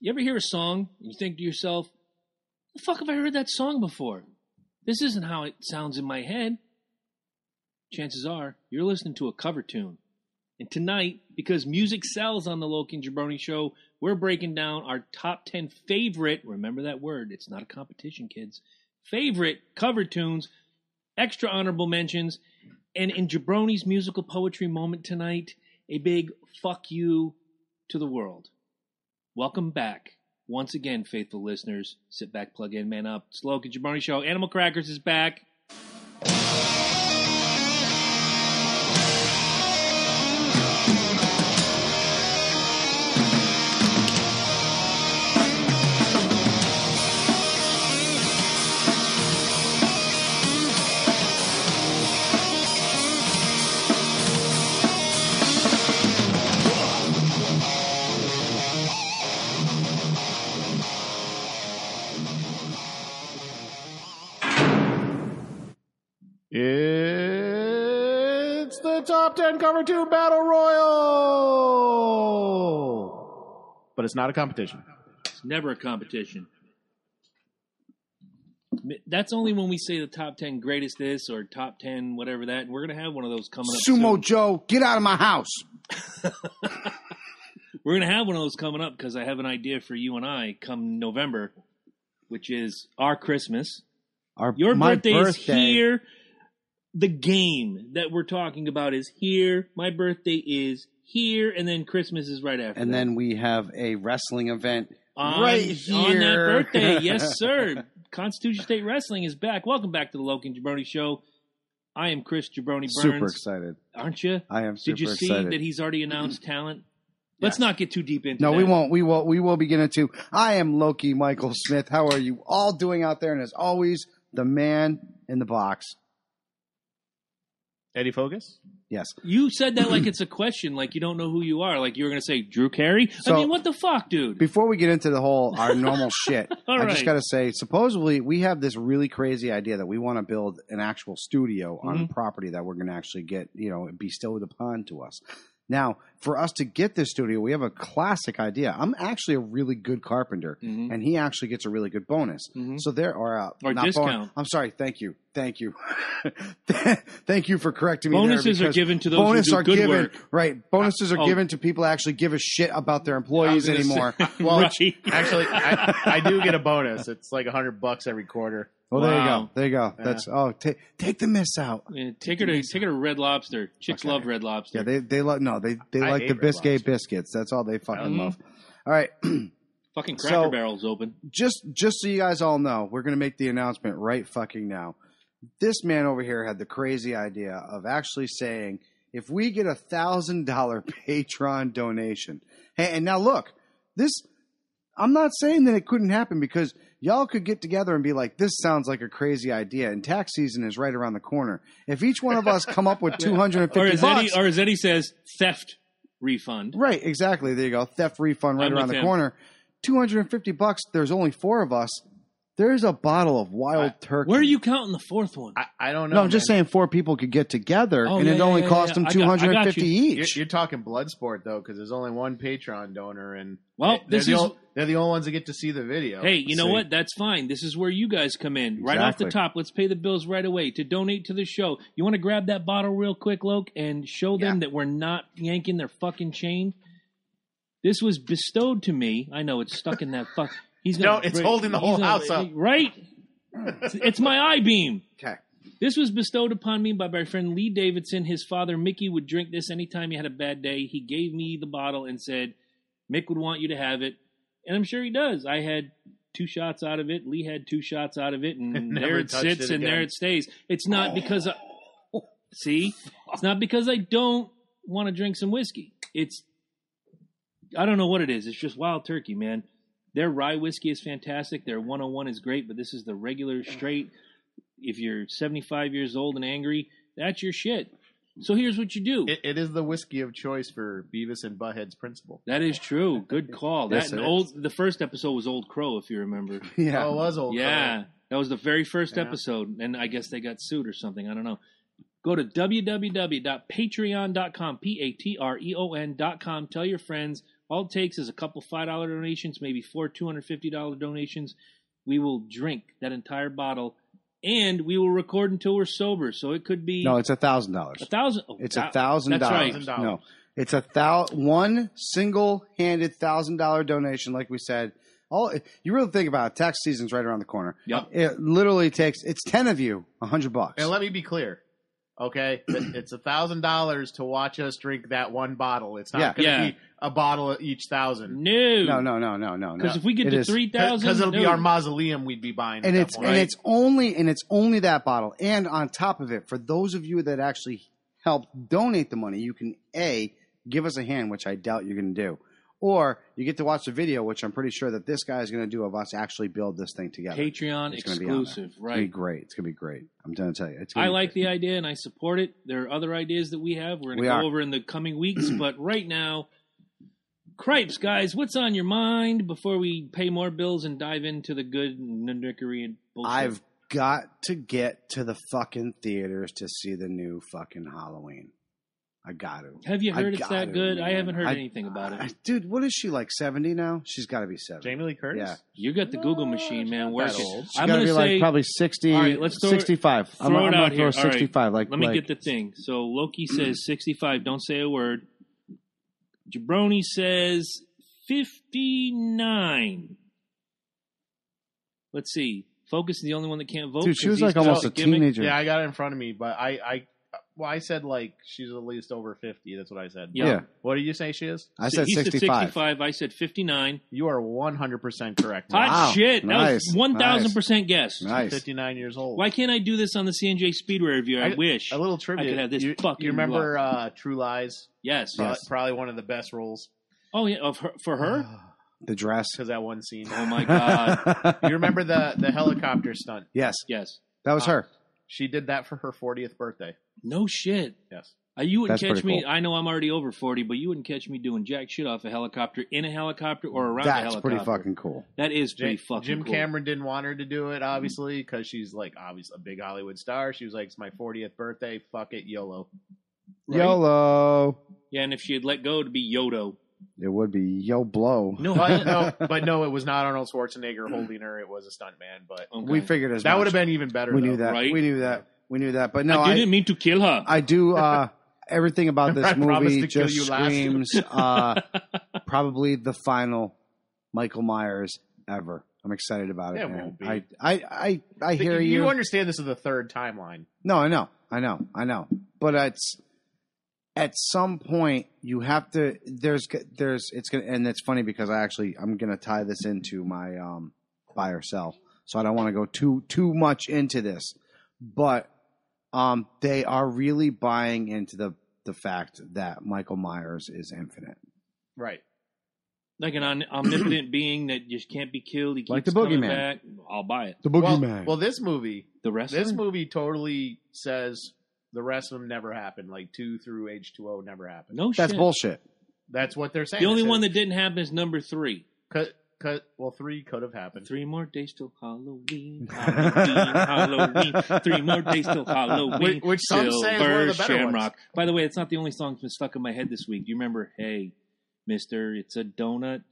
You ever hear a song and you think to yourself, the fuck have I heard that song before? This isn't how it sounds in my head. Chances are you're listening to a cover tune. And tonight, because music sells on the Loki and Jabroni show, we're breaking down our top 10 favorite, remember that word, it's not a competition, kids, favorite cover tunes, extra honorable mentions, and in Jabroni's musical poetry moment tonight, a big fuck you to the world. Welcome back. Once again, faithful listeners, sit back, plug in, man up. It's Loki Jabroni Show. Animal Crackers is back. It's the top 10 cover 2 battle royal. But it's not a competition. It's never a competition. That's only when we say the top 10 greatest this or top 10 whatever that. And we're going to have one of those coming up. Sumo soon. Joe, get out of my house. We're going to have one of those coming up because I have an idea for you and I come November, which is our Christmas. Our, Your my birthday, is here. The game that we're talking about is here. My birthday is here, and then Christmas is right after. And that. then we have a wrestling event. on, right on that here. birthday, yes, sir. Constitution State Wrestling is back. Welcome back to the Loki and Jabroni Show. I am Chris Jabroni Burns. Super excited. Aren't you? I am super Did you see excited. that he's already announced talent? Let's not get too deep into no, that. we won't. We will. We will be getting to. I am Loki Michael Smith. How are you all doing out there? And as always, the man in the box. Eddie Focus? Yes. You said that like it's a question, like you don't know who you are. Like you were going to say Drew Carey. So- I mean, what the fuck, dude? Before we get into the whole our normal shit, All I just right. got to say, supposedly we have this really crazy idea that we want to build an actual studio Mm-hmm. on property that we're going to actually get, you know, bestowed upon to us. Now, for us to get this studio, we have a classic idea. I'm actually a really good carpenter, Mhm. and he actually gets a really good bonus. Mhm. So there are uh, Or not discount. I'm sorry. Thank you. Thank you. thank you for correcting me. there Bonuses are because given to those who bonus do are good given, work. Right. Bonuses are oh. given to people who actually give a shit about their employees I was gonna anymore. say- well, Right. actually, I, I do get a bonus. It's like a 100 bucks every quarter. Well, there you Wow. go. There you go. That's oh, ta take the miss out. Yeah, take her to take her to Red Lobster. Chicks love Red Lobster. Yeah, they they love no, they they I like hate the Red biscuit Lobster. biscuits. That's all they fucking Mhm. love. All right, Fucking Cracker So- Barrel's open. just just so you guys all know, we're gonna make the announcement right fucking now. This man over here had the crazy idea of actually saying, if we get a thousand dollar Patreon donation, hey, and now look, this I'm not saying that it couldn't happen because y'all could get together and be like, this sounds like a crazy idea, and tax season is right around the corner. If each one of us come up with two hundred and Or fifty as bucks, Eddie, or as Eddie says, theft refund. Right, exactly. There you go. Theft refund right I'm around with the him. corner. 250 bucks. There's only four of us. There's a bottle of wild I- turkey. Where are you counting the fourth one? I, I don't know. No, I'm just saying four people could get together Oh, and yeah, it yeah, only yeah, cost yeah. them I got- I got 250 You're, each. you're talking Bloodsport, though, because there's only one Patreon donor, and Well, they're, this the is- ol- they're the only ones that get to see the video. hey, you know see. what? That's fine. This is where you guys come in. Right off the Exactly. top, let's pay the bills right away to donate to the show. You want to grab that bottle real quick, Loke, and show them that we're not yanking their fucking chain? This was bestowed to me. I know it's stuck in that fuck. He's gonna No, it's holding the he's whole gonna- house up. Right? It's, it's my eye beam. okay. This was bestowed upon me by my friend Lee Davidson. His father, Mickey, would drink this anytime he had a bad day. He gave me the bottle and said, Mick would want you to have it. And I'm sure he does. I had two shots out of it. Lee had two shots out of it. And Never there it touched sits it and there again. Oh. it stays. It's not because I. See? It's not because I don't want to drink some whiskey. It's. I don't know what it is. It's just wild turkey, man. Their rye whiskey is fantastic. Their 101 is great, but this is the regular straight if you're 75 years old and angry, that's your shit. So here's what you do. It, it is the whiskey of choice for Beavis and Butthead's principal. that is true. Good call. Yes, That and it old. The first episode was Old Crow, if you remember. Yeah. Oh, it was old. yeah, that was the very first Yeah. episode, and I guess they got sued or something. I don't know. Go to www.patreon.com, p a t r e o n dot com. Tell your friends All it takes is a couple $5 donations, maybe four $250 donations. We will drink that entire bottle and we will record until we're sober. So it could be No, it's a thousand dollars. a thousand. oh, It's thou- a thousand That's right. dollars. No, it's a thou one single-handed thousand dollar donation. Like we said, all you really think about it, tax season's right around the corner. Yep. It literally takes it's ten of you, a hundred bucks. And let me be clear. Okay, it's a thousand dollars to watch us drink that one bottle. It's not Yeah. going to Yeah. be a bottle of each thousand No. No, no, no, no, no, no. Because if we get It to is. three thousand, because it'll be our mausoleum we'd be buying. and at it's that point. and it's only and it's only that bottle. And on top of it, for those of you that actually help donate the money, you can a give us a hand, which I doubt you're going to do, or you get to watch the video, which I'm pretty sure that this guy is going to do of us actually build this thing together. Patreon It's gonna be on exclusive, It's gonna be right? great. It's gonna be great. I'm gonna tell you. It's gonna I be like great. the idea and I support it. There are other ideas that we have. We're going We to go are. over in the coming weeks, but right now, cripes, guys, what's on your mind before we pay more bills and dive into the good nunnery and bullshit? I've got to get to the fucking theaters to see the new fucking Halloween. I got to. have you I heard it's gotta, that good? I man. haven't heard I- anything about it. I- dude, what is she like? Seventy now? She's got to be seventy. Jamie Lee Curtis. Yeah. You got the Google No, machine, it's man. not Work that it. old. She's I'm gotta going to be say, like probably 60, All right, let's throw it- 65. throw it I'm, I'm out gonna throw here. All right. 65. Like, let me like, get the thing. So Loki says 65. Don't say a word. Jabroni says 59. Let's see. Focus is the only one that can't vote. dude. She 'cause was he's like almost a still gimmick. teenager. Yeah, I got it in front of me, but I, I, well, I said like she's at least over fifty. That's what I said. Yeah. Yeah. What did you say she is? I So said he said 65. 65. I said 59. You are one hundred percent correct. Hot Mike. Wow. shit. Nice. That was 1,000% guess. She's Nice. Fifty-nine years old. Why can't I do this on the CNJ Speedway review? I, I- wish. a little trivia. I could have this you, fucking You remember uh, True Lies? yes. Pro- Yes. Probably one of the best roles Oh, yeah. Of her, for her? The dress. because that one scene. Oh, my God. you remember the the helicopter stunt? yes, yes. that was Uh, her. She did that for her 40th birthday. No shit. Yes. Uh, you wouldn't That's catch pretty me. cool. I know I'm already over 40, but you wouldn't catch me doing jack shit off a helicopter, in a helicopter, or around a That's helicopter. pretty fucking cool. That is pretty Jim- fucking Jim cool. Cameron didn't want her to do it, obviously, because she's like obviously a big Hollywood star. She was like, "It's my 40th birthday. Fuck it, YOLO." Right? YOLO. Yeah, and if she had let go, it'd be Yodo. It would be yo blow. No, But no, but no, it was not Arnold Schwarzenegger holding her. It was a stuntman. But Okay. We figured as that much. would have been even better. We though. knew that. right? We knew that. We knew that. But no, I I, didn't mean to kill her. I do uh, everything about I this promised movie to kill just you last. screams uh, probably the final Michael Myers ever. I'm excited about it. Yeah, it man. won't be. I, I, I, I Th- hear you. you. understand this is the third timeline. no, I know, I know, I know. But it's at some point you have to. There's, there's. It's gonna, and it's funny because I actually I'm gonna tie this into my um buy or sell. So I don't want to go too too much into this, but um, they are really buying into the the fact that Michael Myers is infinite, Right. like an om- omnipotent being that just can't be killed. He keeps Like the coming boogeyman. back. I'll buy it. the Well, well, this movie, The rest. this of them? movie totally says the rest of them never happened. Like two through H two O never happened. No That's shit. bullshit. That's what they're saying. The only It says- one that didn't happen is number three. Cut, cut. Well, three could have happened. Three more days till Halloween. Halloween, Halloween. Three more days till Halloween. Which- which some say is one of the better ones. By the way, it's not the only song that's been stuck in my head this week. Do you remember? Hey, Mister, it's a donut.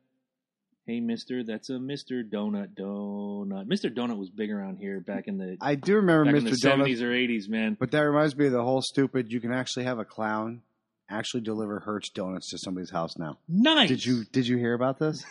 Hey, Mister, that's a Mister Donut Donut. Mister Donut was big around here back in the I do remember back in Mr. the Donuts seventies or eighties, man. But that reminds me of the whole stupid. You can actually have a clown actually deliver Hertz donuts to somebody's house now. Nice. Did you did you hear about this?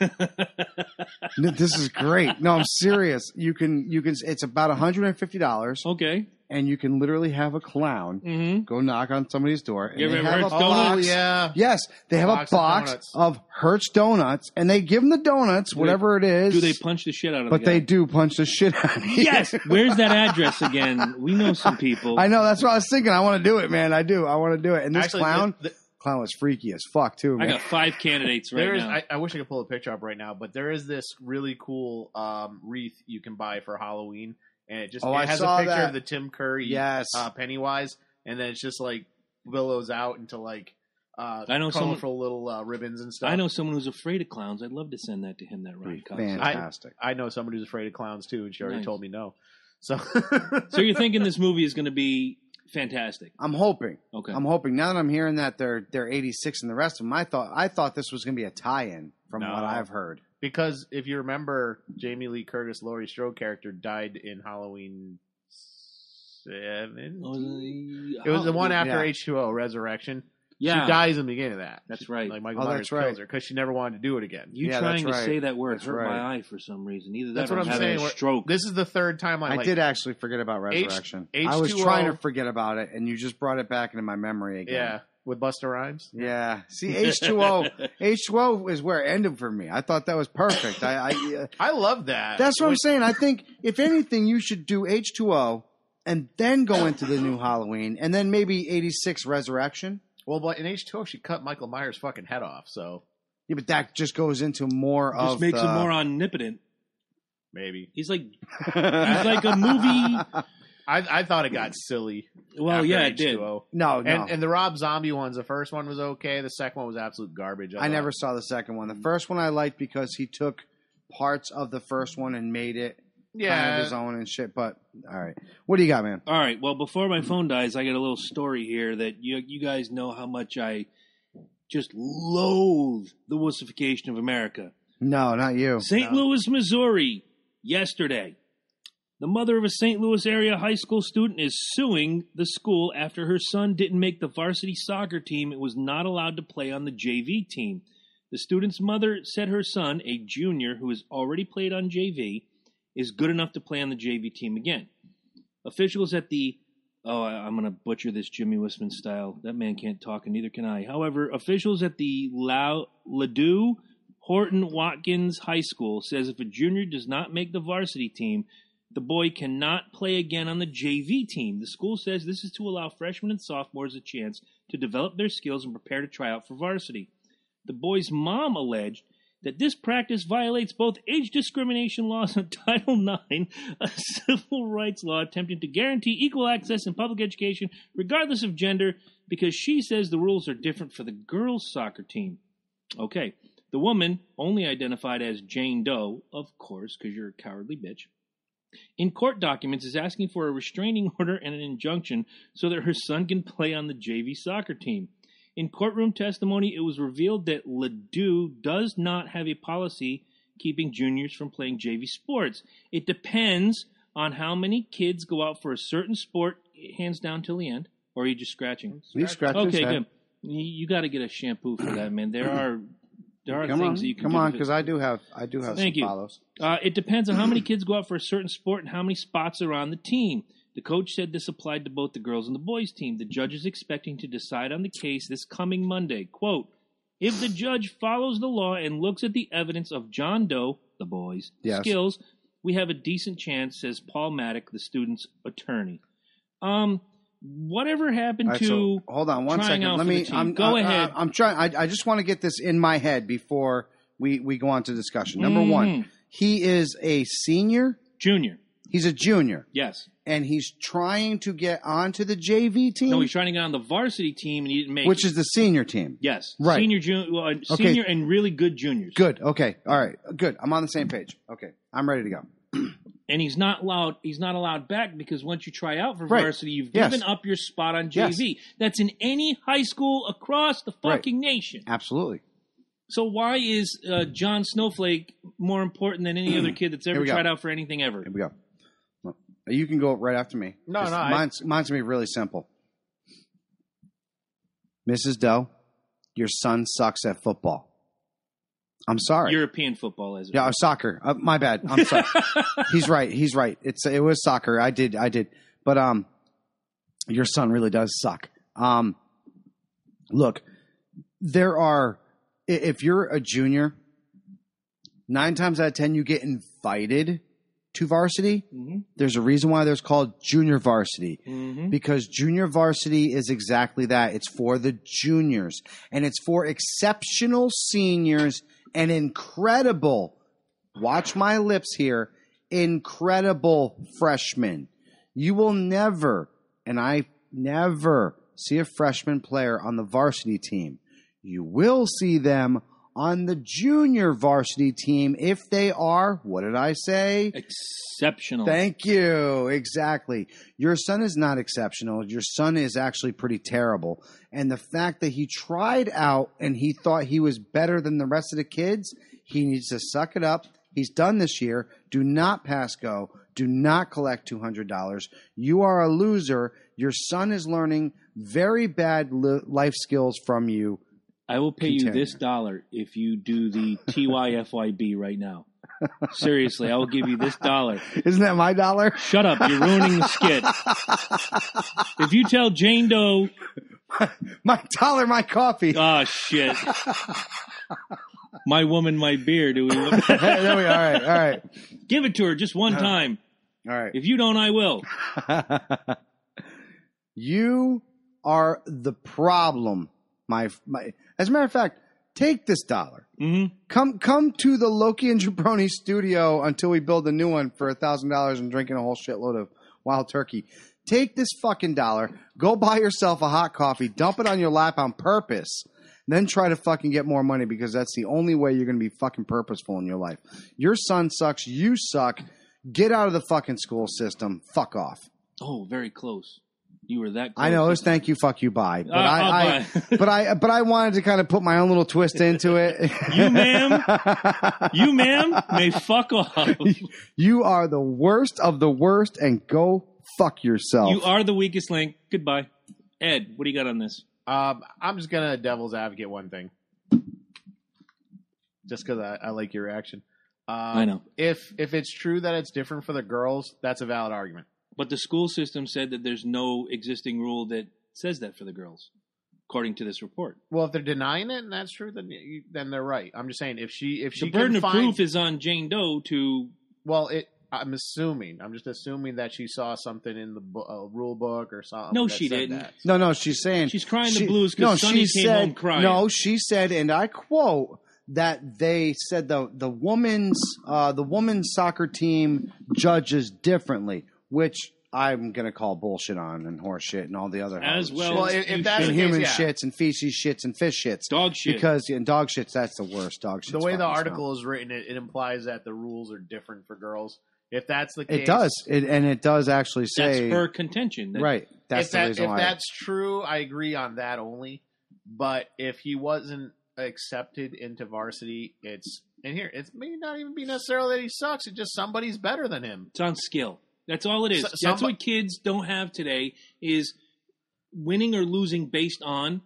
No, this is great. No, I'm serious. You can you can. It's about 150 dollars, okay. and you can literally have a clown Mm-hmm. go knock on somebody's door. And You ever they have have Hertz a Oh box. donuts? yeah. Yes, they have Box a of box donuts. of Hertz donuts, and they give them the donuts, Do they- whatever it is. Do they punch the shit out of? but the guy? they do punch the shit out of you. Yes. Where's that address again? We know some people. I know. That's what I was thinking. I want to do it, man. I do. I want to do it. And this Actually, clown, th- th- clown was freaky as fuck too, I man. got five candidates right there is. now. I, I wish I could pull a picture up right now, but there is this really cool um, wreath you can buy for Halloween, and it just Oh, it I has saw a picture that. of the Tim Curry, yes, uh, Pennywise, and then it's just like willows out into like uh, I know someone- colorful little uh, ribbons and stuff. I know someone who's afraid of clowns. I'd love to send that to him. That Ryan Cox. fantastic. I know somebody who's afraid of clowns too, and she already Nice. told me no. So So you're thinking this movie is going to be Fantastic. I'm hoping. Okay. I'm hoping. Now that I'm hearing that they're they're 86 and the rest of them, I thought I thought this was going to be a tie-in from No. what I've heard. Because if you remember, Jamie Lee Curtis, Laurie Strode character, died in Halloween seven. Oh, it was the one after Yeah. H two O Resurrection. Yeah. She dies in the beginning of that. That's She- right. Like Michael Oh, Myers that's kills right. her because she never wanted to do it again. You Yeah, trying to that's say right. that word That's hurt right. my eye for some reason. Either that That's or what I'm having saying, a we're- stroke. This is the third time I, I like, did actually forget about Resurrection. I H- was H2O. trying to forget about it, and you just brought it back into my memory again. Yeah, with Buster Rhymes. Yeah. See, H2O. H2O is where it ended for me. I thought that was perfect. I, I uh, I love that. That's what I'm Which- saying. I think if anything, you should do H2O and then go into the new Halloween and then maybe 86 Resurrection. Well, but in H two O, she cut Michael Myers' fucking head off. So Yeah, but that just goes into more of Just makes the... him uh, more omnipotent. maybe He's like, It's like a movie. I I thought it got silly. well, after yeah, it did. H2O. No, no. And and the Rob Zombie ones. The first one was okay. The second one was absolute garbage. I thought. never saw the second one. The first one I liked because he took parts of the first one and made it kind of Yeah, his own and shit. But all right, what do you got, man? All right. Well, before my phone dies, I got a little story here that you you guys know how much I just loathe the wussification of America. No, not you. St. No. Louis, Missouri, yesterday. The mother of a St. Louis area high school student is suing the school after her son didn't make the varsity soccer team and was not allowed to play on the JV team. The student's mother said her son, a junior who has already played on JV, is good enough to play on the JV team again. Officials at the oh, I- I'm going to butcher this Jimmy Wisman style. That man can't talk, and neither can I. However, officials at the La- Ladue Horton Watkins High School says if a junior does not make the varsity team, the boy cannot play again on the JV team. The school says this is to allow freshmen and sophomores a chance to develop their skills and prepare to try out for varsity. The boy's mom alleged that this practice violates both age discrimination laws and Title IX, a civil rights law attempting to guarantee equal access in public education regardless of gender, because she says the rules are different for the girls' soccer team. Okay, the woman, only identified as Jane Doe, of course, because you're a cowardly bitch, in court documents is asking for a restraining order and an injunction so that her son can play on the JV soccer team. In courtroom testimony, it was revealed that Ledoux does not have a policy keeping juniors from playing JV sports. It depends on how many kids go out for a certain sport, hands down till the end, or are you just scratching? Leaf scratch his Okay, head. good. You, you got to get a shampoo for that, man. There are there are Come things on, that you can come do on, to- because I do have I do have Thank some you. follows. uh, it depends on how many kids go out for a certain sport and how many spots are on the team. The coach said this applied to both the girls and the boys team. The judge is expecting to decide on the case this coming Monday. Quote: If the judge follows the law and looks at the evidence of John Doe, the boys' Yes. skills, we have a decent chance, says Paul Maddock, the student's attorney. Um, whatever happened All right, to so hold on one trying second. out Let for the me. team. I'm, Go I- I- ahead. I'm trying. I, I just want to get this in my head before we we go on to discussion. Number Mm. one, he is a senior. Junior? He's a junior, Yes. and he's trying to get onto the JV team, No, he's trying to get on the varsity team, and he didn't make. which is the senior team. Yes, Right. Senior, junior, well, uh, senior, and really good juniors. Good. Okay. All right. Good. I'm on the same page. Okay. I'm ready to go. And he's not allowed. He's not allowed back because once you try out for Right. varsity, you've Yes. given up your spot on Yes. JV. That's in any high school across the Right. fucking nation. Absolutely. So why is uh, John Snowflake more important than any other kid that's Here ever we go. tried out for anything ever? Here we go. Well, You can go right after me. No, 'Cause no, I- Mine's, mine's going to be really simple. Mrs. Doe, your son sucks at football. I'm sorry. European football, as it yeah, were. uh, soccer. Uh, my bad. I'm sorry. He's right. He's right. It's it was soccer. I did. I did. But um, your son really does suck. Um, look, there are i- if you're a junior, nine times out of ten you get invited to varsity. Mhm. There's a reason why there's called junior varsity Mhm. because junior varsity is exactly that. It's for the juniors and it's for exceptional seniors and incredible, watch my lips here, incredible freshmen. You will never, and I never see a freshman player on the varsity team. You will see them on the junior varsity team if they are, what did I say? Exceptional. Thank you. Exactly. Your son is not exceptional. Your son is actually pretty terrible. And the fact that he tried out and he thought he was better than the rest of the kids, he needs to suck it up. He's done this year. Do not pass go. Do not collect $200. You are a loser. Your son is learning very bad li- life skills from you. I will pay you Contender. this dollar if you do the TYFYB right now. Seriously, I will give you this dollar. Isn't that my dollar? Shut up, you're ruining the skit. If you tell Jane Doe, My dollar, my coffee. oh shit, my woman, my beer, do we there we are. All right. All right. give it to her just one time? All right. If you don't, I will. you are the problem, my, my. As a matter of fact, take this dollar. Mhm. Come, come to the Loki and Jabroni studio until we build a new one for a thousand dollars and drinking a whole shitload of wild turkey. Take this fucking dollar. Go buy yourself a hot coffee. Dump it on your lap on purpose. Then try to fucking get more money because that's the only way you're going to be fucking purposeful in your life. Your son sucks. You suck. Get out of the fucking school system. Fuck off. Oh, very close. You were that. Close. I know it was thank you, fuck you, bye. But Uh, uh, I, I bye. but I but I wanted to kind of put my own little twist into it. You, ma'am. You, ma'am, may fuck off. you are the worst of the worst, and go fuck yourself. You are the weakest link. Goodbye. Ed, what do you got on this? Um, I'm just gonna devil's advocate one thing, just because I, I like your reaction. Um, Uh, I know. If if it's true that it's different for the girls, that's a valid argument. But the school system said that there's no existing rule that says that for the girls, according to this report. Well, if they're denying it and that's true, then you, then they're right. I'm just saying if she if she the burden can of find, proof is on Jane Doe to. well, it. I'm assuming. I'm just assuming that she saw something in the bo- uh, rule book or something. No, that she said didn't. that. no, no, she's saying She's crying she- the blues because Sonny came said, home crying. No, she said, and I quote that they said the the woman's uh, the women's soccer team judges differently, which I'm gonna call bullshit on and horse shit and all the other As horseshit. well, Oh, Well, as if- if you that's should. the and human yeah. shits and feces shits and fish shits. dog shit. Because and dog shits, that's the worst. Dog shits. the way the fucking article is written, it, it implies that the rules are different for girls. If that's the smell. case, it does, it, and it does actually that's say her contention. That right. That's if the that, reason if why. that's true, I agree on that only. But if he wasn't accepted into varsity, it's and here it may not even be necessarily that he sucks. It's just somebody's better than him. It's on skill. That's all it is. So- That's somebo- what kids don't have today is winning or losing based on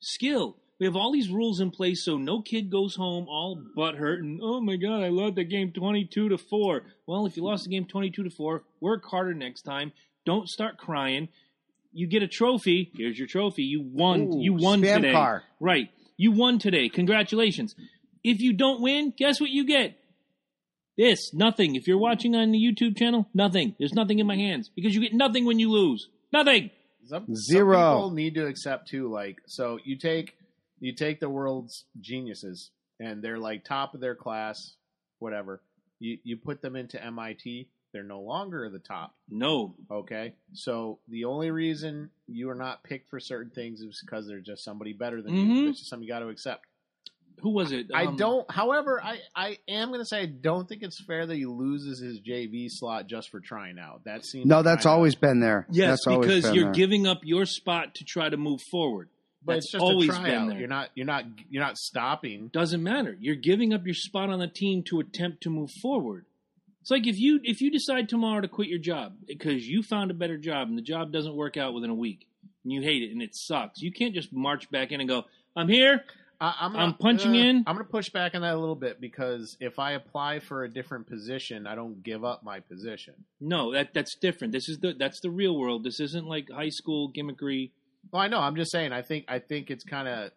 skill. We have all these rules in place so no kid goes home all butt hurt and oh my god, I lost the game 22 to 4. Well, if you lost the game 22 to 4, work harder next time. Don't start crying. You get a trophy. Here's your trophy. You won. Ooh, you won spam today. car. Right. You won today. Congratulations. If you don't win, guess what you get? This, nothing. If you're watching on the YouTube channel, nothing. There's nothing in my hands because you get nothing when you lose. Nothing. Some, some Zero. people need to accept too. Like so, you take you take the world's geniuses and they're like top of their class, whatever. You you put them into MIT, they're no longer the top. No. Okay, so the only reason you are not picked for certain things is because there's just somebody better than Mhm. you. It's just something you got to accept. Who was it? I Um, don't. However, I I am going to say I don't think it's fair that he loses his JV slot just for trying out. That seems no, that's kinda- always been there. Yes, that's always because been you're there. giving up your spot to try to move forward. But that's it's just always a tryout. been there. You're not. You're not. You're not stopping. Doesn't matter. You're giving up your spot on the team to attempt to move forward. It's like if you if you decide tomorrow to quit your job because you found a better job and the job doesn't work out within a week and you hate it and it sucks. You can't just march back in and go, "I'm here." I, I'm, I'm not- punching in. I'm going to push back on that a little bit because if I apply for a different position, I don't give up my position. No, that that's different. This is the that's the real world. This isn't like high school gimmickry. Well, I know. I'm just saying. I think. I think it's kind of.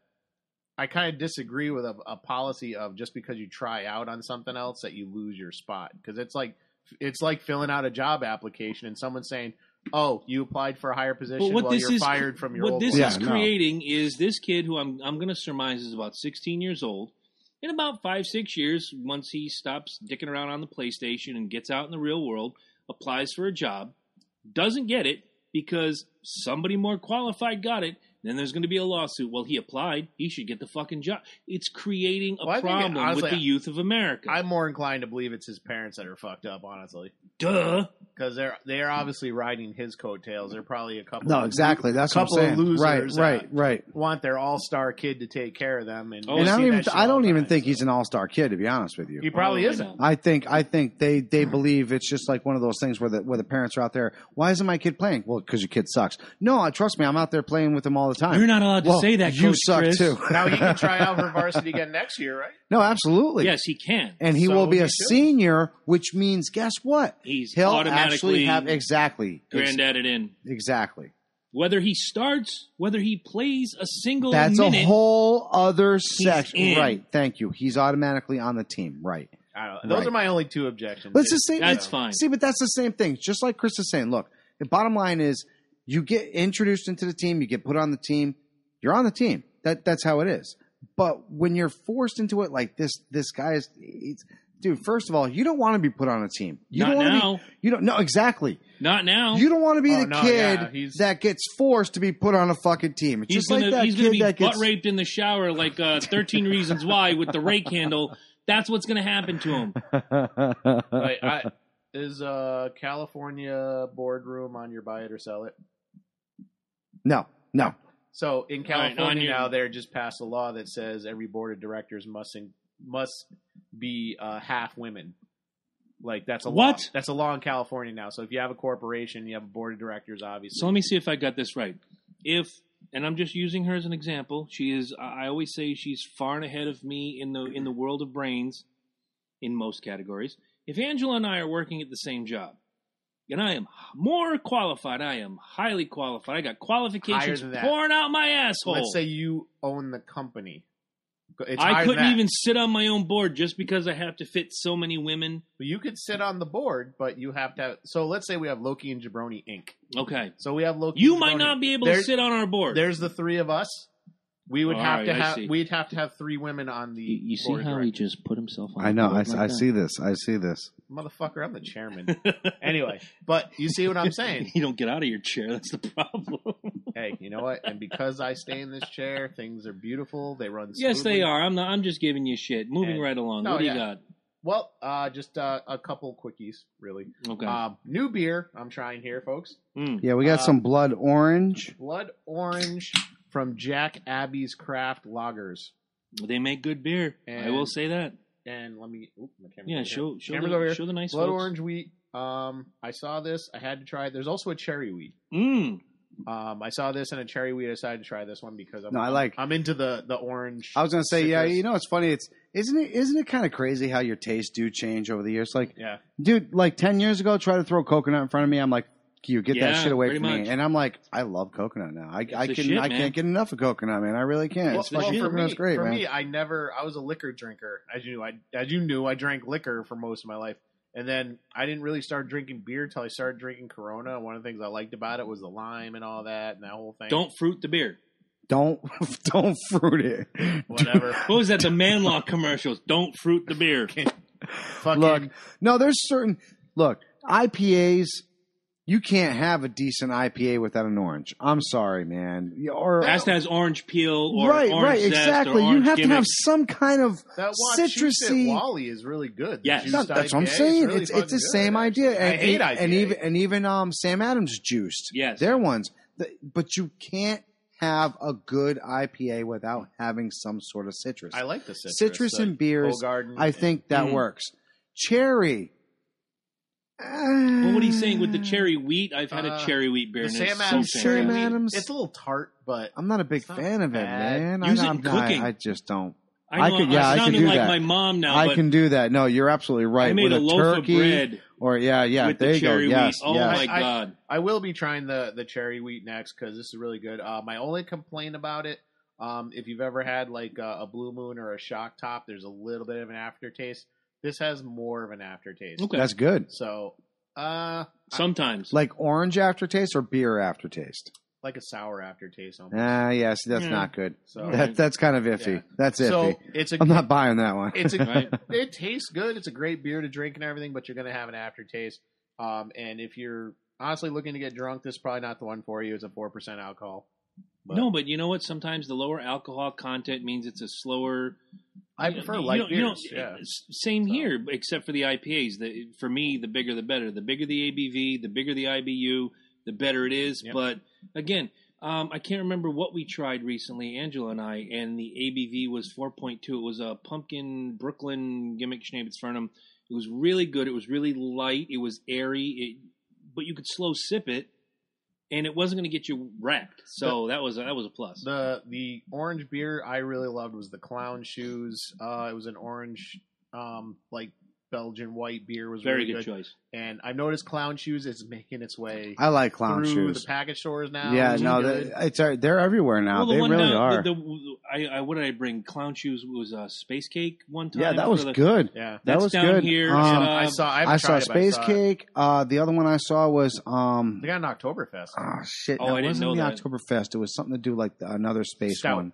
I kind of disagree with a, a policy of just because you try out on something else that you lose your spot because it's like it's like filling out a job application and someone saying, "Oh, you applied for a higher position. what Well, this you're is- fired from your what old this one." Yeah, is no. creating is this kid who I'm I'm going to surmise is about 16 years old. In about five six years, once he stops dicking around on the PlayStation and gets out in the real world, applies for a job, doesn't get it because somebody more qualified got it, Then there's going to be a lawsuit. Well, he applied. He should get the fucking job. It's creating a Well, I think it- problem honestly, with the youth of America. I'm more inclined to believe it's his parents that are fucked up, honestly, Duh. because they're they are obviously riding his coattails. They're probably a couple. No, of- exactly. That's what I'm couple of saying. losers, uh, right, right, right. Want their all star kid to take care of them, and, Oh, we and I don't see that even shit I all don't the even time, think so. he's an all star kid, to be honest with you. He probably Oh, I isn't. know. I think I think they they believe it's just like one of those things where the where the parents are out there. Why isn't my kid playing? Well, because your kid sucks. No, I trust me. I'm out there playing with them all the time. You're not allowed to Well, say that. You Coach suck Chris. too. now he can try out for varsity again next year, right? no, absolutely. Yes, he can. and he So will be he a should. senior, which means guess what? He's He'll automatically actually have exactly ex- granddaded in. exactly. Whether he starts, whether he plays a single That's a minute, whole other section, in. right? Thank you. He's automatically on the team, right? I don't know. Those Right. are my only two objections. Let's just say that's let's- fine. See, but that's the same thing. Just like Chris is saying, look, the bottom line is you get introduced into the team, you get put on the team, you're on the team. That that's how it is. But when you're forced into it like this, this guy is, it's, dude. First of all, you don't want to be put on a team. You Not don't want now. To be, you don't. No, exactly. not now. You don't want to be Oh, the no, kid yeah, he's- that gets forced to be put on a fucking team. It's he's just gonna like that he's gonna kid be that butt gets raped in the shower like uh, Thirteen Reasons Why with the rake handle. That's what's gonna happen to him. Wait, I, is uh, California boardroom on your buy it or sell it? no, no. So All in right, California on your- now, they're just passed a law that says every board of directors must in, must be uh, half women. Like that's a law. What? That's a law in California now. So if you have a corporation, you have a board of directors, obviously. So let me see if I got this right. If and I'm just using her as an example. She is. I I always say she's far and ahead of me in the in the world of brains, in most categories. If Angela and I are working at the same job, and I am more qualified, I am highly qualified. I got Higher qualifications than that. pouring out my asshole. Let's say you own the company. It's higher I than couldn't that. even sit on my own board just because I have to fit so many women. You could sit on the board, but you have to. Have, so let's say we have Loki and Jabroni Inc. Okay, So we have Loki. you and might Jabroni. not be able to There's- sit on our board. There's the three of us. We would All have right, to I have. see. We'd have to have three women on the. You, you see board of how he directors. just put himself on. I know. the I, board like I that? see this. I see this. motherfucker. I'm the chairman. anyway, but you see what I'm saying? You don't get out of your chair. That's the problem. Hey, you know what? And because I stay in this chair, things are beautiful. They run. yes, smoothly. they are. I'm not. I'm just giving you shit. Moving And- right along. No, what do yeah. you got? Well, uh, just uh, a couple quickies, really. Okay. Um, new beer I'm trying here, folks. Mm. Yeah, we got Uh, some blood orange. Blood orange from Jack Abbey's Craft Lagers. They make good beer. I And- will say that. And let me. Oop, my camera's Yeah. over Show show Camera's the, over here. show the nice here. Blood folks. orange wheat. Um, I saw this. I had to try. it. There's also a cherry wheat. Mm. Um, I saw this and a cherry wheat. I decided to try this one because I'm No, I like. I'm into the the orange. I was gonna say, yeah, citrus. you know, it's funny. It's isn't it isn't it kind of crazy how your tastes do change over the years? Like, Yeah. dude, like ten years ago, try to throw coconut in front of me. I'm like, you get Yeah, that shit away pretty from much. me. And I'm like, I love coconut now. I, I the can shit, I man. can't get enough of coconut, man. I really can't. Well, it's well, fucking for coconut's me, great, for man. me, I never. I was a liquor drinker, as you knew. I as you knew, I drank liquor for most of my life, and then I didn't really start drinking beer till I started drinking Corona. One of the things I liked about it was the lime and all that, and that whole thing. Don't fruit the beer. Don't don't fruit it. whatever. What was that? The Manlock commercials. Don't fruit the beer. Fucking Look, no, there's certain look IPAs. You can't have a decent IPA without an orange. I'm sorry, man. You- Or Has to has orange peel or right, orange right, zest or exactly. You orange have to gimmick. have some kind of that citrusy- citrusy Wally is really good. The Yes. juiced No, that's what I'm IPA is saying. really it's fucking it's the good, same actually. idea. And, e-, I hate and, IPA. and even and even um Sam Adams juiced. Yes. their ones. The- but you can't have a good IPA without having some sort of citrus. I like the citrus. Citrus and beers, Hoegaarden I think that Mm. works. Cherry. Eh. But what are you saying with the cherry wheat? I've had a Uh, cherry wheat beer. the and Sam it's Adams so cherry cherry Sam fantastic. wheat. Adams- It's a little tart, but I'm not a big It's not fan of bad. it, man. Use I, it I'm in not- cooking. I just don't. I, know, I could- yeah, I could sounded do like that. my mom now. I but can do that. No, you're absolutely right. I made with a loaf turkey of bread or yeah, yeah. with there the you go. cherry Yes, wheat. Oh yes. my I- god! I will be trying the the cherry wheat next because this is really good. Uh, my only complaint about it, um, if you've ever had like a, a blue moon or a shock top, there's a little bit of an aftertaste. This has more of an aftertaste. Okay. That's good. So, uh, Sometimes Like orange aftertaste or beer aftertaste. like a sour aftertaste almost. Ah, yeah. See, that's Yeah. not good. so, That that's kind of iffy. Yeah. That's iffy. so it's a I'm not buying that one. it's a Right. it tastes good. It's a great beer to drink and everything, but you're gonna have an aftertaste. Um, and if you're honestly looking to get drunk, this is probably not the one for you. It's a four percent alcohol. But no, but you know what? Sometimes the lower alcohol content means it's a slower. I you know, prefer you light know- you know, beers. yeah. s- Same So. here, except for the IPAs. The, for me, the bigger the better. The bigger the ABV, the bigger the IBU, the better it is. Yep. But again, um, I can't remember what we tried recently, Angela and I, and the ABV was 4.2. It was a pumpkin Brooklyn gimmick Schneebitz It was really good. It was really light. It was airy. It, but you could slow sip it, and it wasn't going to get you wrecked. So that was that was a plus. The the orange beer I really loved was the Clown Shoes. Uh, it was an orange, um, like Belgian white beer. Was Very really good choice. And I've noticed Clown Shoes is making its way I like clown through shoes. the package stores now. yeah, which is no, good. they, it's they're everywhere now. well, the they one really down, are. The, the, I, I, what did I bring? Clown shoes was uh, space cake one time. yeah, that for was the- good. yeah. That That's was down good. here, Um, and, uh, I saw. I, I saw Space Kid. Cake. Uh, the other one I saw was um. They got an Oktoberfest. Oh shit! Oh, I no, it didn't wasn't know the that. Oktoberfest. It was something to do like the, another space Stout. one.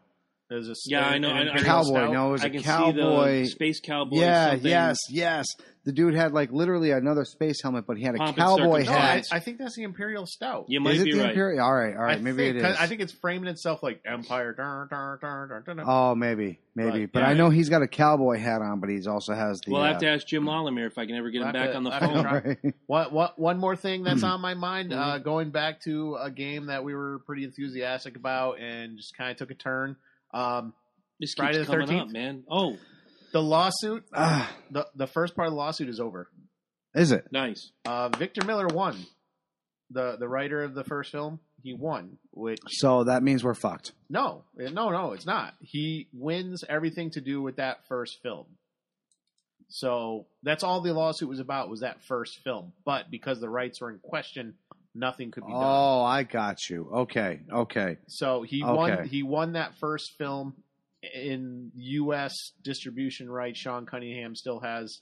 There's a Yeah, I know, an I- I Imperial Cowboy. Stout. No, it was I a can cowboy. see the space cowboy. yeah. something. Yes. Yes. The dude had like literally another space helmet, but he had a Pomp and cowboy No, circumstance. hat. I, I think that's the Imperial Stout. you might is it be the right. Imperial? All right. All right. I maybe think, it 'cause is. I think it's framing itself like Empire. Dun, dun, dun, dun, dun, dun. Oh, maybe, maybe. Right, But yeah. I know he's got a cowboy hat on, but he's also has the. We'll uh, have to ask Jim Lollemere if I can ever get We'll him have back to- on the I don't phone. know. What, what, one more thing that's hmm. on my mind, Mhm. Mm-hmm. uh, going back to a game that we were pretty enthusiastic about and just kind of took a turn. Um, This keeps Friday the coming 13th? up, man. Oh, the lawsuit, Ah, the, the first part of the lawsuit is over. is it? nice. Uh, Victor Miller won. The, the writer of the first film, he won, which So that means we're fucked. No, eh, no, no, it's not. He wins everything to do with that first film. So that's all the lawsuit was about was that first film. But because the rights were in question, nothing could be done. Oh, I got you. Okay. Okay. So he won. okay. He won that first film in U.S. distribution rights. Sean Cunningham still has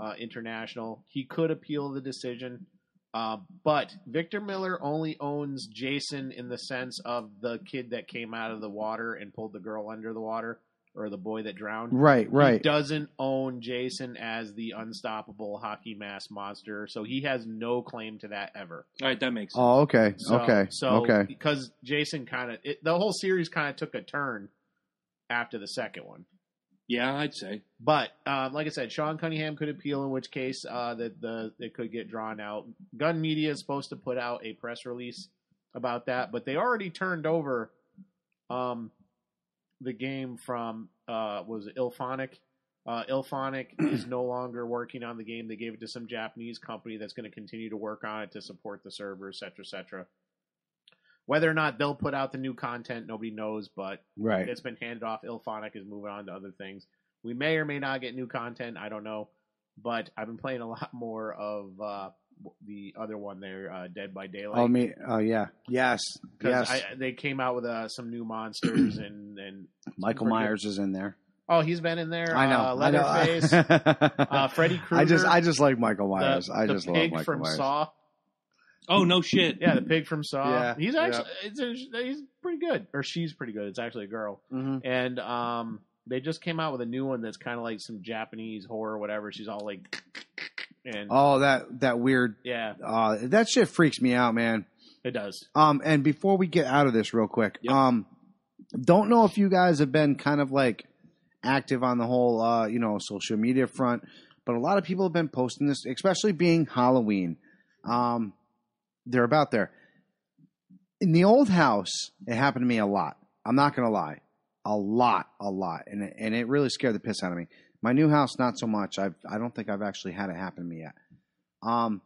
uh, international. He could appeal the decision. Uh, but Victor Miller only owns Jason in the sense of the kid that came out of the water and pulled the girl under the water, or the boy that drowned. Right. He Right. doesn't own Jason as the unstoppable hockey mask monster, so he has no claim to that ever. All right, that makes sense. Oh, okay. So, okay. So okay. because Jason kind of the whole series kind of took a turn after the second one. yeah, I'd say. But um, like I said, Sean Cunningham could appeal, in which case uh, that the it could get drawn out. Gun Media is supposed to put out a press release about that, but they already turned over um, the game from uh, was it Ilphonic. Uh, Ilphonic is no longer working on the game. They gave it to some Japanese company that's going to continue to work on it to support the server, et cetera, et cetera. Whether or not they'll put out the new content, nobody knows, but Right. it's been handed off. Ilphonic is moving on to other things. We may or may not get new content. I don't know, but I've been playing a lot more of uh, the other one there, uh, Dead by Daylight. oh me. Oh yeah. Yes. 'cause Yes. I, they came out with uh, some new monsters and and Michael Forget- Myers is in there. oh, he's been in there. I know. uh, I know. Leatherface, uh, Freddy Krueger. I just, I just like Michael the- Myers. I the just love pig Michael from Myers. Saw. Oh no, shit. Yeah, the pig from Saw. Yeah, he's actually it's a, he's pretty good, or she's pretty good. It's actually a girl. Mhm. and um, they just came out with a new one that's kind of like some Japanese horror, or whatever. She's all like, and Oh, that that weird. yeah, Uh, that shit freaks me out, man. it does. Um, and before we get out of this real quick, Yep. um, don't know if you guys have been kind of like active on the whole, uh, you know, social media front, but a lot of people have been posting this, especially being Halloween. Um, they're about there. In the old house, it happened to me a lot. I'm not gonna lie, a lot, a lot, and it- and it really scared the piss out of me. My new house, not so much. I've I don't think I've actually had it happen to me yet. Um,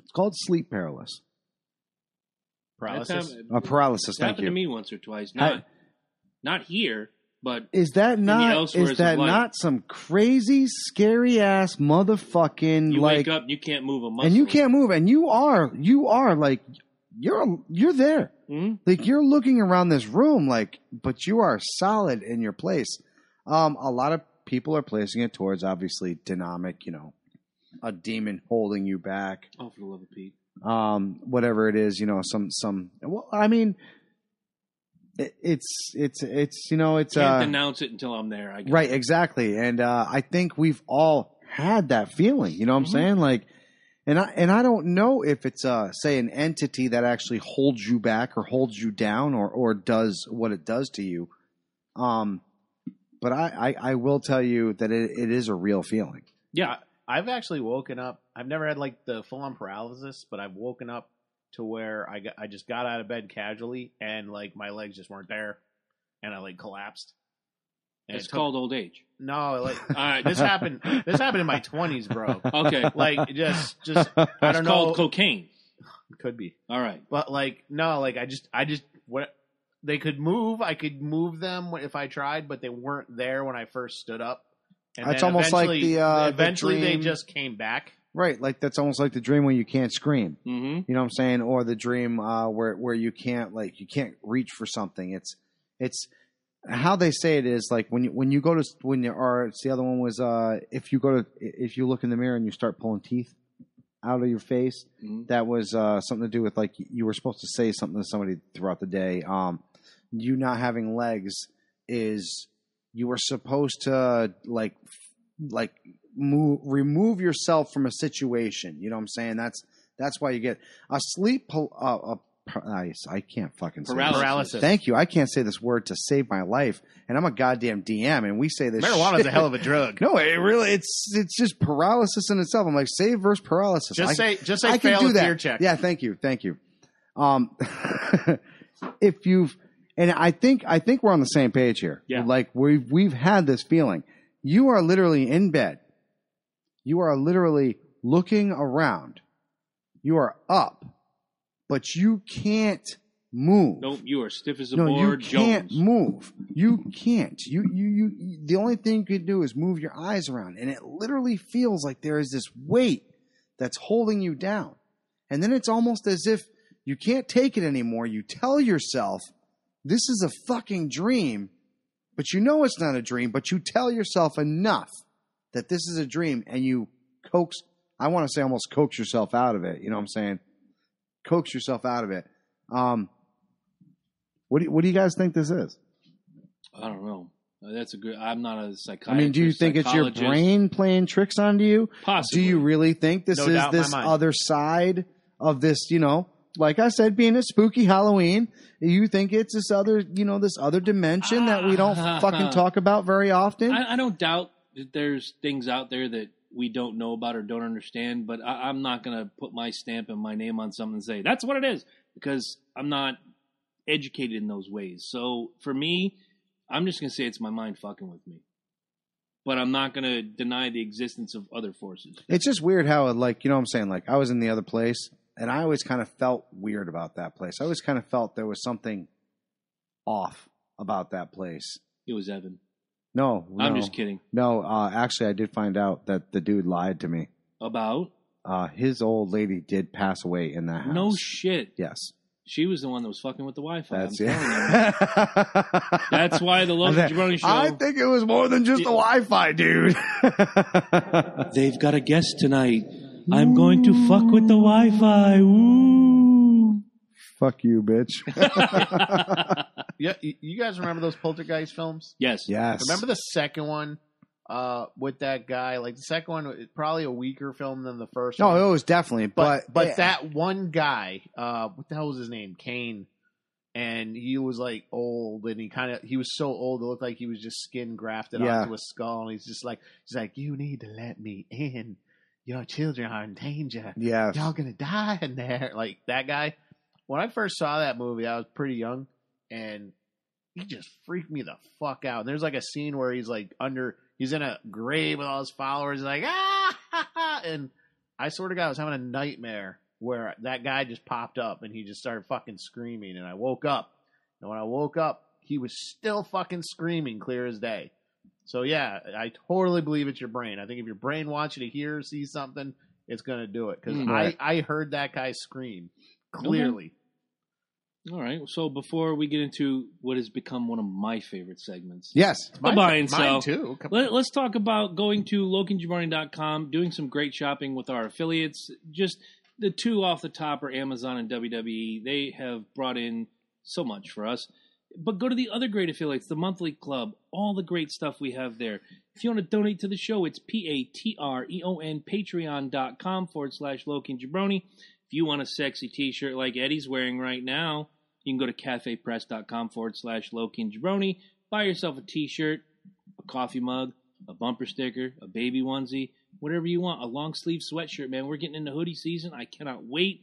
it's called sleep paralysis. That Paralysis. time- Uh, paralysis. it's Thank happened you. to me once or twice. Hi- Not not here, but Is that not elsewhere is is that light. not some crazy scary ass motherfucking you like wake up, and you can't move a muscle, and you can't move and you are you are like you're you're there. Mhm. Like you're looking around this room like but you are solid in your place. Um a lot of people are placing it towards obviously dynamic, you know, a demon holding you back Oh, for the love of Pete! um, whatever it is, you know, some some. Well, I mean, it, it's it's it's you know it's Can't uh, denounce it until I'm there. I guess. right exactly, and uh, I think we've all had that feeling. You know what I'm Mhm. saying? Like And I and I don't know if it's uh say an entity that actually holds you back or holds you down or or does what it does to you. Um but I, I, I will tell you that it, it is a real feeling. Yeah. I've actually woken up. I've never had like the full on paralysis, but I've woken up to where I got, I just got out of bed casually and like my legs just weren't there, and I like collapsed. And It's it took- called old age. no, like All right. this happened. This happened in my twenties, bro. Okay. Like it just, just I don't it's know. called cocaine. could be, All right. but like no, like I just, I just what they could move. I could move them if I tried, but they weren't there when I first stood up. And That's then almost like eventually- the, uh, the eventually they dream- just came back. Right, like that's almost like the dream when you can't scream. Mm-hmm. You know what I'm saying? Or the dream uh, where where you can't like you can't reach for something. It's it's how they say it is like when you when you go to when you are it's the other one was uh if you go to if you look in the mirror and you start pulling teeth out of your face Mhm. that was uh something to do with like you were supposed to say something to somebody throughout the day um you not having legs is you were supposed to like like move remove yourself from a situation you know what i'm saying that's that's why you get a sleep pal- uh, a, par- I, I can't fucking say Paralysis. this. Thank you. I can't say this word to save my life, and I'm a goddamn DM, and we say this. Marijuana's shit. a hell of a drug. No, it really it's it's just paralysis in itself. I'm like save versus paralysis. Just I, say, just say, I fail can do a that. fear check. Yeah, thank you, thank you. Um, if you've and I think I think we're on the same page here. Yeah. like we've we've had this feeling. You are literally in bed. You are literally looking around. You are up, but you can't move Nope. You are stiff as a no, you board. can't Jones. move. You can't. You, you you you. The only thing you can do is move your eyes around, and it literally feels like there is this weight that's holding you down. And then it's almost as if you can't take it anymore. You tell yourself, "This is a fucking dream," but you know it's not a dream. But you tell yourself enough that this is a dream, and you coax. I want to say almost coax yourself out of it. You know what I'm saying? Coax yourself out of it. Um, what do, what do you guys think this is? I don't know. Uh, That's a good. I'm not a I psychiatrist. mean, do you think it's your psychologist. brain playing tricks onto you? Possibly. Do you really think this No is doubt in my this mind. other side of this, you know, like I said, being a spooky Halloween, you think it's this other, you know, this other dimension that we don't Ah. fucking talk about very often? I, I don't doubt that there's things out there that we don't know about or don't understand, but I, I'm not going to put my stamp and my name on something and say that's what it is because I'm not educated in those ways. So for me, I'm just going to say it's my mind fucking with me. But I'm not going to deny the existence of other forces. it's just weird how it, like you know what i'm saying like i was in the other place and i always kind of felt weird about that place i always kind of felt there was something off about that place It was Evan. no, I'm no. just kidding. no uh, actually i did find out that the dude lied to me About? uh, his old lady did pass away in that house No shit. yes She was the one that was fucking with the Wi Fi. that's I'm it telling you. That's why the Logan Jabroni show. I think it was more than just the Wi-Fi, dude. They've got a guest tonight. I'm going to fuck with the Wi-Fi. Woo! Fuck you, bitch. Yeah, you you guys remember those Poltergeist films? yes. Yes. Remember the second one uh, with that guy? Like the second one, is probably a weaker film than the first. one. No, it was definitely, but but but that one guy, uh, what the hell was his name? Kane, and he was like old, and he kind of he was so old it looked like he was just skin grafted Yeah. onto a skull, and he's just like he's like, you need to let me in. Your children are in danger. yeah, y'all gonna die in there. Like that guy. When I first saw that movie, I was pretty young, and he just freaked me the fuck out. And there's like a scene where he's like under, he's in a grave with all his followers, and like ah, ha, ha," and I swear to God, I was having a nightmare where that guy just popped up and he just started fucking screaming, and I woke up. And when I woke up, he was still fucking screaming, clear as day. So yeah, I totally believe it's your brain. I think if your brain wants you to hear, or see something, it's gonna do it. Because Mm. I I heard that guy scream clearly. All right. So before we get into what has become one of my favorite segments, yes. Bye-bye, Mine- and so- mine too. Come Let, us talk about going to LoganJabroni.com, doing some great shopping with our affiliates. Just the E. two off the top are Amazon and WWE. They have brought in so much for us. But go to the other great affiliates, the monthly club, all the great stuff we have there. If you want to donate to the show, it's P A T R E O N patreon.com forward slash Loki and Jabroni. If you want a sexy t shirt like Eddie's wearing right now, you can go to cafepress.com forward slash Loki and Jabroni, buy yourself a t shirt, a coffee mug, a bumper sticker, a baby onesie, whatever you want, a long sleeve sweatshirt, man. We're getting into hoodie season. I cannot wait.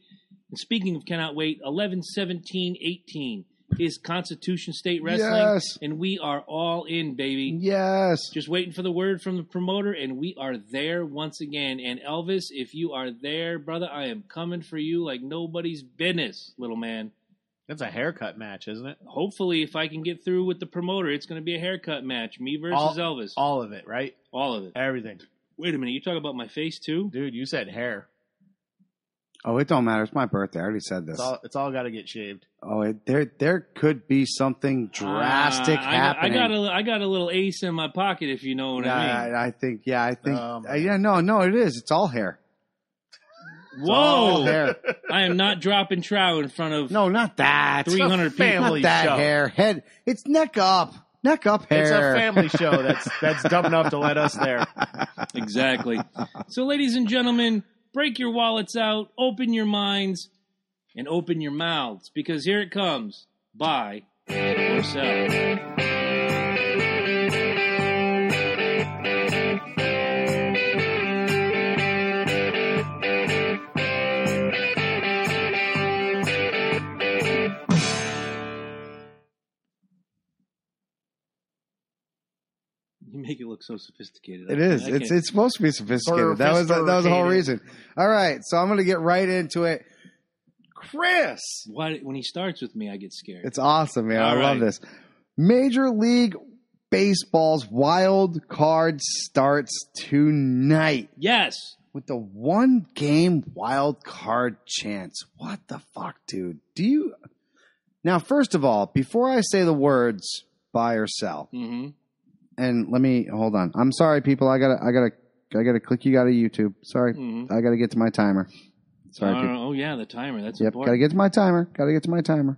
And speaking of cannot wait, 11 17 18 is Constitution State Wrestling. Yes. And we are all in, baby. Yes. Just waiting for the word from the promoter, and we are there once again. And Elvis, if you are there, brother, I am coming for you like nobody's business, little man. That's a haircut match, isn't it? Hopefully, if I can get through with the promoter, it's going to be a haircut match. Me versus All- Elvis. All, All of it, right? of it. Everything. Wait a minute, you talk about my face too? Dude, you said hair. Oh, it don't matter. It's my birthday. I already said this. It's all it's all got to get shaved. oh, it, there there could be something drastic Ah, I, got- I happening. got a, I got a little ace in my pocket, if you know what I mean. I, I think. Yeah, I think. Oh, uh, yeah, no, no, it is. It's all hair. Oh! It's all Whoa! hair. I am not dropping trow in front of No, not that. 300 people. Not family that show. hair. Head. It's neck up. Neck up hair. It's a family show that's that's dumb enough to let us there. Exactly. so, ladies and gentlemen, break your wallets out, open your minds, and open your mouths because here it comes. Buy or sell. You make it look so sophisticated. It I- is. I It's can't- it's supposed to be sophisticated. That was that was the whole reason. Sophisticated. All right, so I'm going to get right into it. Chris, Why, when he starts with me, I get scared. It's awesome, man. I All love right. this. Major League Baseball's wild card starts tonight yes. with the one game wild card chance. What the fuck, dude? Do you now? First of all, before I say the words buy or sell, hmm and let me hold on. I'm sorry, people. I gotta, I gotta, I gotta click you out of YouTube. Sorry, hmm I gotta get to my timer. Sorry, people. oh, yeah, the timer. That's Yep, gotta important. get to my timer. Gotta get to my timer.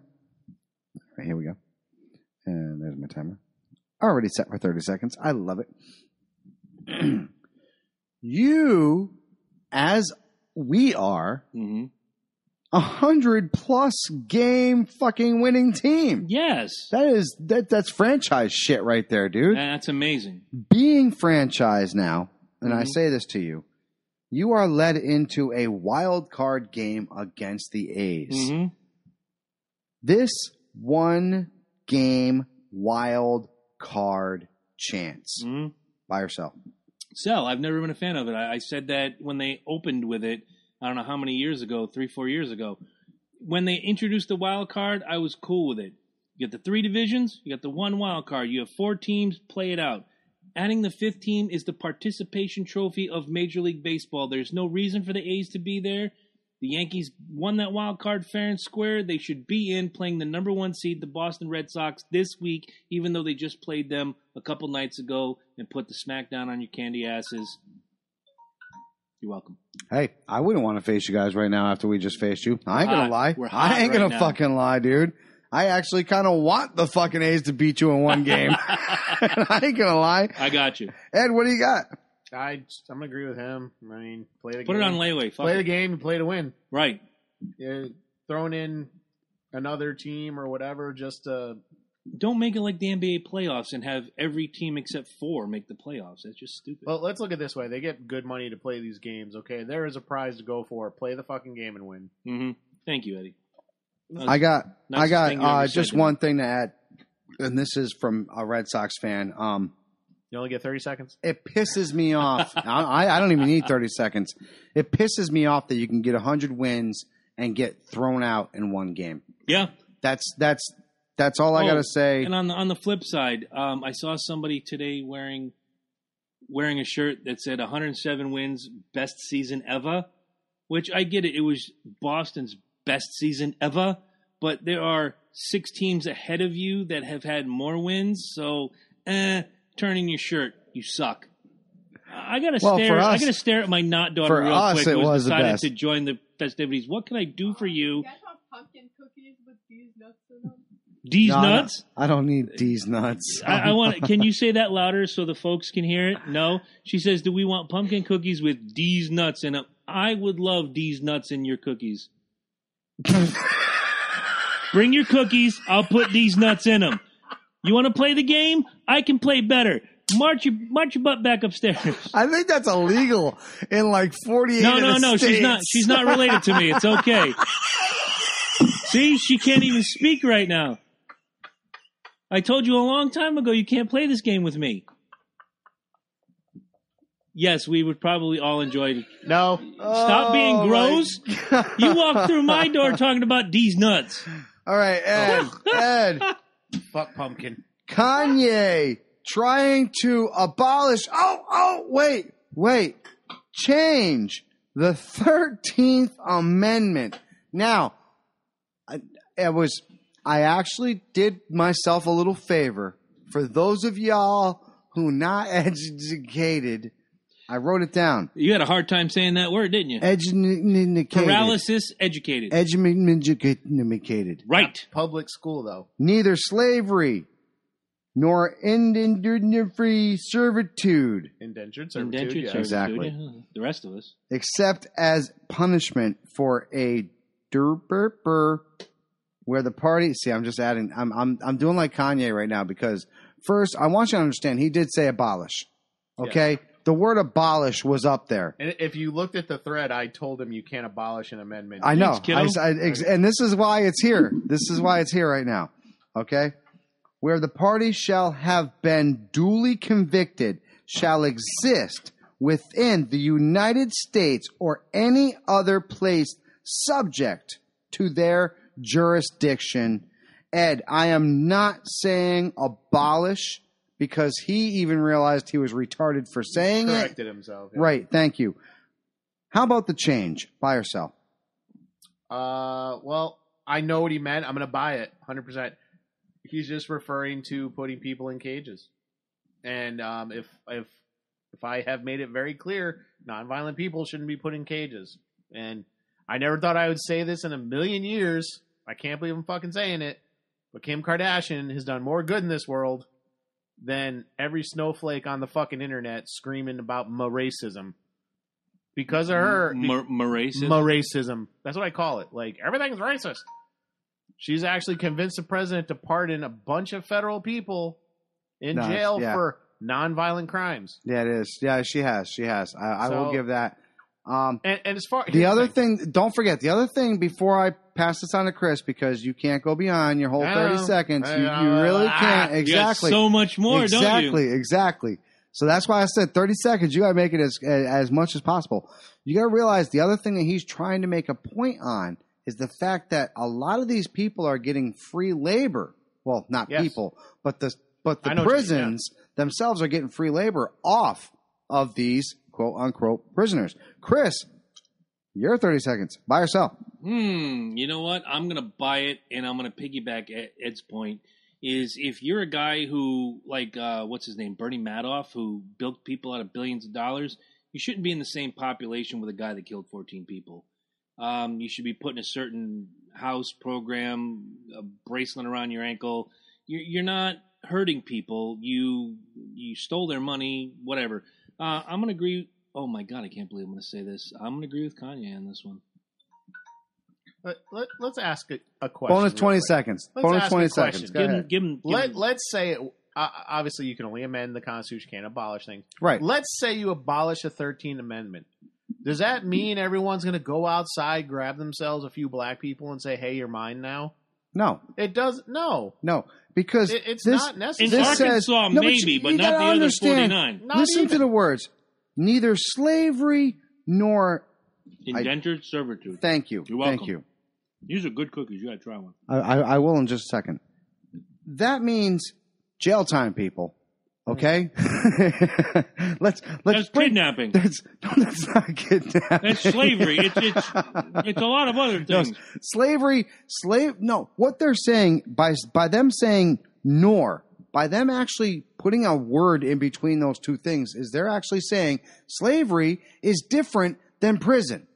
All right, here we go. And there's my timer. Already set for 30 seconds. I love it. you, as we are, hmm a hundred plus game fucking winning team. Yes. That is that that's franchise shit right there, dude. That's amazing. Being franchised now, and I Mhm. say this to you, you are led into a wild card game against the A's. hmm this one game wild card chance hmm by yourself. Sell. I've never been a fan of it. I, I said that when they opened with it. I don't know how many years ago, three, four years ago. When they introduced the wild card, I was cool with it. You got the three divisions. You got the one wild card. You have four teams. Play it out. Adding the fifth team is the participation trophy of Major League Baseball. There's no reason for the A's to be there. The Yankees won that wild card fair and square. They should be in playing the number one seed, the Boston Red Sox, this week, even though they just played them a couple nights ago and put the smack down on your candy asses. You're welcome. Hey, I wouldn't want to face you guys right now after we just faced you. I ain't gonna Hot. lie. We're hot I ain't right gonna now. fucking lie, dude. I actually kind of want the fucking A's to beat you in one game. I ain't gonna lie. I got you. Ed, what do you got? I I'm gonna agree with him. I mean, play the Put game. it on layaway. Fuck play the it. game and play to win. Right. Yeah, throwing in another team or whatever just to Don't make it like the NBA playoffs and have every team except four make the playoffs. That's just stupid. Well, let's look at it this way. They get good money to play these games, okay? There is a prize to go for. Play the fucking game and win. hmm Thank you, Eddie. That was I got the I nicest got thing you ever uh, said just to me. one thing to add, and this is from a Red Sox fan. Um, You only get 30 seconds? it pisses me off. I, I don't even need 30 seconds. It pisses me off that you can get 100 wins and get thrown out in one game. Yeah. That's that's that's all I Oh, got to say. And on the on the flip side, um, I saw somebody today wearing wearing a shirt that said 107 wins, best season ever. Which I get it; it was Boston's best season ever. But there are six teams ahead of you that have had more wins. So, eh, turning your shirt, you suck. I gotta Well, stare. for I us- gotta stare at my not daughter for real us, quick. it who's was the decided best. to join the festivities. What can I do for you? I got pumpkin cookies with these nuts in them. D's No, no. nuts. I don't need these nuts. I, I want. Can you say that louder so the folks can hear it? No. She says, "Do we want pumpkin cookies with D's nuts in them?" I would love D's nuts in your cookies. Bring your cookies. I'll put D's nuts in them. You want to play the game? I can play better. March your march your butt back upstairs. I think that's illegal in like 48 No, of no, the no. She's not. states. She's not related to me. It's okay. See, she can't even speak right now. I told you a long time ago you can't play this game with me. Yes, we would probably all enjoy it. No, Uh, Stop being Oh, gross. my- You walked through my door talking about these nuts. All right, Ed. Ed. Oh. fuck pumpkin. Kanye trying to abolish. Oh, oh, wait, wait. Change the 13th Amendment. Now, I, it was, I actually did myself a little favor. For those of y'all who not educated, I wrote it down. You had a hard time saying that word, didn't you? Educated. Paralysis educated. Educated. Right. Public school though. neither slavery nor indentured servitude Indentured servitude. Indentured yeah. servitude. Exactly. yeah. The rest of us. except as punishment for a derper where the party see i'm just adding I'm, I'm i'm doing like kanye right now because first i want you to understand he did say abolish okay the word abolish was up there And if you looked at the thread, I told him you can't abolish an amendment. I know. Thanks, kiddo. I s- I- ex- and this is why it's here. This is why it's here right now. Okay? Where the party shall have been duly convicted shall exist within the United States or any other place subject to their jurisdiction. Ed, I am not saying abolish because he even realized he was retarded for saying it. Corrected himself. yeah. Right. Thank you. How about the change? Buy or sell? Uh, well, I know what he meant. I'm gonna buy it, hundred percent. He's just referring to putting people in cages, and um, if if if I have made it very clear, nonviolent people shouldn't be put in cages. And I never thought I would say this in a million years. I can't believe I'm fucking saying it. But Kim Kardashian has done more good in this world than every snowflake on the fucking internet screaming about my racism. Because of her, Mar- Maracis? Ma racism. That's what I call it. Like everything's racist. She's actually convinced the president to pardon a bunch of federal people in No, jail yeah. for nonviolent crimes. Yeah, it is. Yeah, she has. She has. I, I will So- give that. Um, And, and as far the other thing, don't forget, the other thing before I pass this on to Chris, because you can't go beyond your whole I 30 know. seconds. I You, know. you really Ah, can't. You got Exactly. so much more, exactly. don't you? Exactly. So that's why I said 30 seconds. You got to make it as, as much as possible. You got to realize the other thing that he's trying to make a point on is the fact that a lot of these people are getting free labor. Well, not Yes. people, but the but I the know what you mean, yeah. prisons themselves are getting free labor off of these quote unquote prisoners. Chris, your 30 seconds. Buy or sell? Hmm. You know what? I'm gonna buy it, and I'm gonna piggyback Ed- Ed's point. Is if you're a guy who like uh, what's his name, Bernie Madoff, who built people out of billions of dollars, you shouldn't be in the same population with a guy that killed 14 people. Um, you should be put in a certain house program, a bracelet around your ankle. You're, you're not hurting people. You you stole their money, whatever. Uh, I'm gonna agree. Oh my god, I can't believe I'm gonna say this. I'm gonna agree with Kanye on this one. Let, let, us ask a, a question. Bonus real 20 quick. seconds. Let's Bonus ask 20 a question. seconds. Go Give him, ahead. give him, give Let, him- let's say, it, uh, obviously, you can only amend the Constitution, can't abolish things. Right. Let's say you abolish a 13th Amendment. Does that mean everyone's going to go outside, grab themselves a few black people, and say, hey, you're mine now? No, It does. No. no. Because It, it's this, not necessary. in this Arkansas, says- no, but you- maybe, but, you not gotta the other understand- 49. Not Listen to even. the words. Neither slavery nor Indentured servitude. thank you. You're thank welcome. you. These are good cookies. You got to try one. I, I, I will in just a second. That means jail time, people. Okay, let's let's That's kidnapping. That's no, that's not kidnapping. That's slavery. It's, it's, it's a lot of other No, things. slavery, slave. No, what they're saying by by them saying nor, by them actually putting a word in between those two things, is they're actually saying slavery is different than prison.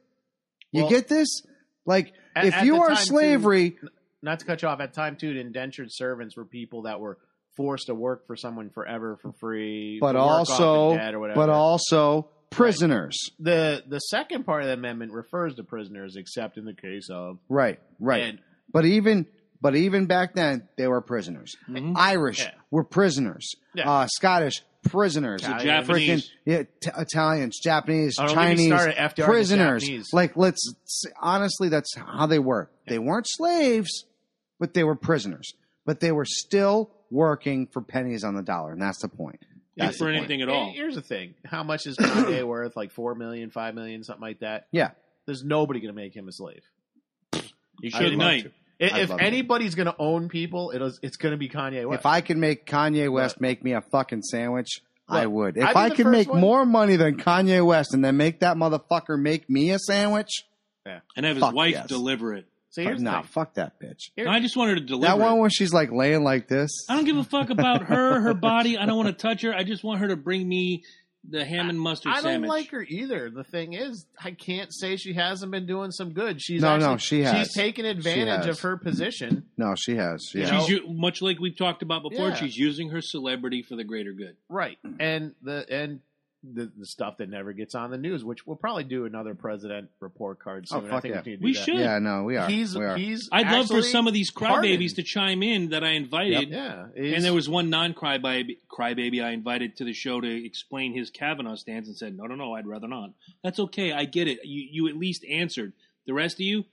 You Well- get this? Like, At- if at you the are time, too- slavery, not to cut you off at the time too. Indentured servants were people that were forced to work for someone forever for free, But to work off also- the debt or whatever. but also prisoners. the the second part of the amendment refers to prisoners, except in the case of Right, right. And but even but even back then, they were prisoners. Mhm. Irish Mm-hmm. Yeah. were prisoners. Yeah. Uh, Scottish prisoners. Italian- Japanese. Freaking yeah, t- Italians, Japanese, Oh, don't get me Chinese started, FDR to prisoners. Japanese. Like, let's s- honestly, that's how they were. They weren't slaves, but they were prisoners. But they were still working for pennies on the dollar, and that's the point. Not That's for the point. anything at Hey, all. eh, Here's the thing: how much is Kanye worth? Like four million, five million, something like that. Yeah. there's nobody going to make him a slave. You I'd should love night. to. I- I'd If love to. anybody's going to own people, it is, it's going to be Kanye West. If I could make Kanye West make me a fucking sandwich, Look, I would. I'd If be I the could first make one- more money than Kanye West and then make that motherfucker make me a sandwich, and have his Fuck wife yes. deliver it. so fuck, here's nah, the thing. fuck that bitch. Here- No, I just wanted to deliver. That one it. when she's like laying like this. I don't give a fuck about her, her body. I don't want to touch her. I just want her to bring me the ham and mustard I don't sandwich. like her either. The thing is, I can't say she hasn't been doing some good. She's No, actually, no, she has. She's taken advantage has. of her position. No, she has. She You has. know? She's u- much like we've talked about before. Yeah. She's using her celebrity for the greater good. Right. And the and the, the stuff that never gets on the news, which we'll probably do another president report card Oh, soon. I fuck think yeah. we need to do We that. should. Yeah, no, we are. He's we are. he's I'd love for actually- some of these pardoned. crybabies to chime in that I invited. Yeah. And there was one non crybaby crybaby I invited to the show to explain his Kavanaugh stance and said, No, no, no, I'd rather not. That's okay. I get it. You, you at least answered. The rest of you,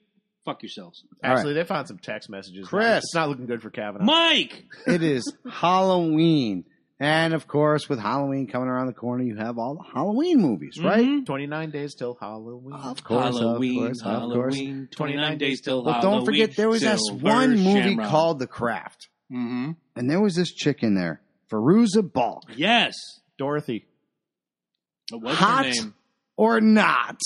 fuck yourselves. actually they found some text messages. Chris. It's not looking good for Kavanaugh. Mike! it is Halloween. And of course, with Halloween coming around the corner, you have all the Halloween movies, right? Mhm. Twenty nine days till Halloween. Of course, Mm-hmm. Halloween, of course, of course. Halloween, 29 days till Well, Halloween. don't forget there was this one movie called The Craft, hmm and there was this chick in there, Feruza Balk, Yes. Dorothy. What's Hot. her name? or not,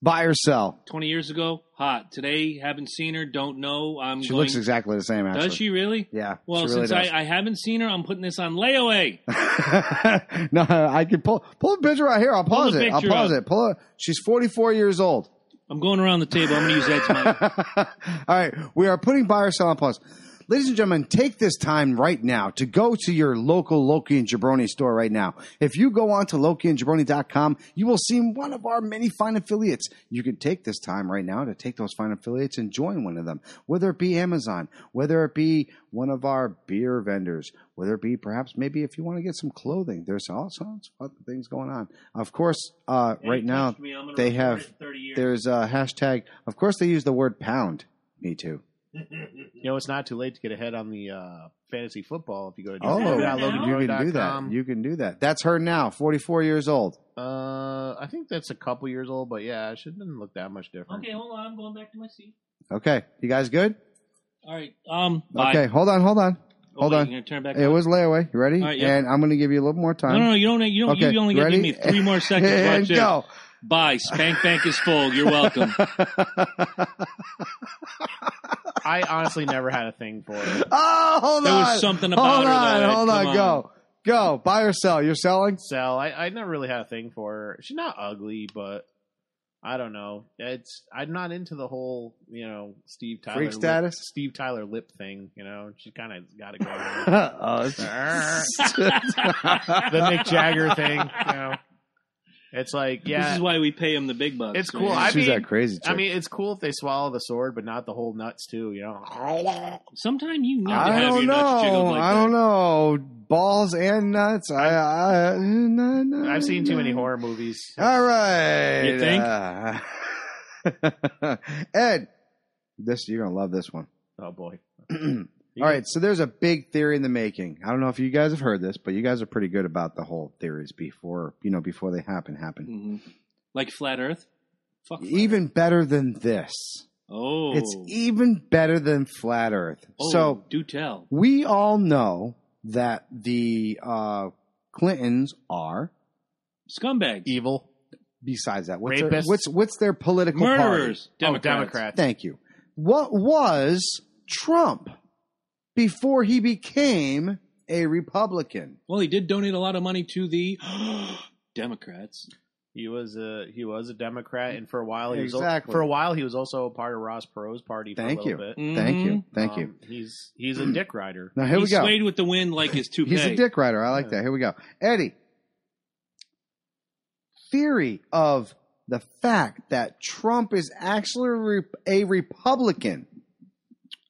buy or sell. 20 years ago, hot. Today, haven't seen her, don't know. I'm She going, looks exactly the same. Actually, Does she really? Yeah. Well, she really since I, I haven't seen her, I'm putting this on layaway. does. no, I can pull pull the picture right here. I'll pause the it. I'll picture pause up. it. Pull it. She's forty four years old. I'm going around the table. I'm going to use that tonight. All right, we are putting buy or sell on pause. Ladies and gentlemen, take this time right now to go to your local Loki and Jabroni store right now. If you go on to lokiandjabroni.com, you will see one of our many fine affiliates. You can take this time right now to take those fine affiliates and join one of them, whether it be Amazon, whether it be one of our beer vendors, whether it be perhaps maybe if you want to get some clothing. There's all sorts of other things going on. Of course, uh, right now, they have- there's a hashtag. Of course, they use the word pound. Me too. You know, it's not too late to get ahead on the uh, fantasy football if you go to Oh, that right now? you can do that. You can do that. That's her now, 44 years old. uh, I think that's a couple years old, but yeah, she didn't look that much different. Okay, hold on. I'm going back to my seat. Okay, you guys good? All right. Um, bye. Okay, hold on, hold on. Oh, hold wait, on. You're going to turn back It on? was layaway. You ready? All right, yeah. And I'm going to give you a little more No, time. no, no. You don't. You don't. Okay, you only got to give me ready? three more seconds. and Watch this. go. Bye. Spank Bank is full. You're welcome. I honestly never had a thing for it. oh, hold There on. was something about hold her. on, though, that- hold on, come Go, go. Buy or sell? You're selling. Sell. I, I never really had a thing for her. She's not ugly, but I don't know. It's I'm not into the whole you know Steve Tyler Freak lip- status? Steve Tyler lip thing. You know, she kind of got to go. Oh, the it's- Mick Jagger thing. You know, it's like yeah, This is why we pay him the big bucks. It's man. cool. I She's mean- that crazy chick. I mean, it's cool if they swallow the sword, but not the whole nuts too. You know, Sometimes you need to I have don't your nuts know. jiggled like I that. don't know. Balls and nuts. I, I, I've seen too many horror movies. All right. You think? Uh, Ed, this you're gonna love this one. Oh boy. All right, so there's a big theory in the making. I don't know if you guys have heard this, but you guys are pretty good about the whole theories before you know before they happen happen. Mhm. Like flat Earth. Fuck. flat Even better than this. Earth. Oh. It's even better than flat Earth. Oh, e- So do tell. we all know that the uh, Clintons are. Scumbags. Evil. Besides that, what's their, Rapists. what's what's their political Murderers. Oh, Democrats. party? Democrats. Thank you. What was Trump before he became a Republican? Well, he did donate a lot of money to the Democrats. He was a he was a Democrat, and for a while he was al- Exactly. for a while he was also a part of Ross Perot's party. For Thank a little you. Bit. Thank you. Thank Um, you. He's he's a dick rider. Now, here Mm-hmm. he we go. swayed with the wind like his toupee. He's a dick rider. I like Yeah. that. Here we go. Eddie. Theory of the fact that Trump is actually a re- a Republican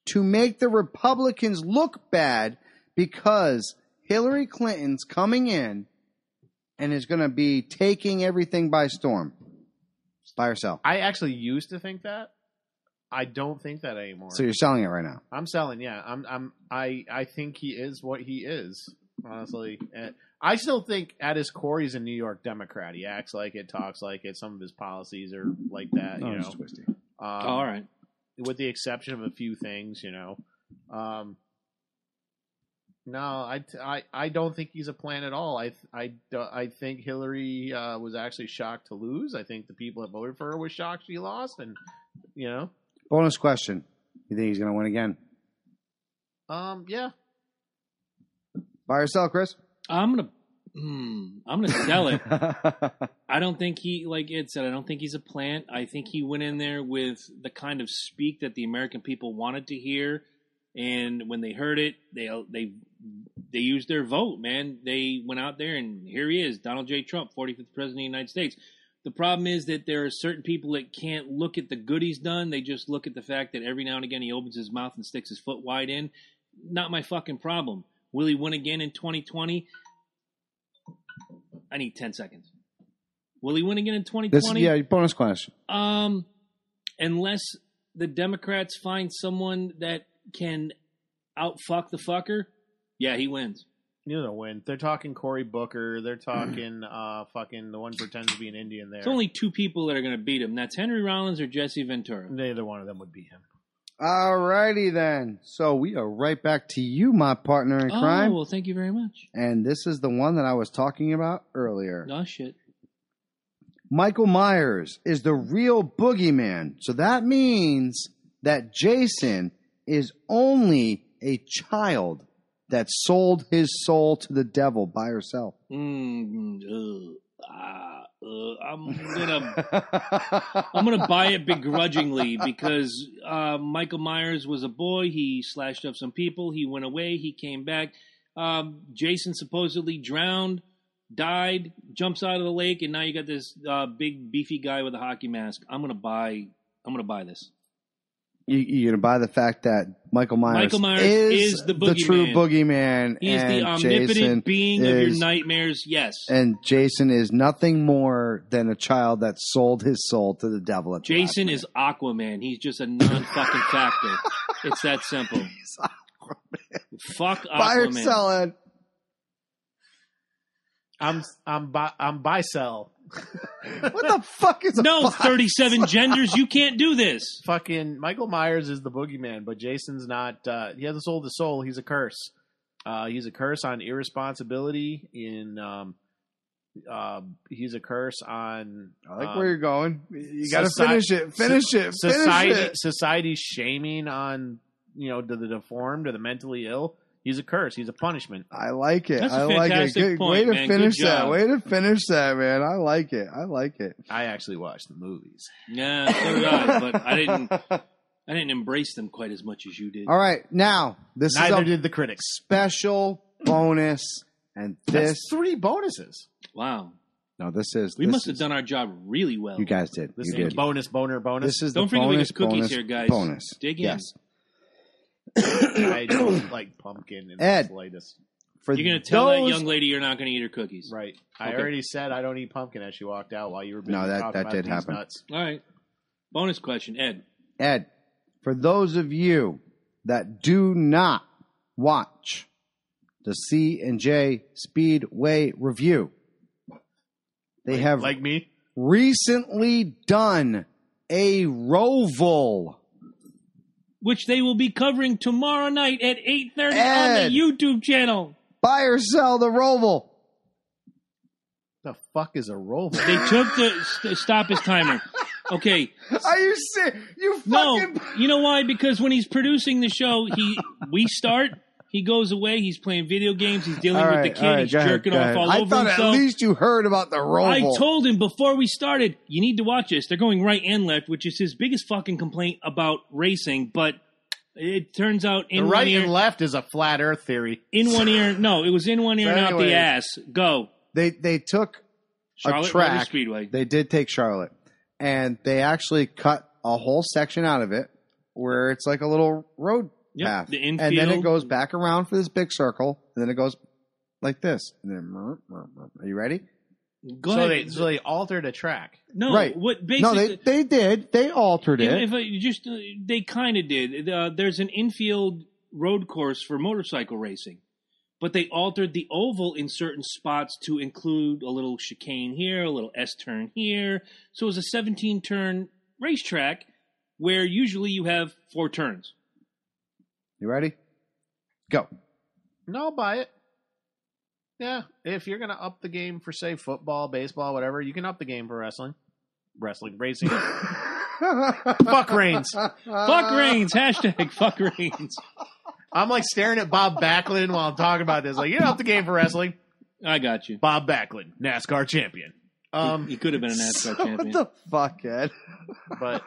to make the Republicans look bad because Hillary Clinton's coming in and is going to be taking everything by storm by herself. I actually used to think that. I don't think that anymore. So you're selling it right now. I'm selling. Yeah, I'm. I'm. I. I think he is what he is. Honestly, And I still think at his core he's a New York Democrat. He acts like it, talks like it. Some of his policies are like that. Oh, you it's know, twisty. um, All right. with the exception of a few things. You know, um, no, I, t- I. I don't think he's a plan at all. I. th- I. do- I think Hillary uh, was actually shocked to lose. I think the people that voted for her was shocked she lost, and you know, Bonus question. You think he's going to win again? um, yeah. Buy or sell, Chris? I'm gonna mm, I'm gonna sell it. I don't think he like Ed said, I don't think he's a plant. I think he went in there with the kind of speak that the American people wanted to hear. And when they heard it, they they they used their vote, man. They went out there and here he is, Donald J. Trump, forty fifth president of the United States. The problem is that there are certain people that can't look at the good he's done. They just look at the fact that every now and again he opens his mouth and sticks his foot wide in. Not my fucking problem. Will he win again in 2020? I need 10 seconds. Will he win again in 2020? This, yeah, bonus question. Um, unless the Democrats find someone that can outfuck the fucker, yeah, he wins. You know, win. They're talking Cory Booker. They're talking uh, fucking the one who pretends to be an Indian. There, It's only two people that are going to beat him. That's Henry Rollins or Jesse Ventura. neither one of them would be him. Alrighty then. So we are right back to you, my partner in crime. Oh well, thank you very much. And this is the one that I was talking about earlier. Oh shit. Michael Myers is the real boogeyman. So that means that Jason is only a child that sold his soul to the devil by herself. Mm, ugh, ah, ugh, I'm gonna I'm gonna buy it begrudgingly because uh, Michael Myers was a boy. He slashed up some people. He went away. He came back. Um, Jason supposedly drowned, died, jumps out of the lake, and now you got this uh, big beefy guy with a hockey mask. I'm gonna buy. I'm gonna buy this. you, you're gonna buy the fact that Michael Myers, Michael Myers is, is the true boogeyman. boogeyman. He is and the omnipotent Jason being of your is- nightmares. Yes, and Jason is nothing more than a child that sold his soul to the devil. At the last Jason minute. is Aquaman. He's just a non-fucking factor. it's that simple. He's Aquaman. Fuck Aquaman. buy or sell it. I'm I'm bi, I'm bisel. What the fuck is a No, buy- 37 genders. You can't do this. Fucking Michael Myers is the boogeyman, but Jason's not. Uh, he hasn't sold his soul. He's a curse. Uh, he's a curse on irresponsibility. In um, uh, he's a curse on I like um, where you're going. You got to soci- finish it. Finish it. Finish society it. society's shaming on you know to the deformed or the mentally ill. He's a curse. He's a punishment. I like it. That's a I like it. fantastic Good, point, way to man. Good finish that. job. Way to finish that, man. I like it. I like it. I actually watched the movies. Yeah, so did I, but I didn't. I didn't embrace them quite as much as you did. All right, now this Neither is a did the critics. special bonus, and That's this three bonuses. Wow, no, this is we this must is- have done our job really well. You guys did. This you is did. bonus, boner, bonus. This is Don't the forget we bonus, got cookies bonus, here, guys. Bonus. Dig in. yes. I don't like pumpkin in Ed. the slightest. For You're gonna tell that those- young lady you're not gonna eat her cookies. Right. I Okay. already said I don't eat pumpkin as she walked out while you were busy No, that- talking that about did these happen. nuts. All right. Bonus question, Ed. Ed, for those of you that do not watch the C and J Speedway review, they have Like me? recently done a roval. Which they will be covering tomorrow night at 8:30 Ed. on the YouTube channel. Buy or sell the roval. The fuck is a roll? They took the st- stop his timer. Okay, Are you serious? You No, fucking you know why? Because when he's producing the show, he we start, He goes away. He's playing video games. He's dealing All with right, the all kid. right, he's go ahead, jerking go off ahead. all I over thought himself. at least you heard about the I roval. told him before we started, you need to watch this. They're going right and left, which is his biggest fucking complaint about racing. But it turns out The in one right ear, and left is a flat Earth theory. in one ear, no, it was in one ear So and out anyways. the ass. Go they they took Charlotte Motor track. Speedway. They did take Charlotte, and they actually cut a whole section out of it where it's like a little road Yep, path, the and then it infield. goes back around for this big circle, and then it goes like this, and then mer- mer- mer- are you ready? Go so, ahead. They, so they altered a track. no, right. what No, basically? they they did. They altered If- it. If, I just uh, they kind of did. Uh, there's an infield road course for motorcycle racing, but they altered the oval in certain spots to include a little chicane here, a little S turn here. So it was a 17 turn racetrack where usually you have four turns. You ready? Go. No, I'll buy it. Yeah, if you're gonna up the game for say football, baseball, whatever, you can up the game for wrestling, wrestling, racing. fuck Reigns. fuck Uh. rains. Hashtag fuck rains. I'm like staring at Bob Backlund while I'm talking about this. Like, you know, up the game for wrestling. I got you. Bob Backlund, NASCAR champion. Um, he Um, could have been a NASCAR champion. What the fuck, Ed? but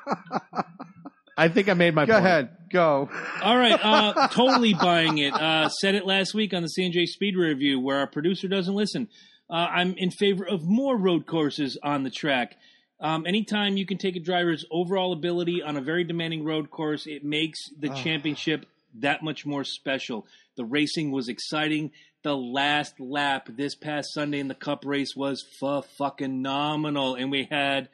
I think I made my Go point. ahead. Go. All right, uh, totally buying it. Uh, said it last week on the CNJ Speed Review, where our producer doesn't listen. Uh, I'm in favor of more road courses on the track. Um, anytime you can take a driver's overall ability on a very demanding road course, it makes the Ah. championship that much more special. The racing was exciting. The last lap this past Sunday in the Cup race was fu- fucking nominal, and we had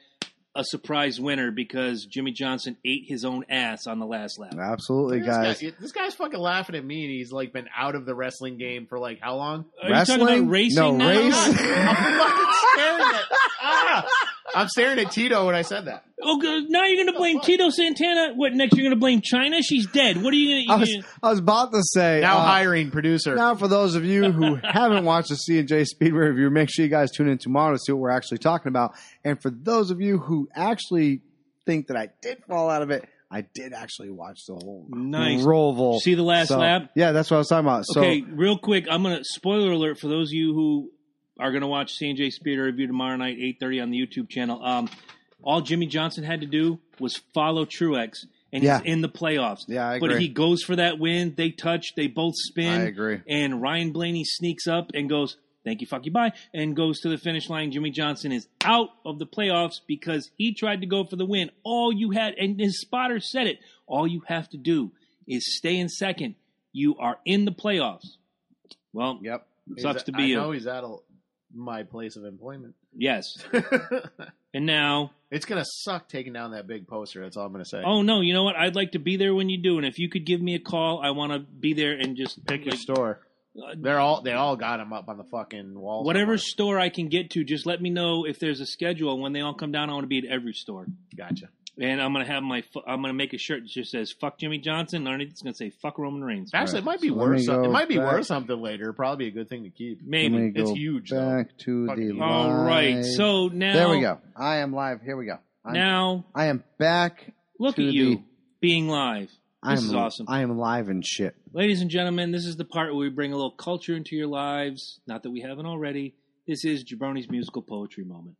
a surprise winner because Jimmy Johnson ate his own ass on the last lap. Absolutely, This, guy- guys. this guy's fucking laughing at me, and he's like been out of the wrestling game for like how long? Are you talking Wrestling? about racing No, now? race- I'm fucking staring at. Ah! I'm staring at Tito when I said that. Oh, good. now you're going to blame fuck? Tito Santana. What next? You're going to blame China? She's dead. What are you I going was to? I was about to say Now uh, hiring producer. Now, for those of you who haven't watched the C and J Speedway review, make sure you guys tune in tomorrow to see what we're actually talking about. And for those of you who actually think that I did fall out of it, I did actually watch the whole Nice. roval. See the last So- lap? Yeah, that's what I was talking about. So okay, real quick, I'm going to spoiler alert for those of you who are going to watch C&J Speed Review tomorrow night, 8:30 on the YouTube channel. Um, all Jimmy Johnson had to do was follow Truex, and Yeah. he's in the playoffs. Yeah, I But agree. he goes for that win. They touch. They both spin. I agree. And Ryan Blaney sneaks up and goes, "Thank you, fuck you, bye," and goes to the finish line. Jimmy Johnson is out of the playoffs because he tried to go for the win. All you had, and his spotter said it. All you have to do is stay in second. You are in the playoffs. Well, Yep. Sucks He's- to be I you. know he's at a, my place of employment. yes. And now it's gonna suck taking down that big poster. That's all I'm gonna say. Oh no, you know what? I'd like to be there when you do, and if you could give me a call, I want to be there and just Pick your like, store. uh, They're all they all got him up on the fucking wall. whatever somewhere. store I can get to. Just let me know if there's a schedule. When they all come down, I want to be at every store, Gotcha. and I'm gonna have my fu- I'm gonna make a shirt that just says "fuck Jimmy Johnson." and Underneath it's gonna say "fuck Roman Reigns." Actually, it might be so let worth me some- It go might be back. worth something later. Probably a good thing to keep. let Maybe. me It's go huge, though. Back to Fucking the huge. All right. live. So now there we go. I am live. Here we go. I'm, now I am back. look to at you the- being live. I am, is awesome. I am live and shit. Ladies and gentlemen, this is the part where we bring a little culture into your lives. Not that we haven't already. This is Jabroni's musical poetry moment.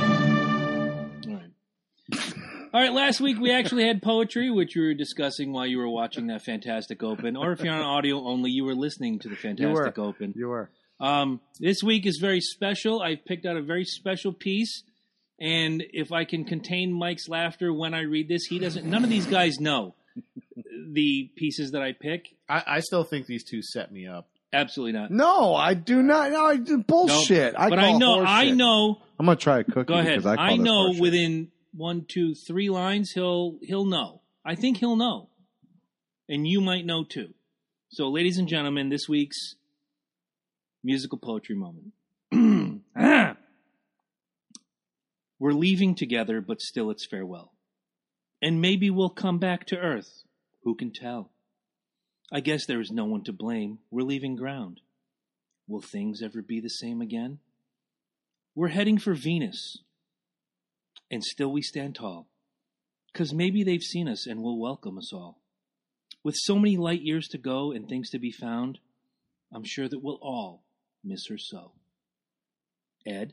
All right. All right. Last week we actually had poetry, which we were discussing while you were watching that Fantastic Open, or if you're on audio only, you were listening to the Fantastic Open. You were. Um, this week is very special. I've picked out a very special piece, and if I can contain Mike's laughter when I read this, he doesn't. None of these guys know the pieces that I pick. I, I still think these two set me up. Absolutely not. No, I do not. No, I do bullshit. I but call I know. horseshit. I know. I'm gonna try a cookie. Go ahead. because I, call I this know horseshit. within one, two, three lines he'll he'll know. I think he'll know, and you might know too. So, ladies and gentlemen, this week's musical poetry moment. Ah. We're leaving together, but still it's farewell. And maybe we'll come back to Earth. Who can tell? I guess there is no one to blame. We're leaving ground. Will things ever be the same again? We're heading for Venus. And still we stand tall. 'Cause maybe they've seen us and will welcome us all. With so many light years to go and things to be found, I'm sure that we'll all miss her so. Ed?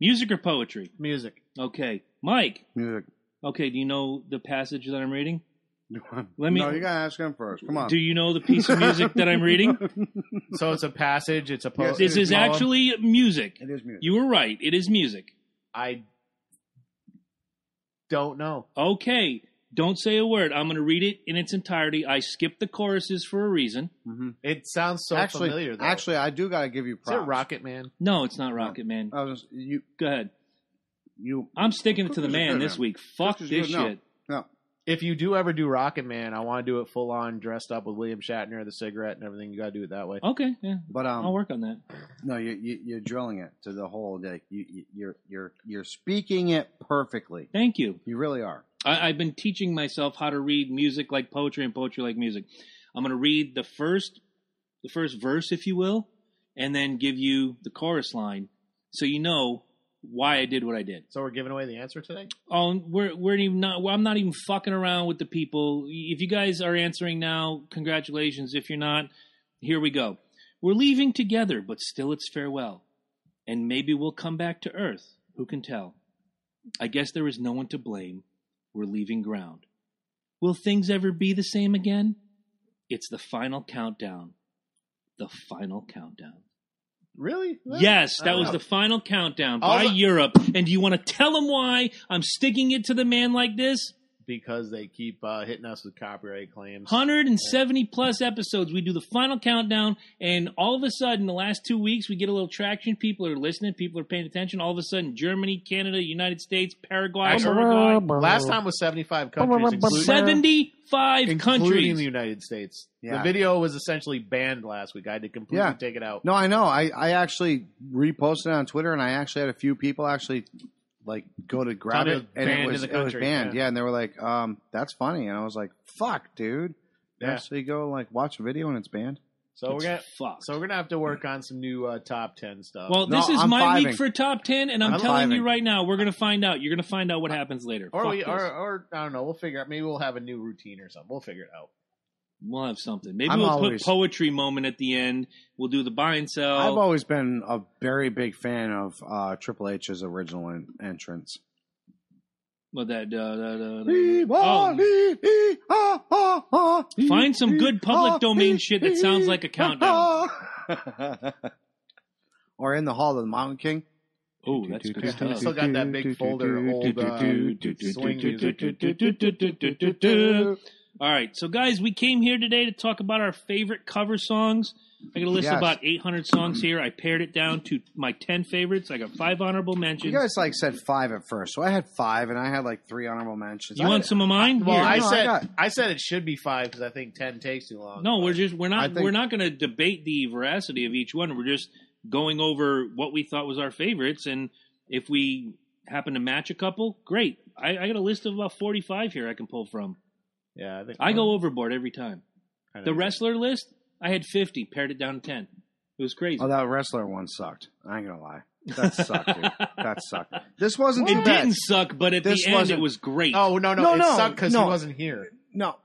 Music or poetry? Music. Okay. Mike? Music. Okay, do you know the passage that I'm reading? Let Let me- me. No, you gotta ask him first. Come on. Do you know the piece of music that I'm reading? So it's a passage. It's a Yes, poem. This is poem. actually music. It is music. You were right. It is music. I don't know. Okay, don't say a word. I'm going to read it in its entirety. I skipped the choruses for a reason. hmm It sounds so actually, familiar. Though. actually, I do gotta give you is it props. Rocket Man? No, it's not Rocket Man. I was just, you. Go ahead. You. I'm sticking it to the Cookies are man good this now. week. Fuck Cookies are this good now. shit. No. If you do ever do Rocket Man, I want to do it full on, dressed up with William Shatner, the cigarette, and everything. You got to do it that way. Okay, yeah. But um. I'll work on that. No, you, you you're drilling it to the whole. Like you, you you're you're you're speaking it perfectly. Thank you. You really are. I, I've been teaching myself how to read music like poetry and poetry like music. I'm going to read the first, the first verse, if you will, and then give you the chorus line, so you know why I did what I did. So we're giving away the answer today. Oh, we're we're even not. Well, I'm not even fucking around with the people. If you guys are answering now, congratulations. If you're not, here we go. We're leaving together, but still it's farewell. And maybe we'll come back to Earth. Who can tell? I guess there is no one to blame. We're leaving ground. Will things ever be the same again? It's the final countdown. The final countdown. Really? Yes, I that don't was know. the final countdown All by the- Europe. And do you want to tell them why I'm sticking it to the man like this? because they keep uh, hitting us with copyright claims. 170 plus episodes. We do the final countdown, and all of a sudden, the last two weeks, we get a little traction. People are listening, people are paying attention. All of a sudden, Germany, Canada, United States, Paraguay, Actually, Uruguay, Last time was seventy-five countries, including, 75 including countries. the United States. Yeah. The video was essentially banned last week. I had to completely Yeah. take it out. No, I know. I I actually reposted it on Twitter, and I actually had a few people actually like go to grab Tell me it, it was and it banned was in the it was country, banned. yeah. Yeah. and they were like, um, that's funny, and I was like, fuck, dude. Yeah. Actually, go like watch a video and it's banned. So we're gonna It's fucked. so uh, we're gonna have to work on some new uh, top ten stuff. well, No, this is I'm my fiving. week for top 10, and I'm, I'm telling fiving. you right now, we're going to find out. You're going to find out what happens later. or Fuck we this. or, or I don't know. We'll figure out. Maybe we'll have a new routine or something. We'll figure it out. We'll have something. Maybe I'm we'll always- put poetry moment at the end. We'll do the buy and sell. I've always been a very big fan of uh, Triple H's original en- entrance. Well, that, uh, that, uh, that- Oh, Find Find some good public domain shit that sounds like a countdown. or in the Hall of the Mountain King. oh, that's good Yeah, I stuff. still got that big folder of old uh, swing music. All right, so guys, we came here today to talk about our favorite cover songs. I got a list Yes. of about 800 songs here. I pared it down to my 10 favorites. I got five honorable You mentions. You, guys like said five at first, so I had five, and I had like three honorable mentions. I want had- some of mine? Well, Here. I No, I said I, got- said it should be five because I think ten takes too long. No, we're just we're I not think- we're not going to debate the veracity of each one. We're just going over what we thought was our favorites, and if we happen to match a couple, great. I, I got a list of about forty five here I can pull from. yeah. I think I go overboard every time. Kinda- The wrestler list, I had fifty, pared it down to ten. It was crazy. Oh, that wrestler one sucked. I ain't gonna lie, that sucked. dude. That sucked. This wasn't too It bad. didn't suck, but at This the end, wasn't- it was great. Oh no no, No, it no, sucked because no. he wasn't here. No,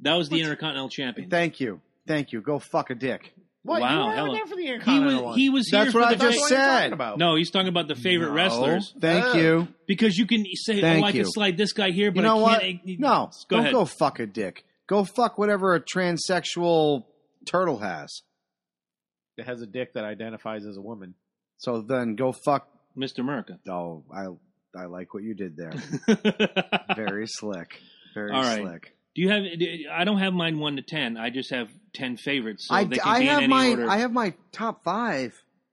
that was the Intercontinental Champion. thank you, thank you. Go fuck a dick. What? Wow, you hello. were there for the he Intercontinental was one. he was here That's for what I the just great- What are you said. talking about? No, he's talking about the favorite No. wrestlers Thank Oh. you. because you can say, Thank "Oh, I you. can slide this guy here," but you know I what? can't." I- no, go don't ahead. go fuck a dick. Go fuck whatever a transsexual turtle has. It has a dick that identifies as a woman. So then go fuck. Mr. America. Oh, I I like what you did there. Do Very slick. Very All right. slick. you have? do- I don't have mine one to ten. I just have ten favorites, so I, they can I be in have any my order. I have my top five.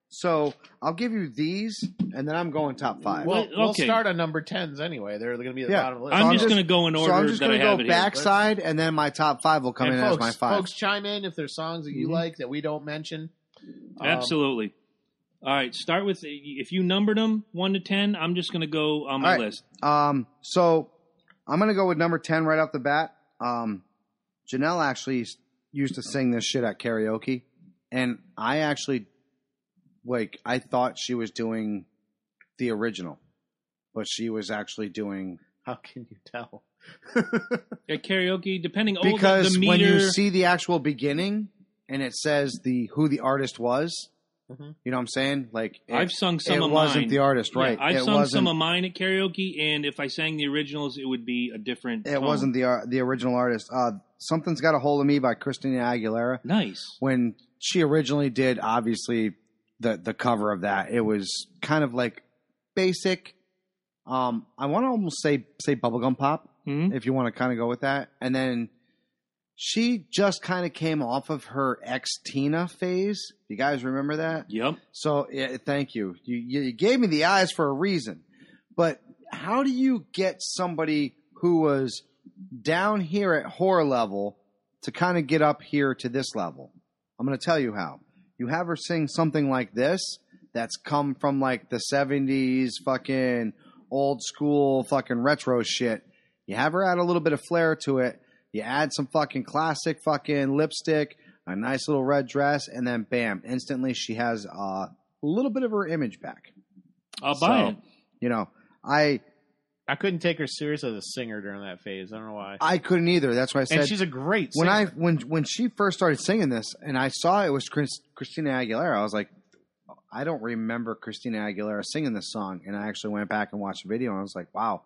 So I'll give you these, and then I'm going top five. Well, Well, we'll okay. start on number tens anyway. They're going to be at the Yeah. bottom of the list. I'm I'm just just- going to go in order so I'm just that I gonna have go it here. backside, and then my top five will come and in folks, as my five. folks, chime in if there's songs that you Mhm. like that we don't mention. Um, Absolutely. All right, start with if you numbered them one to ten. I'm just going to go on my All right. list. Um, so I'm gonna go with number ten right off the bat. Um, Janelle actually s- used to sing this shit at karaoke, and I actually like I thought she was doing the original, but she was actually doing How can you tell? At karaoke, depending on because Oh, the meter. when you see the actual beginning and it says the who the artist was, Mhm. you know what I'm saying? Like it, Mm-hmm. I've sung some it of wasn't mine. the artist, Yeah, right? I've it sung wasn't, some of mine at karaoke, and if I sang the originals, it would be a different. It tone. wasn't the ar- the original artist. Uh, Something's got a hold of me by Christina Aguilera. nice. when she originally did obviously the the cover of that it was kind of like basic um i want to almost say say bubblegum pop Hmm? if you want to kind of go with that and then she just kind of came off of her ex tina phase you guys remember that Yep. so yeah, thank you. you you you gave me the eyes for a reason but how do you get somebody who was down here at horror level to kind of get up here to this level. I'm going to tell you how. You have her sing something like this that's come from like the 70s fucking old school fucking retro shit. You have her add a little bit of flair to it. You add some fucking classic fucking lipstick, a nice little red dress, and then bam, instantly she has uh, a little bit of her image back. I'll buy So- it. You know, I I couldn't take her serious as a singer during that phase. I don't know why. I couldn't either. That's why I said and she's a great singer. when I when when she first started singing this, and I saw it was Chris, Christina Aguilera, I was like, I don't remember Christina Aguilera singing this song. And I actually went back and watched the video, and I was like, wow.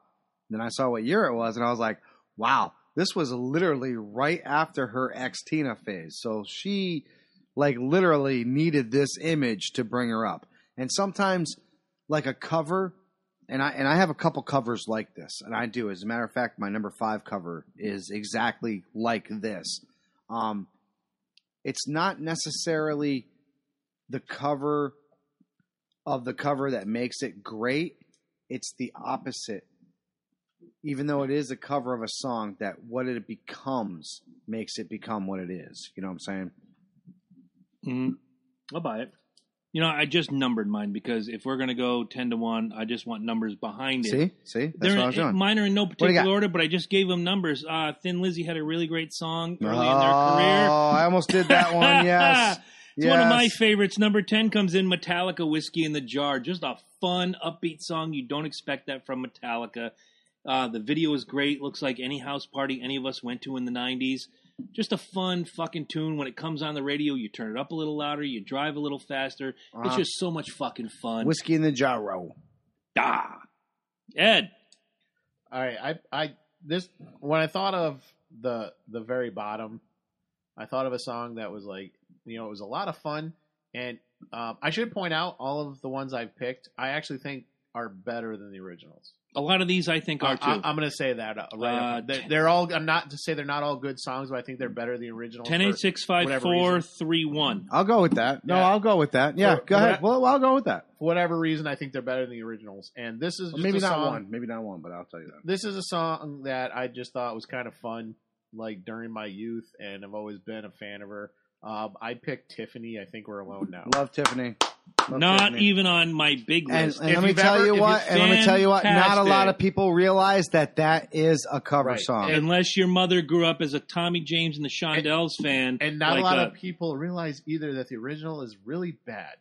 And then I saw what year it was, and I was like, wow, this was literally right after her ex Tina phase. So she like literally needed this image to bring her up. And sometimes like a cover and I and I have a couple covers like this, and I do. As a matter of fact, my number five cover is exactly like this. Um, it's not necessarily the cover of the cover that makes it great. It's the opposite. Even though it is a cover of a song, that what it becomes makes it become what it is. You know what I'm saying? Mm-hmm. Mhm. I'll buy it. You know, I just numbered mine because if we're going to go ten to one, I just want numbers behind it. See, see, that's They're what I was in, doing. Mine are in no do you particular got? order, but I just gave them numbers. Uh, Thin Lizzy had a really great song early oh, in their career. I almost did that one. Yes, It's one of my Yes. favorites. Number 10 comes in Metallica Whiskey in the Jar. Just a fun, upbeat song. You don't expect that from Metallica. Uh, the video is great. Looks like any house party any of us went to in the 90s. Just a fun fucking tune. When it comes on the radio, you turn it up a little louder, you drive a little faster. It's Uh-huh. just so much fucking fun. Whiskey in the Jarro. ah. Ed. All right, I I this when I thought of the the very bottom, I thought of a song that was like you know it was a lot of fun, and um, I should point out all of the ones I've picked I actually think are better than the originals. A lot of these I think are too. I, am gonna say that uh, right. up. Uh, They're, they're all I'm not to say they're not all good songs, but I think they're better than the originals. Ten for- eight six five whatever four reason. three one. I'll go with that. No, Yeah. I'll go with that. Yeah, For- go for ahead. that- Well, I'll go with that. for whatever reason, I think they're better than the originals. And this is just Maybe a not song- one. Maybe not one, but I'll tell you that. This is a song that I just thought was kind of fun, like during my youth, and I've always been a fan of her. Um, I picked Tiffany. I think we're alone now. Love Tiffany. Love Not Tiffany. even on my big And, list. and If let me you've tell ever- you if what. you've- And let me tell you what. Not a lot Fantastic. of people realize that that is a cover Right. song. And- Unless your mother grew up as a Tommy James and the Shondells fan, Um, And not like a lot uh, of people realize either that the original is really bad.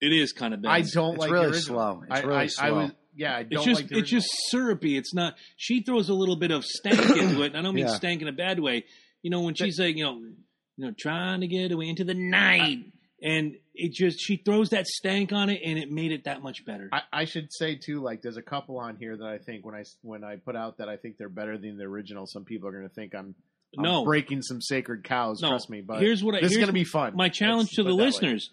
it is kind of bad. I don't it's like the really original. slow. It's I, really I, slow. I was, yeah, I don't It's just like the it's original. just syrupy. It's not. She throws a little bit of stank into it, and I don't mean Yeah. stank in a bad way. You know when she's like you know you know trying to get away into the night, and it just she throws that stank on it, and it made it that much better. I, I should say too, like there's a couple on here that I think when I when I put out that I think they're better than the original. Some people are going to think I'm, I'm no, breaking some sacred cows. no. Trust me, but here's what I, this is here's going to be fun. my challenge Let's to put the it that way. listeners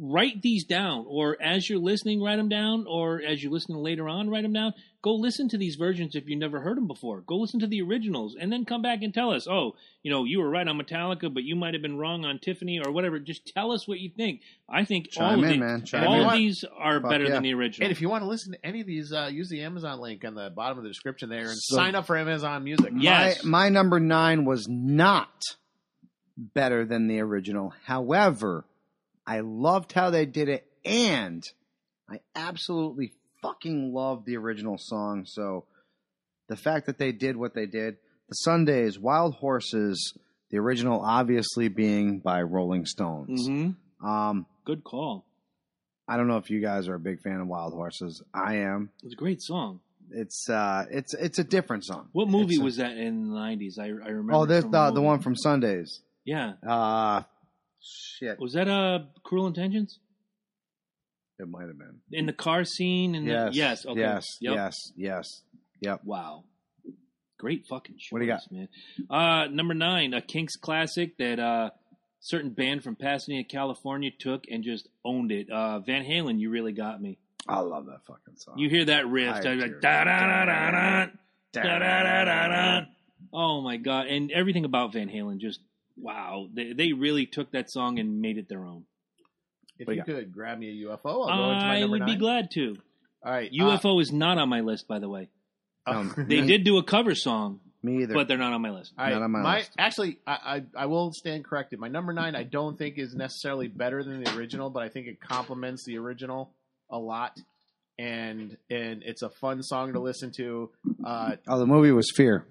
write these down or as you're listening write them down or as you're listening later on write them down go listen to these versions if you've never heard them before go listen to the originals and then come back and tell us oh you know you were right on metallica but you might have been wrong on tiffany or whatever just tell us what you think i think all, of, Chime in, the- man. Chime all in. of these are Fuck better yeah. than the original And if you want to listen to any of these, uh, use the Amazon link on the bottom of the description there and So- sign up for Amazon Music. Yeah. yes. My, my number nine was not better than the original. However, I loved how they did it And I absolutely fucking love the original song. So the fact that they did what they did, the Sundays, Wild Horses, the original obviously being by Rolling Stones. Mm-hmm. Um, Good call. I don't know if you guys are a big fan of Wild Horses. I am. It's a great song. It's uh, it's it's a different song. What movie It's a- was that in the nineties? I I remember. Oh, this from a the the movie. one from Sundays. Yeah, Uh shit. was that uh Cruel Intentions It might have been. in the car scene? In Yes. the, Mm-hmm. yes, okay. Yes. Yep. Yes. Yes. Yep. Wow. Great fucking choice, What do you man. Uh, number nine, a Kinks classic that uh, certain band from Pasadena, California took and just owned it. Uh, Van Halen, you really got me. I love that fucking song. You hear that riff? I da- do. da- da- da- da- da- da- da- da- da- da. Oh my god! And everything about Van Halen, just wow. They they really took that song and made it their own. If What you you could grab me a UFO, I'll go into my I number would be nine. glad to. All right, uh, UFO is not on my list, by the way. Um, They Me- did do a cover song, Me either. but they're not on my list. All right, Not on my list. Actually, I, I I will stand corrected. My number nine, I don't think is necessarily better than the original, but I think it complements the original a lot, and and it's a fun song to listen to. Uh, oh, the movie was Fear.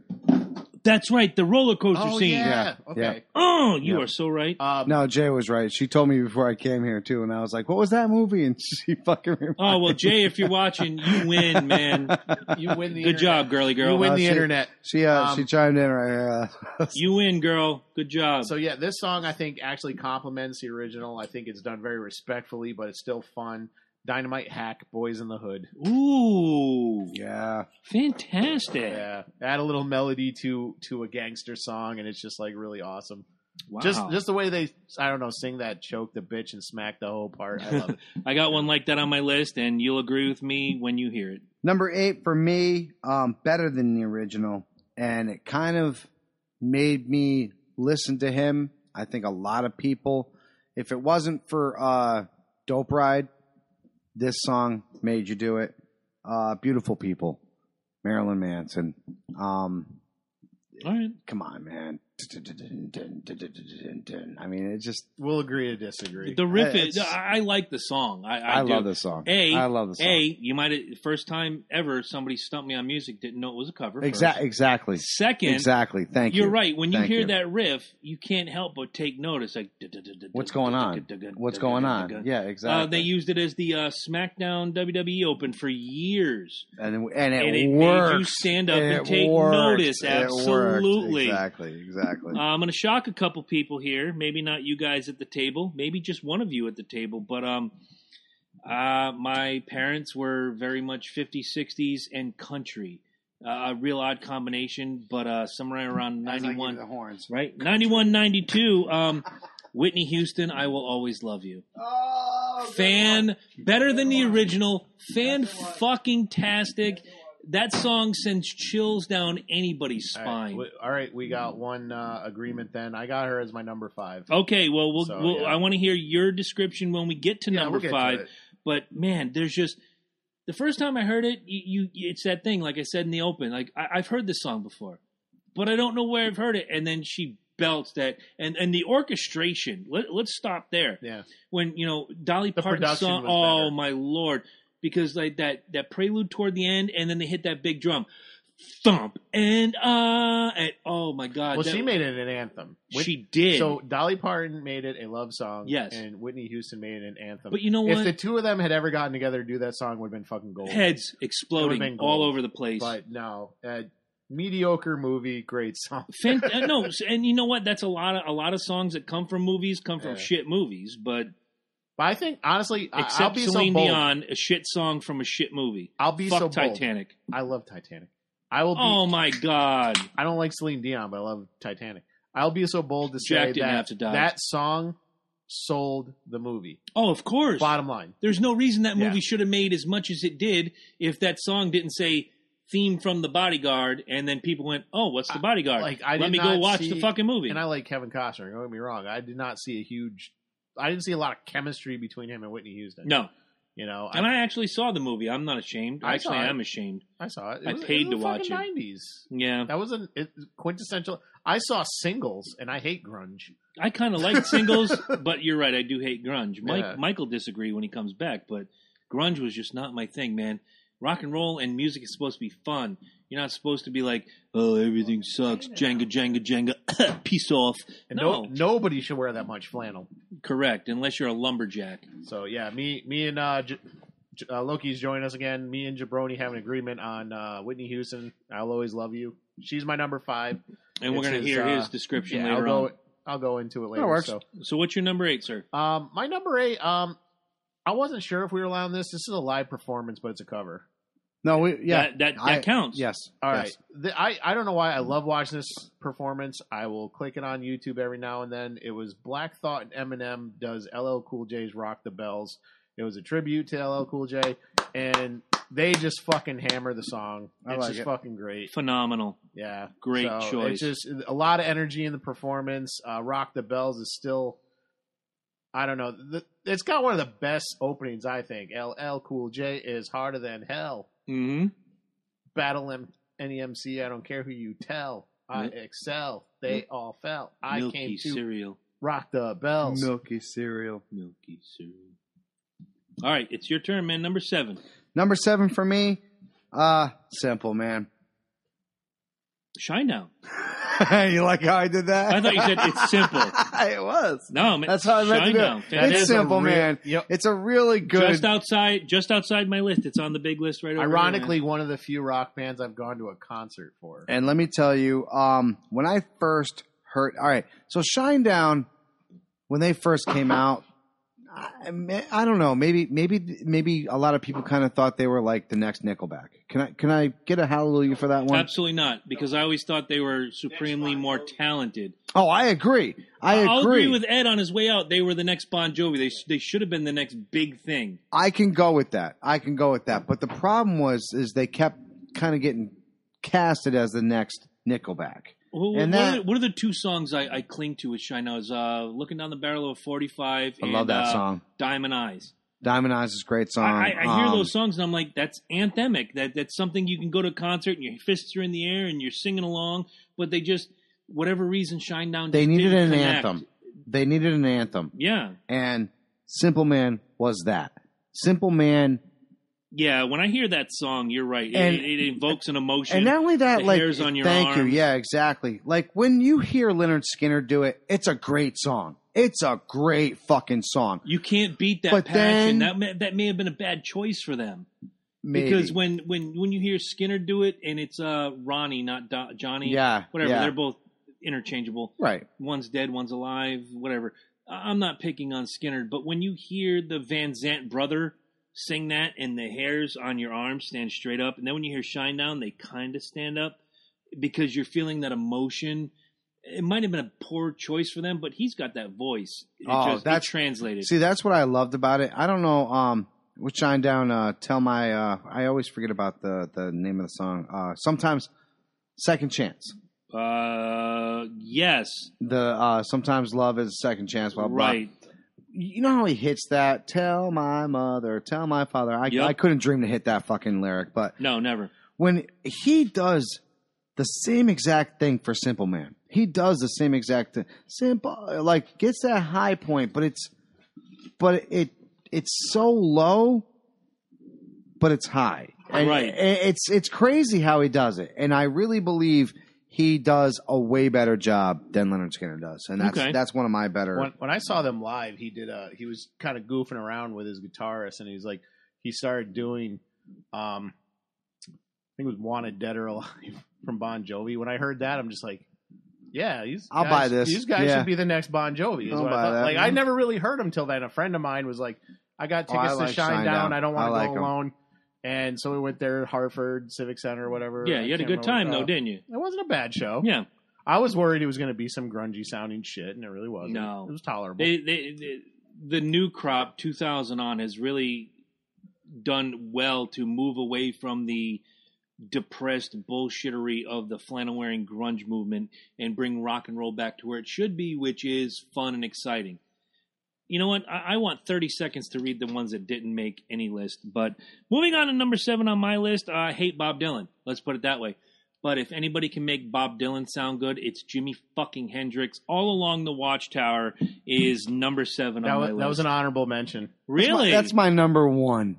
That's right, the roller coaster oh scene. yeah, Yeah, okay. Oh, you Yeah. are so right. Um, No, Jay was right. She told me before I came here too, and I was like, "What was that movie?" And she fucking. Reminded Oh well, Jay, if you're watching, you win, man. you win the Good job, girly internet. you girl. win Uh, the she- internet. She uh, Um, she chimed in right here. Uh, You win, girl. Good um, job. So yeah, this song I think actually complements the original. I think it's done very respectfully, but it's still fun. Dynamite Hack, Boys in the Hood. Ooh, yeah, fantastic! Yeah, add a little melody to to a gangster song, and it's just like really awesome. Wow. Just just the way they, I don't know, sing that choke the bitch and smack the whole part. I love it. I got one like that on my list, and you'll agree with me when you hear it. number eight for me, um, better than the original, and it kind of made me listen to him. I think a lot of people, if it wasn't for uh, Dope Ride, this song made you do it. Uh, Beautiful people, Marilyn Manson. Um, All right. come on, man. I mean, it just. We'll agree to disagree. The riff is. It's- I I like the song. I, I, I, do. love this song. A- I love this song. A, you might have first time ever somebody stumped me on music didn't know it was a cover. first. Exactly. Exactly. Second, Exactly. Thank you're you. right. When you Thank hear you. that riff, you can't help but take notice. Like, What's going on? What's going on? Yeah, exactly. Uh, they used it as the uh, SmackDown WWE Open for years. and and it, and it made you works. stand up It and take works. notice. It works. Absolutely. Exactly. Exactly. Uh, I'm going to shock a couple people here. Maybe not you guys at the table. Maybe just one of you at the table. But um, uh, my parents were very much 50s, 60s, and country. Uh, a real odd combination, but uh, somewhere around 91, The horns. right? 91, 92. Um, Whitney Houston, I will always love you. Oh, Fan, better than the original. Fan fucking tastic. That song sends chills down anybody's All right, spine. we, all right, we got one uh, agreement then. I got her as my number five. Okay, well, we'll, So, we'll yeah. I want to hear your description when we get to Yeah, number we'll get to five. it. but man, there's just the first time I heard it, you, you it's that thing. Like I said in the open, like I, I've heard this song before, but I don't know where I've heard it. And then she belts that, and and the orchestration. Let, let's stop there. Yeah. When you know Dolly The Parton production song, was oh better. my lord, because like that that prelude toward the end, and then they hit that big drum, thump, and uh, and oh my god, Well, that- she made it an anthem. Whit- she did. So Dolly Parton made it a love song. Yes. and Whitney Houston made it an anthem. but you know if what? the two of them had ever gotten together to do that song, would have been fucking gold. Heads been exploding gold, all over the place. But no, uh, mediocre movie, great song. Fan- uh, no, s- and you know what? That's a lot of a lot of songs that come from movies come from Yeah. shit movies, but But I think honestly, I, I'll except be Celine so bold. Dion, a shit song from a shit movie. I'll be Fuck so bold. Titanic. I love Titanic. I will. Be, Oh my god! I don't like Celine Dion, but I love Titanic. I'll be so bold to Jack say didn't that have to die. that song sold the movie. Oh, of course. Bottom line, There's no reason that Yeah. movie should have made as much as it did if that song didn't say "theme from the Bodyguard" and then people went, "Oh, what's the Bodyguard?" like I Let did me not go watch see- the fucking movie. And I like Kevin Costner. Don't get me wrong. I did not see a huge. I didn't see a lot of chemistry between him and Whitney Houston. no, You know, And I actually saw the movie. I'm not ashamed. I actually, saw it. I'm ashamed. I saw it. It I was- it paid was to watch fucking it. 90s. Yeah. That was an it, quintessential. I saw singles, and I hate grunge. I kind of like singles, but you're right. I do hate grunge. Mike Yeah. Michael disagree when he comes back, but grunge was just not my thing, man. Rock and roll and music is supposed to be fun. You're not supposed to be like, oh, everything sucks, Jenga, Jenga, Jenga, peace off. And no, no. nobody should wear that much flannel. correct, unless you're a lumberjack. So yeah, me, me and uh, J- J- uh, Loki's joining us again. Me and Jabroni have an agreement on uh, Whitney Houston. I'll always love you. She's my number five. And we're It's gonna his, hear uh, his description Yeah, I'll later go. on. I'll go into it later. works. So So, what's your number eight, sir? um, my number eight. Um, I wasn't sure if we were allowing this. This is a live performance, but it's a cover. No, we, yeah, that that, that I- counts. yes. All right. yes. The, I, I don't know why I love watching this performance. I will click it on YouTube every now and then. It was Black Thought and Eminem does LL Cool J's Rock the Bells. It was a tribute to LL Cool J, and they just fucking hammer the song. I It's like just it. fucking great. Phenomenal. Yeah, Great So choice. It's just a lot of energy in the performance. Uh, Rock the Bells is still, I don't know. The, it's got one of the best openings, I think. LL Cool J is harder than hell hmm battle him any MC. I don't care who you tell. I Mil- excel. They Mil- all fell. I Milky came to cereal. rock the bells. Milky cereal. Milky cereal. All right, it's your turn, man. Number seven. Number seven for me, uh, simple, man. Shinedown. you like how I did that? I thought you said it's simple. it was. No, man. That's how I meant to do it. Shinedown. That it's is a simple, real- man. Yep. It's a really good. Just outside, just outside my list. It's on the big list right over Ironically, one of the few rock bands I've gone to a concert for. And let me tell you, um, when I first heard, all right, so Shinedown, when they first came out, I, ma- I don't know, maybe, maybe, maybe a lot of people kind of thought they were like the next Nickelback. Can I, can I get a hallelujah for that there. one? Absolutely not, because I always thought they were supremely more talented. Oh, I agree. I agree. I'll agree with Ed on his way out. They were the next Bon Jovi. They they should have been the next big thing. I can go with that. I can go with that. But the problem was, is they kept kind of getting casted as the next Nickelback. Wh- And what, that- are, the- what are the two songs I, I cling to with Shinedown? Is uh, "Looking Down the Barrel of a 45 I and love that uh, song. "Diamond Eyes." Diamond Eyes is a great song. I, I, I hear Um, those songs and I'm like, that's anthemic. That that's something you can go to a concert and your fists are in the air and you're singing along. But they just, whatever reason, shine down. Um, They just needed didn't an connect. anthem. They needed an anthem, Yeah, and Simple Man was that. Simple Man, yeah. When I hear that song, you're right. It, And- it invokes an emotion. and not only that, the like, hairs on your thank you, arms. yeah, exactly. Like when you hear Leonard Skinner do it, it's a great song. It's a great fucking song. you can't beat that But passion. then- that may, that may have been a bad choice for them Maybe. because when when when you hear Skinner do it and it's uh Ronnie, not Do- Johnny, yeah, whatever. yeah, They're both interchangeable. right. one's dead, one's alive, whatever. I- I'm not picking on Skinner, but when you hear the Van Zant brother sing that and the hairs on your arms stand straight up, and then when you hear Shine Down, they kind of stand up because you're feeling that emotion. It might have been a poor choice for them, but he's got that voice. It Oh, just, that's- it translated. See, that's what I loved about it. I don't know. Um, with Shine Down, uh, tell my. Uh, I always forget about the the name of the song. Uh, sometimes Second Chance. uh, yes, The uh, sometimes love is a second chance. Blah blah. blah. right. You know how he hits that? Tell my mother, tell my father. I, Yep. I couldn't dream to hit that fucking lyric, but No, never. when he does the same exact thing for Simple Man, he does the same exact thing. Simple, like gets that high point, but it's but it it's so low, but it's high. And Right. i- It's it's crazy how he does it, and I really believe he does a way better job than Leonard Skinner does, and that's Okay. that's one of my better. When, when I saw them live, he did a he was kind of goofing around with his guitarist, and he's like he started doing, um, I think it was "Wanted Dead or Alive" from Bon Jovi. When I heard that, I'm just like, yeah, these I'll guys- buy this. These guys Yeah. should be the next Bon Jovi. Is I'll what I buy thought. that. Like I never really heard him till then. A friend of mine was like, I got Oh, I tickets to like Shine Shine Down. Down. I don't I want to like go 'em. alone. And so we went there, Hartford Civic Center or whatever. Yeah, I you had a can't good remember. Oh. time Uh, though, didn't you? It wasn't a bad show. Yeah, I was worried it was going to be some grungy sounding shit, and it really wasn't. No. it was tolerable. they, they, they the new crop 2000 on has really done well to move away from the depressed bullshittery of the flannel wearing grunge movement and bring rock and roll back to where it should be which is fun and exciting You know what? I, I want 30 seconds to read the ones that didn't make any list. But moving on to number seven on my list, I hate Bob Dylan. Let's put it that way. But if anybody can make Bob Dylan sound good, it's Jimi fucking Hendrix. All along the Watchtower is number seven That on was, my that was list. an honorable mention. really? That's my number one.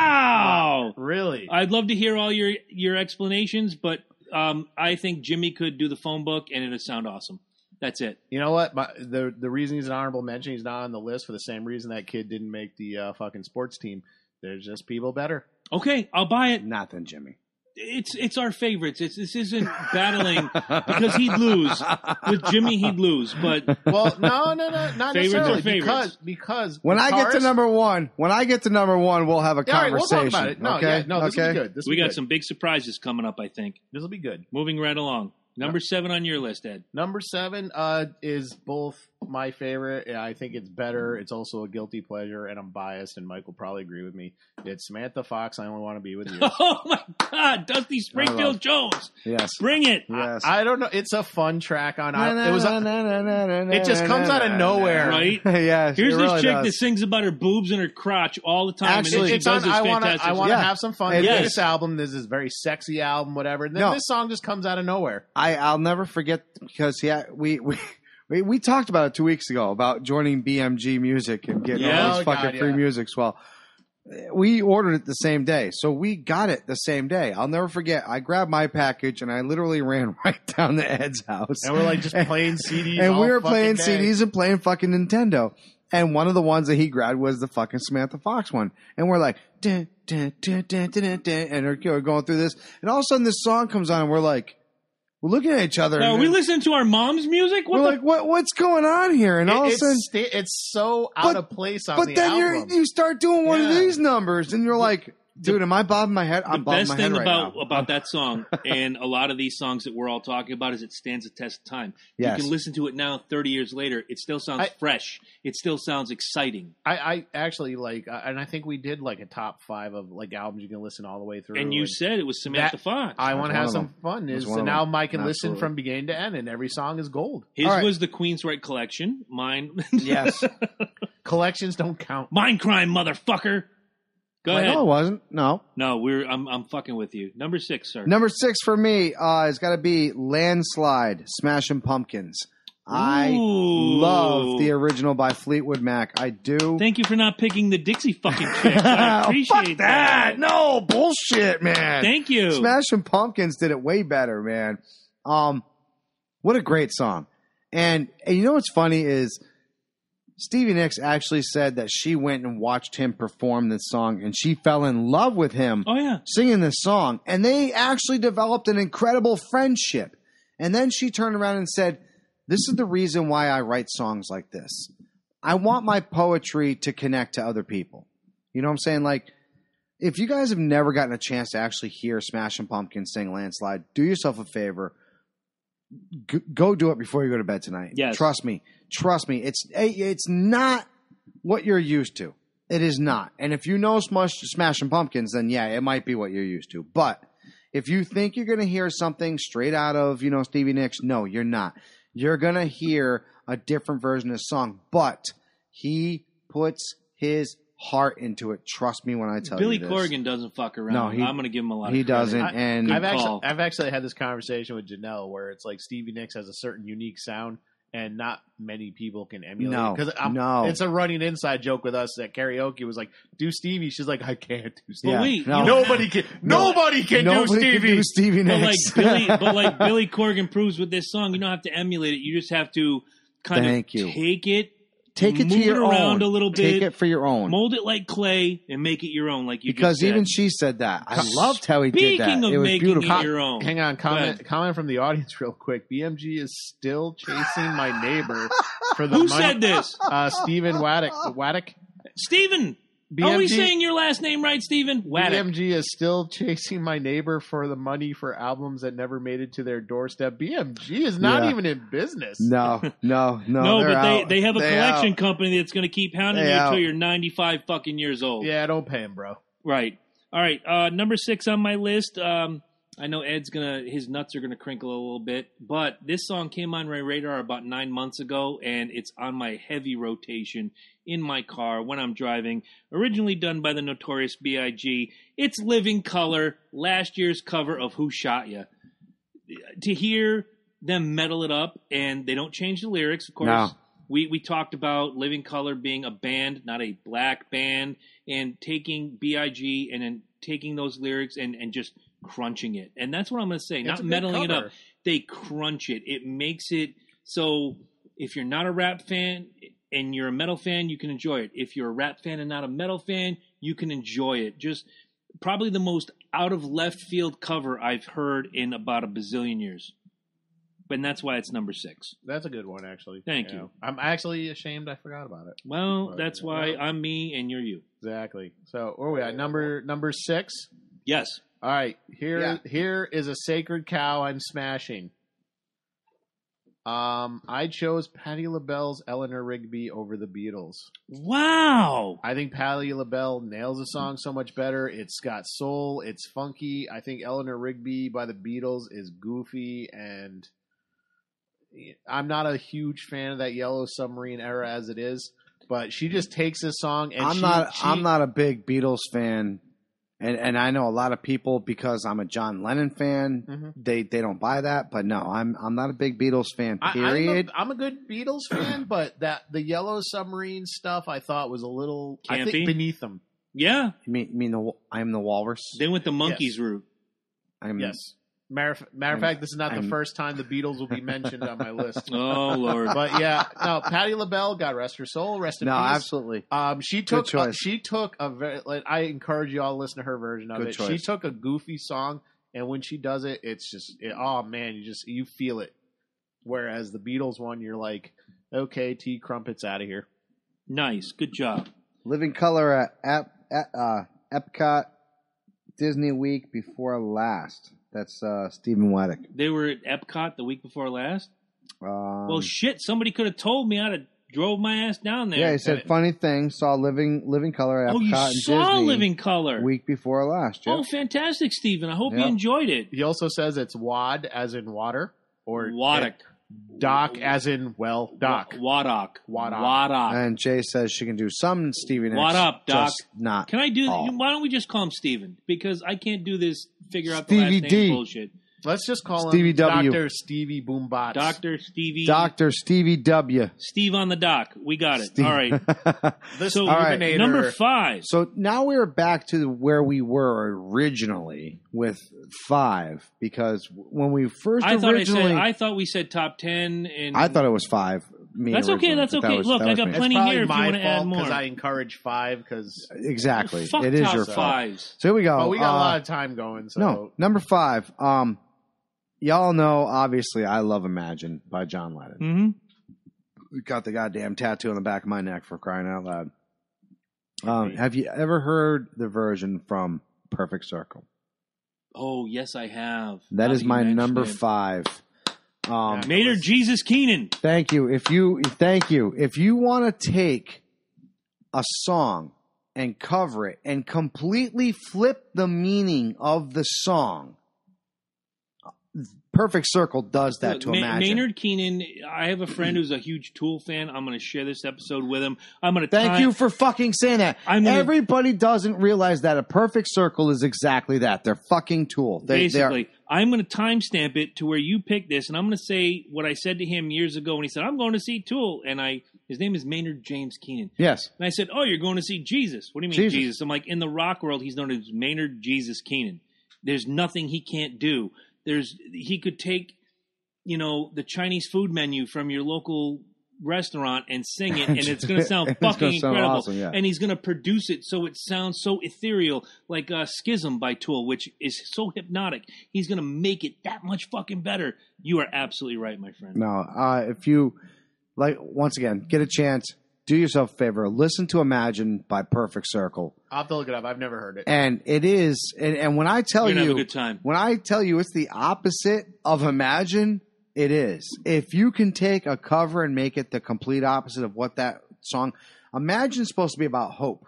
wow. Really? I'd love to hear all your your explanations, but um, I think Jimmy could do the phone book, and it'd sound awesome. That's it. you know what? My, the the reason he's an honorable mention, he's not on the list for the same reason that kid didn't make the uh, fucking sports team. There's just people better. Okay, I'll buy it. Not than Jimmy. It's it's our favorites. It's this isn't battling because he'd lose with Jimmy. He'd lose, but Well, no, no, no, Favorites are not necessarily favorites. because because When I get to guitarist- number one, when I get to number one, we'll have a Yeah, all right, we'll conversation. talk about it. No, okay, yeah, no, this okay. will be good. This will we be got good. some big surprises coming up. I think. This will be good. Moving right along, number seven on your list, Ed. Number seven uh, is both my favorite. and I think it's better. It's also a guilty pleasure, and I'm biased. And Mike will probably agree with me. It's Samantha Fox. I only want to be with you. Oh my God, Dusty Springfield Jones, Yes. bring it! Yes. I, I don't know. It's a fun track on. it was. Na, na, na, na, na, na, it just na, comes na, out of na, nowhere. na. Right? yes. Here's this it really chick does. that sings about her boobs and her crotch all the time. and then Actually, she it's does on. this I want to. fantastic. I want to Yeah. have some fun. It is. This album. This is very sexy album. Whatever. And then No. this song just comes out of nowhere. I I'll never forget because yeah we we. We, we talked about it two weeks ago about joining BMG Music and getting Yeah. all Oh, these God, fucking free yeah. music. Well, we ordered it the same day, so we got it the same day. I'll never forget. I grabbed my package and I literally ran right down to Ed's house. And we're like just playing CDs. and all we were playing fucking day. CDs and playing fucking Nintendo. And one of the ones that he grabbed was the fucking Samantha Fox one. And we're like, dun, dun, dun, dun, dun, dun, dun, and we're- we're going through this. And all of a sudden this song comes on and we're like, we're looking at each other. Now, and are we listening to our mom's music? we're What the like, what, what's going on here? And It- all of a it's, sudden, sta- it's so out But- of place on but the then album. you you start doing one of Yeah. these numbers and you're like, dude, am I bobbing my head? the I'm bobbing best my thing head right about uh, now. about that song and a lot of these songs that we're all talking about is it stands the test of time. Yes. You can listen to it now, thirty years later, it still sounds I- fresh. It still sounds exciting, I, I actually like, I- and I think we did like a top five of like albums you can listen all the way through. and you said it was Samantha That- Fox. I That's want one to have of some them. fun. That's Is one so of now them. I can listen Absolutely. from beginning to end, and every song is gold. His all right. was the Queen's Right collection. Mine, yes. Collections don't count. mine crime, motherfucker. Go Like, ahead. no, it wasn't. No. No, we're I'm I'm fucking with you. Number six, sir. Number six for me uh, has got to be Landslide, Smashing Pumpkins. I Ooh. love the er- original by Fleetwood Mac. I do. Thank you for not picking the Dixie fucking chick. I appreciate Oh, Fuck that. No, bullshit, man. Thank you. Smashing Pumpkins did it way better, man. Um, what a great song. And, and you know what's funny is Stevie Nicks actually said that she went and watched him perform this song and she fell in love with him oh yeah. singing this song. And they actually developed an incredible friendship. And then she turned around and said, This is the reason why I write songs like this. I want my poetry to connect to other people. You know what I'm saying? Like, if you guys have never gotten a chance to actually hear Smashing Pumpkins sing Landslide, do yourself a favor. G- go do it before you go to bed tonight. Yes. Trust me. Trust me. It's it's not what you're used to. It is not. And if you know Smush, Smashing Pumpkins, then yeah, it might be what you're used to. But if you think you're going to hear something straight out of, you know, Stevie Nicks, no, you're not. You're going to hear a different version of the song, but he puts his heart into it. Trust me when I tell Billy you. this. Corgan doesn't fuck around. Oh, No, he- I'm going to give him a lot. He of credit. doesn't. I- and I've actually, call. I've actually had this conversation with Janelle where it's like Stevie Nicks has a certain unique sound, and not many people can emulate. No, because no. it's a running inside joke with us that karaoke was like, "Do Stevie?" She's like, "I can't do Stevie." But wait, no. you know- Nobody can. No. Nobody can do nobody Stevie. can do Stevie But like Nicks. Billy, but like Billy Corgan proves with this song, you don't have to emulate it. You just have to kind Thank of you. take it, Take it to move your around own. a little Take bit, it for your own. mold it like clay, and make it your own. Like you because just said. even she said that. I loved how he did that. Speaking of It was making beautiful. it your own, Hang on, ahead. comment comment from the audience real quick. BMG is still chasing my neighbor for the who money. said this? Uh, Stephen Waddick. Waddick. Steven. BMG, Are we Oh, saying your last name right, Steven? Waddick. BMG is still chasing my neighbor for the money for albums that never made it to their doorstep. BMG is not Yeah. even in business. No, no, no. No, they're but out. they, they have a They collection out. company that's going to keep hounding They you out. until you're 95 fucking years old. Yeah, don't pay him, bro. Right. All right. Uh, number six on my list. Um, I know Ed's gonna his nuts are gonna crinkle a little bit, but this song came on my radar about nine months ago, and it's on my heavy rotation in my car when I'm driving. Originally done by the Notorious B.I.G., it's Living Color, last year's cover of Who Shot Ya. To hear them metal it up, and they don't change the lyrics, of course. No. We we talked about Living Color being a band, not a black band, and taking B.I.G. and then taking those lyrics and and just crunching it. And that's what I'm going to say. It's a not good meddling it up. cover. They crunch it. It makes it so if you're not a rap fan and you're a metal fan, you can enjoy it. If you're a rap fan and not a metal fan, you can enjoy it. Just probably the most out of left field cover I've heard in about a bazillion years. And that's why it's number six. That's a good one, actually. Thank Yeah. you. I'm actually ashamed I forgot about it. Well, Right, that's yeah. why I'm me and you're you. Exactly. So where are we at? Number number six. Yes. All right. Here Yeah. here is a sacred cow I'm smashing. Um, I chose Patti LaBelle's Eleanor Rigby over the Beatles. Wow. I think Patti LaBelle nails the song so much better. It's got soul. It's funky. I think Eleanor Rigby by the Beatles is goofy, and I'm not a huge fan of that Yellow Submarine era as it is. But she just takes this song, and I'm she- not. she- I'm not a big Beatles fan, and and I know a lot of people because I'm a John Lennon fan. Mm-hmm. Mhm. They they don't buy that, but no, I'm I'm not a big Beatles fan. I, Period. am a good Beatles fan, but that the Yellow Submarine stuff I thought was a little I Campy? think beneath them. Yeah. you mean, you mean the wa- I'm the walrus. They went the monkeys route. I'm, Yes. Matter of, matter of Mm. I'm- fact, this is not the I'm- first time the Beatles will be mentioned on my list. Oh, Lord. But yeah, no, Patti LaBelle, God rest her soul, rest in No, peace. absolutely. Um, she Good took a, choice. she took a very. Like, I encourage you all to listen to her version of Good it. She choice. took a goofy song, and when she does it, it's just it, oh man, you just you feel it. Whereas the Beatles one, you're like, okay, T crumpets out of here. nice. Good job. Living Color at, Ep at uh, Epcot Disney Week before last. That's uh, Stephen Waddick. They were at Epcot the week before last. Um, well, shit. Somebody could have told me. I'd have drove my ass down there. yeah, he said funny thing. Saw Living Living Color at "Oh, you Epcot and saw Disney Living Color." week before last. Yep. oh, fantastic, Steven. I hope you Yep. enjoyed it. He also says it's wad as in water or Waddock. doc as in well doc. Wa- Waddock. Waddock. Waddock. And Jay says she can do some Stevie Nicks. What up, Doc? Just not. Can I do? Oh. Why don't we just call him Steven? Because I can't do this. Figure out the Stevie last D. name bullshit. Let's just call Stevie him W. Doctor Stevie Boombots. Doctor Stevie. Dr. Stevie W. Steve on the dock. We got it. Steve- All right. This So All right. Luminator- number five. so now we're back to where we were originally with five because when we first I thought I originally. said. I thought we said top ten. And I thought it was five. Me That's okay, originally, that's but that okay. was- Look, that I was got me. It's plenty probably here if you my wanna add fault more. I encourage five because Exactly. Fuck it is top your fault. fives. So here we go. well, Oh, we got Uh, a lot of time going. So No, number five. Um, y'all know obviously I love Imagine by John Lennon. Mm-hmm. We got the goddamn tattoo on the back of my neck for crying out loud. Um, have you ever heard the version from Perfect Circle? Oh yes, I have. That Now is you my mention number it. five. Um, Mater Jesus Keenan. Thank you. If you thank you. If you want to take a song and cover it and completely flip the meaning of the song, Perfect Circle does that to Ma- imagine. Maynard Keenan. I have a friend who's a huge Tool fan. I'm going to share this episode with him. I'm going to Thank you for fucking saying that. I'm gonna- Everybody doesn't realize that a perfect circle is exactly that. They're fucking tool. They, they are- Basically, I'm going to timestamp it to where you pick this, and I'm going to say what I said to him years ago when he said, "I'm going to see Tool," and I his name is Maynard James Keenan. yes. And I said, "Oh, you're going to see Jesus? What do you mean Jesus. Jesus?" I'm like, "In the rock world, he's known as Maynard Jesus Keenan. There's nothing he can't do. There's he could take, you know, the Chinese food menu from your local restaurant and sing it, and it's going to sound It's gonna fucking sound incredible. awesome, yeah. And he's going to produce it so it sounds so ethereal, like uh, Schism by Tool, which is so hypnotic. He's going to make it that much fucking better. You are absolutely right, my friend. No. Uh, if you like, once again, get a chance. Do yourself a favor. Listen to Imagine by Perfect Circle. I'll have to look it up. I've never heard it. and it is and, and when i tell You're gonna you have a good time. when i tell you it's the opposite of imagine it is if you can take a cover and make it the complete opposite of what that song imagine's supposed to be about hope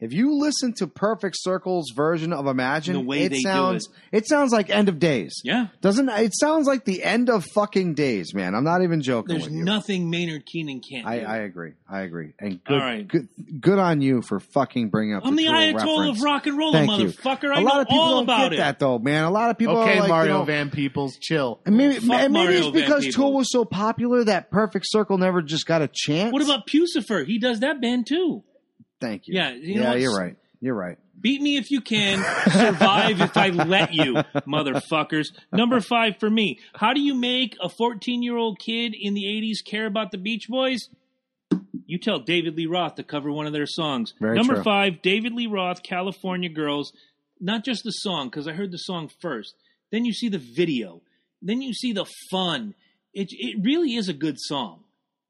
If you listen to Perfect Circle's version of Imagine, The way it they do sounds it sounds like End of Days. Yeah. Doesn't it sounds like the end of fucking days, man? I'm not even joking There's with you. nothing Maynard Keenan can't I, do. I agree. I agree. And good, All right. good, good on you for fucking bringing up. I'm the the, Ayatollah Tool reference. of rock and roll, Thank you. motherfucker. I A know lot of people all don't about get it. that though, man. A lot of people okay, are like, Mario you know, Van Peoples, chill. and maybe, Fuck and maybe Mario it's Van because Tool Peebles. was so popular that Perfect Circle never just got a chance. What about Pucifer? He does that band too. Thank you. Yeah, you know yeah, what? you're right. You're right. Beat me if you can, survive if I let you, motherfuckers. Number five for me. How do you make a 14 year old kid in the 80s care about the Beach Boys? You tell David Lee Roth to cover one of their songs. Very Number true. five, David Lee Roth, California Girls. Not just the song, because I heard the song first. Then you see the video. Then you see the fun. It, it really is a good song.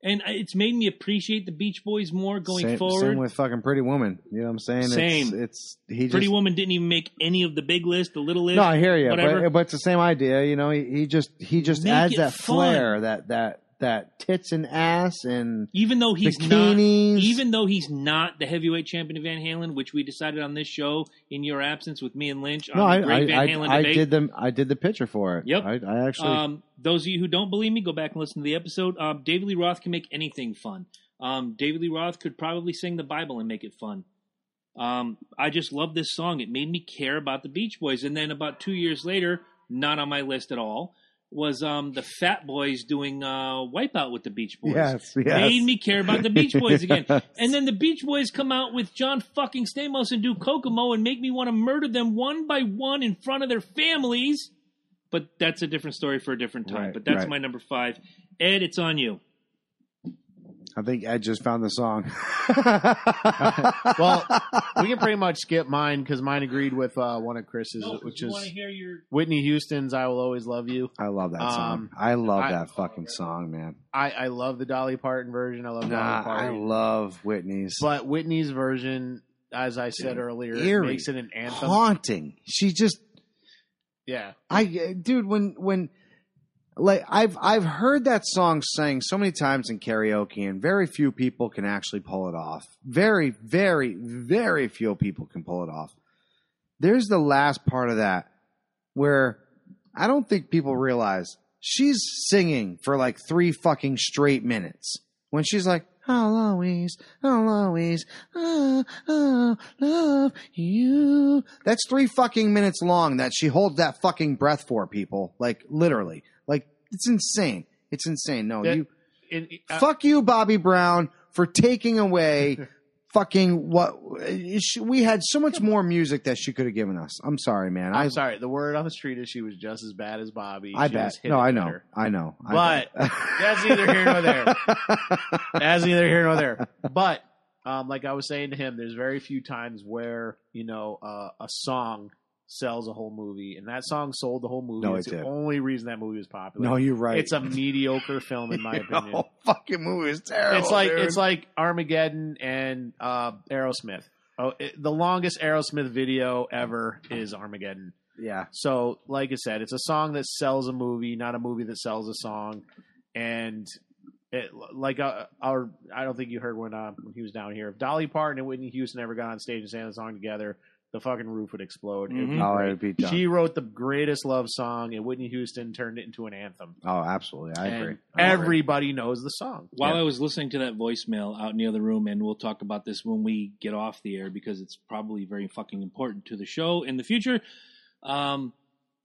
And I- it's made me appreciate the Beach Boys more going same, forward. same with fucking Pretty Woman. You know what I'm saying? It's, Same. it's he just Pretty Woman didn't even make any of the big list, the little list. No, I hear you, whatever. but, but it's the same idea. You know, he, he just he just Make adds it that fun. flair, that that that tits and ass and even though he's not, bikinis. even though he's not the heavyweight champion of Van Halen, which we decided on this show in your absence with me and Lynch on no, I the great I, Van Halen I, I debate. did them. I did the picture for it. Yep. I, I actually. Um, those of you who don't believe me, go back and listen to the episode. Um, David Lee Roth can make anything fun. Um, David Lee Roth could probably sing the Bible and make it fun. Um, I just love this song. It made me care about the Beach Boys. And then about two years later, not on my list at all, was um, the Fat Boys doing uh, Wipeout with the Beach Boys. yes, yes. Made me care about the Beach Boys again. And then the Beach Boys come out with John fucking Stamos and do Kokomo and make me want to murder them one by one in front of their families. But that's a different story for a different time. Right, but that's right. my number five. Ed, it's on you. I think Ed just found the song. Well, we can pretty much skip mine because mine agreed with uh, one of Chris's, which want to is hear your Whitney Houston's "I Will Always Love You." I love that song. Um, I love I- that fucking song, man. I, I love the Dolly Parton version. I Nah, love Dolly I Parton, love Whitney's. but Whitney's version, as I said Yeah. earlier, Eerie. makes it an anthem. Haunting. She just Yeah, I dude when when like I've I've heard that song sang so many times in karaoke and very few people can actually pull it off. Very very very few people can pull it off. There's the last part of that where I don't think people realize she's singing for like 3 fucking straight minutes. When she's like I'll always, I'll always, oh, oh, love you. That's three fucking minutes long that she holds that fucking breath for people. Like literally, like it's insane. It's insane. No, That- Oh, you It- it- uh, fuck you, Bobby Brown, for taking away fucking what she, we had so much more music that she could have given us. I'm sorry, man. I I'm sorry. The word on the street is she was just as bad as Bobby. I She bet. just hit No, it I know. better. I know. I But bet. that's neither here nor there. That's neither here nor there. But um, like I was saying to him, there's very few times where you know uh, a song sells a whole movie, and that song sold the whole movie. No, it's it the did. only reason that movie was popular. no, you're right. It's a mediocre film in my opinion. The whole fucking movie is terrible. it's like Oh, dude. it's like Armageddon and uh, Aerosmith. Oh, it, the longest Aerosmith video ever is Armageddon. yeah. So, like I said, it's a song that sells a movie, not a movie that sells a song. And it, like uh, our, I don't think you heard when uh, when he was down here. If Dolly Parton and Whitney Houston ever got on stage and sang the song together, the fucking roof would explode. It'd be Mhm. Oh, great. it would be done. She wrote the greatest love song, and Whitney Houston turned it into an anthem. Oh, absolutely. I And agree. I agree. Everybody knows the song. While Yeah. I was listening to that voicemail out in the other room, and we'll talk about this when we get off the air because it's probably very fucking important to the show in the future. Um,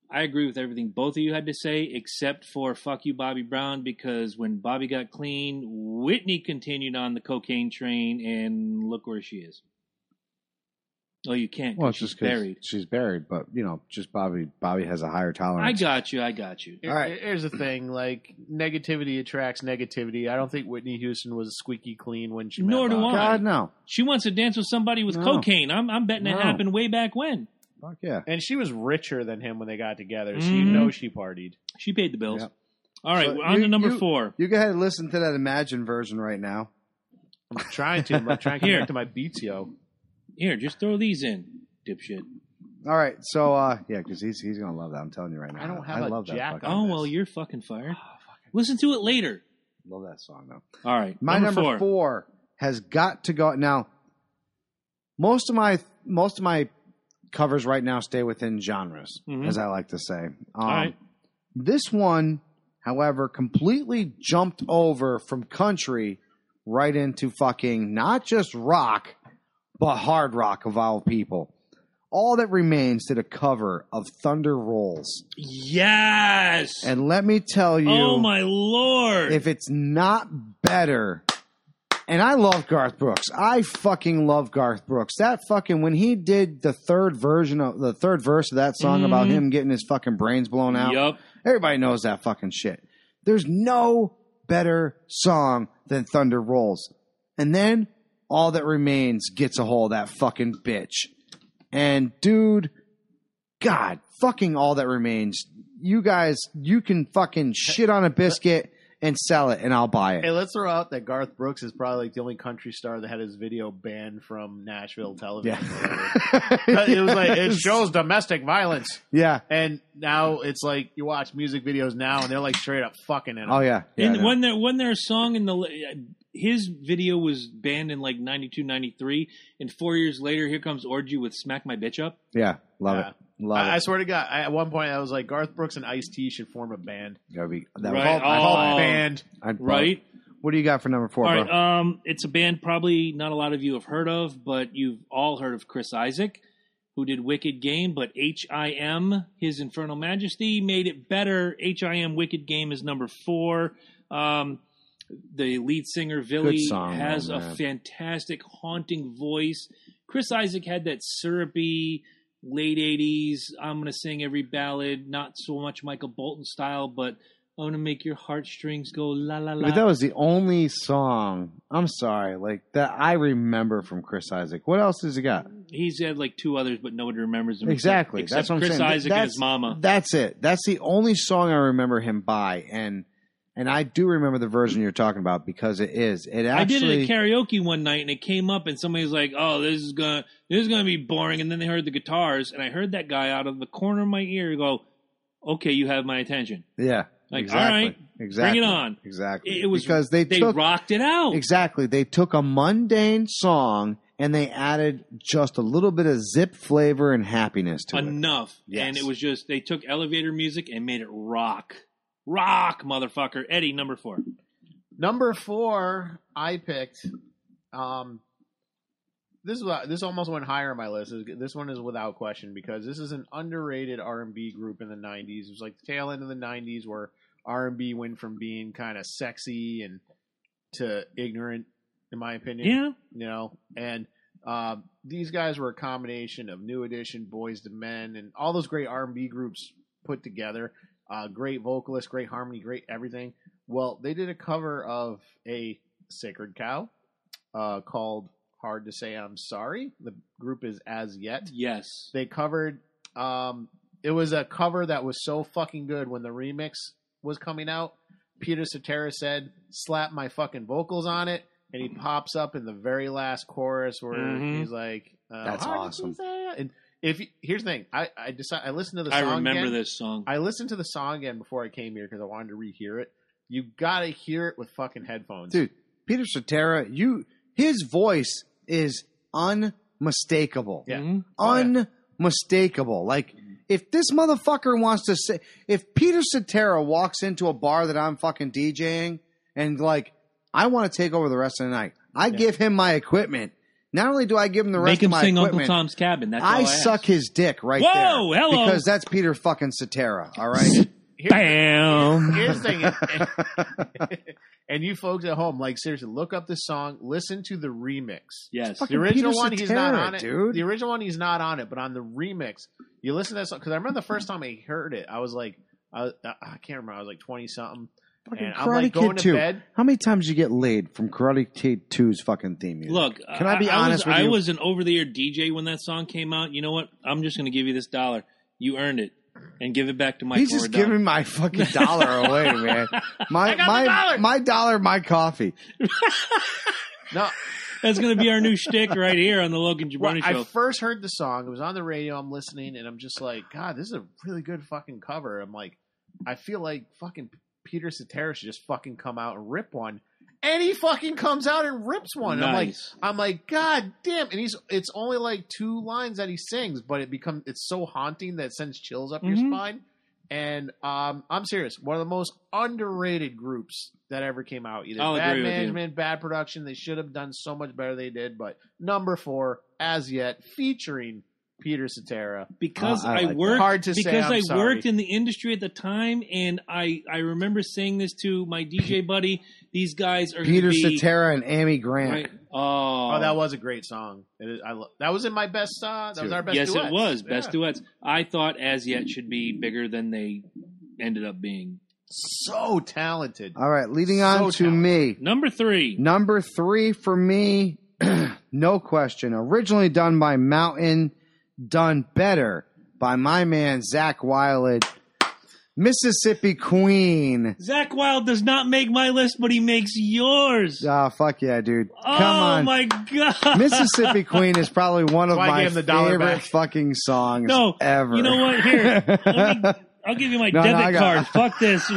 I agree with everything both of you had to say, except for fuck you, Bobby Brown, because when Bobby got clean, Whitney continued on the cocaine train, and look where she is. Oh, you can't. 'cause Well, it's she's just 'cause buried. She's buried, but you know, just Bobby. Bobby has a higher I tolerance. got you. I got you. Here- All right. Here's the thing: like negativity attracts negativity. I don't think Whitney Houston was squeaky clean when she. met Nor do Bob. I. God no, She wants to dance with somebody with No. cocaine. I'm, I'm betting No. it happened way back when. fuck yeah. And she was richer than him when they got together, so you Mhm. know she partied. She paid the bills. Yep. All right, So we're on you- to number you- four. You go ahead and listen to that Imagine version right now. I'm trying to. I'm trying to Here. connect to my beats, yo. Here, just throw these in, dipshit. All right, so uh, yeah, because he's he's gonna love that. I'm telling you right now. I don't have a love jack that. fucking- Oh well, you're fucking fired. Oh, fucking Listen to it later. love that song though. All right, My number, four. has got to go now. Most of my most of my covers right now stay within genres, Mm-hmm. Mhm. as I like to say. Um, All right. This one, however, completely jumped over from country right into fucking not just rock, but hard rock of all people. All that remains did a cover of Thunder Rolls, Yes. and let me tell you, oh my lord. if it's not better. And I love Garth Brooks. I fucking love Garth Brooks. That fucking when he did the third version of the third verse of that song about Mhm. him getting his fucking brains blown out. Yup. Everybody knows that fucking shit. There's no better song than Thunder Rolls. And then all that remains gets a hold of that fucking bitch. And dude, God, fucking all that remains. You guys, you can fucking shit on a biscuit and sell it, and I'll buy Hey, it. let's throw out that Garth Brooks is probably like the only country star that had his video banned from Nashville television. Yeah. it was like it shows domestic violence, Yeah. and now it's like you watch music videos now, and they're like straight up fucking in. 'em. Oh yeah. yeah I and know. when there when their song in the his video was banned in like 92 93 and 4 years later here comes orgy with smack my bitch up. yeah. Love Yeah. it. Love Oh, I, I it. swear to God, I, at one point I was like, Garth Brooks and Ice T should form a band. That'd be- that would- Right. I'd Oh. buy it. Called band. I'd buy it. Right? What do you got for number four, All bro? right, um, it's a band probably not a lot of you have heard of, but you've all heard of Chris Isaac, who did Wicked Game, but H.I.M. His Infernal Majesty made it better. H.I.M. Wicked Game is number four. Um, the lead singer Villy song, though, has a man. fantastic, haunting voice. Chris Isaac had that syrupy late '80s. I'm gonna sing every ballad, not so much Michael Bolton style, but I'm gonna make your heartstrings go la la la. But that was the only song. I'm sorry, like that I remember from Chris Isaac. What else has he got? He's had like two others, but nobody remembers them. Exactly. Except, That's what I'm Chris saying. Th- Isaac and that's- his mama. That's it. That's the only song I remember him by, and and I do remember the version you're talking about because it is. It I did actually. it at karaoke one night, and it came up, and somebody's like, "Oh, this is gonna this is gonna be boring." And then they heard the guitars, and I heard that guy out of the corner of my ear go, "Okay, you have my attention." yeah. Like, exactly. all right, Exactly. on. Exactly. It- it was- because they, they took rocked it out. exactly they took a mundane song and they added just a little bit of zip flavor and happiness to it. Enough, Yes. and it was just they took elevator music and made it rock, rock, motherfucker. Eddie, number four. Number four, I picked. Um, this is what- this almost went higher on my list. This one is without question because this is an underrated R and B group in the '90s. It was like the tail end of the '90s where R and B went from being kind of sexy and to ignorant, in my opinion. Yeah, you know and um, these guys were a combination of new edition boys to men and all those great r&b groups put together uh, great vocalist great harmony great everything well they did a cover of a sacred cow uh, called hard to say i'm sorry the group is as yet yes. they covered um it was a cover that was so fucking good when the remix was coming out peter Cetera said slap my fucking vocals on it and he pops up in the very last chorus where Mhm. he's like uh, That's "Hard to awesome. say." and if you, here's the thing i i decided i listened to the I song remember again. this song. i listened to the song again before i came here because i wanted to rehear it you gotta hear it with fucking headphones dude peter Cetera, you his voice is unmistakable yeah. Mhm. Oh, unmistakable like if this motherfucker wants to say if peter Cetera walks into a bar that i'm fucking djing and like i want to take over the rest of the night i Yeah. give him my equipment not only do i give him the rest Make him of my sing equipment Uncle Tom's Cabin. That's all I I suck his dick right Whoa, there hello. because that's Peter fucking Cetera. All right, Here- Bam. Here's the thing, and you folks at home, like seriously, look up this song, listen to the remix. Yes. Fucking The original Peter one, he's not Cetera, on it. dude. The original one, he's not on it, but on the remix, you listen to that song because I remember the first time I heard it, I was like, I, I can't remember, I was like twenty something, fucking and I'm Karate like going Kid to two. bed. How many times did you get laid from Karate Kid 2's fucking theme music? Look, Can I be honest was, with I you? was an over-the-air DJ when that song came out. You know what? I'm just going to give you this dollar. You earned it, and give it back to Mike. he's just Loredana. giving my fucking dollar away, man. My I got the my dollar. my dollar, my coffee. No, That's going to be our new shtick right here on the Logan well, Jabroni I Show. first heard the song. It was on the radio. I'm listening, and I'm just like, God, this is a really good fucking cover. I'm like, I feel like fucking Peter Cetera should just fucking come out and rip one. and he fucking comes out and rips one. And I'm like, Nice. I'm like, God damn! And he's it's only like two lines that he sings, but it becomes it's so haunting that it sends chills up your Mhm. spine. And um, I'm serious, one of the most underrated groups that ever came out. Either I'll bad agree with you. management, bad production. They should have done so much better. They did, but number four, as yet, featuring Peter Cetera. because Uh, I I, like that. worked Hard to say. because I'm I sorry. worked in the industry at the time, and I I remember saying this to my DJ buddy. These guys are Peter gonna be, Cetera and Amy Grant. right? Oh, Oh, that was a great song. It is, I lo- that was in my best. Uh, that was our best. yes, duets. it was best Yeah. duets. I thought as yet should be bigger than they ended up being. So talented. All right, leading So on to talented. me. Number three. Number three for me, no question. Originally done by Mountain, done better by my man Zach Wilde, Mississippi Queen. Zach Wild does not make my list, but he makes yours. Ah, fuck yeah, dude! oh Come on, my god, Mississippi Queen is probably one of That's why I my gave him the dollar favorite back. fucking songs No, ever. You know what? Here, let me, I'll give you my No, no, I debit got- card. Fuck this.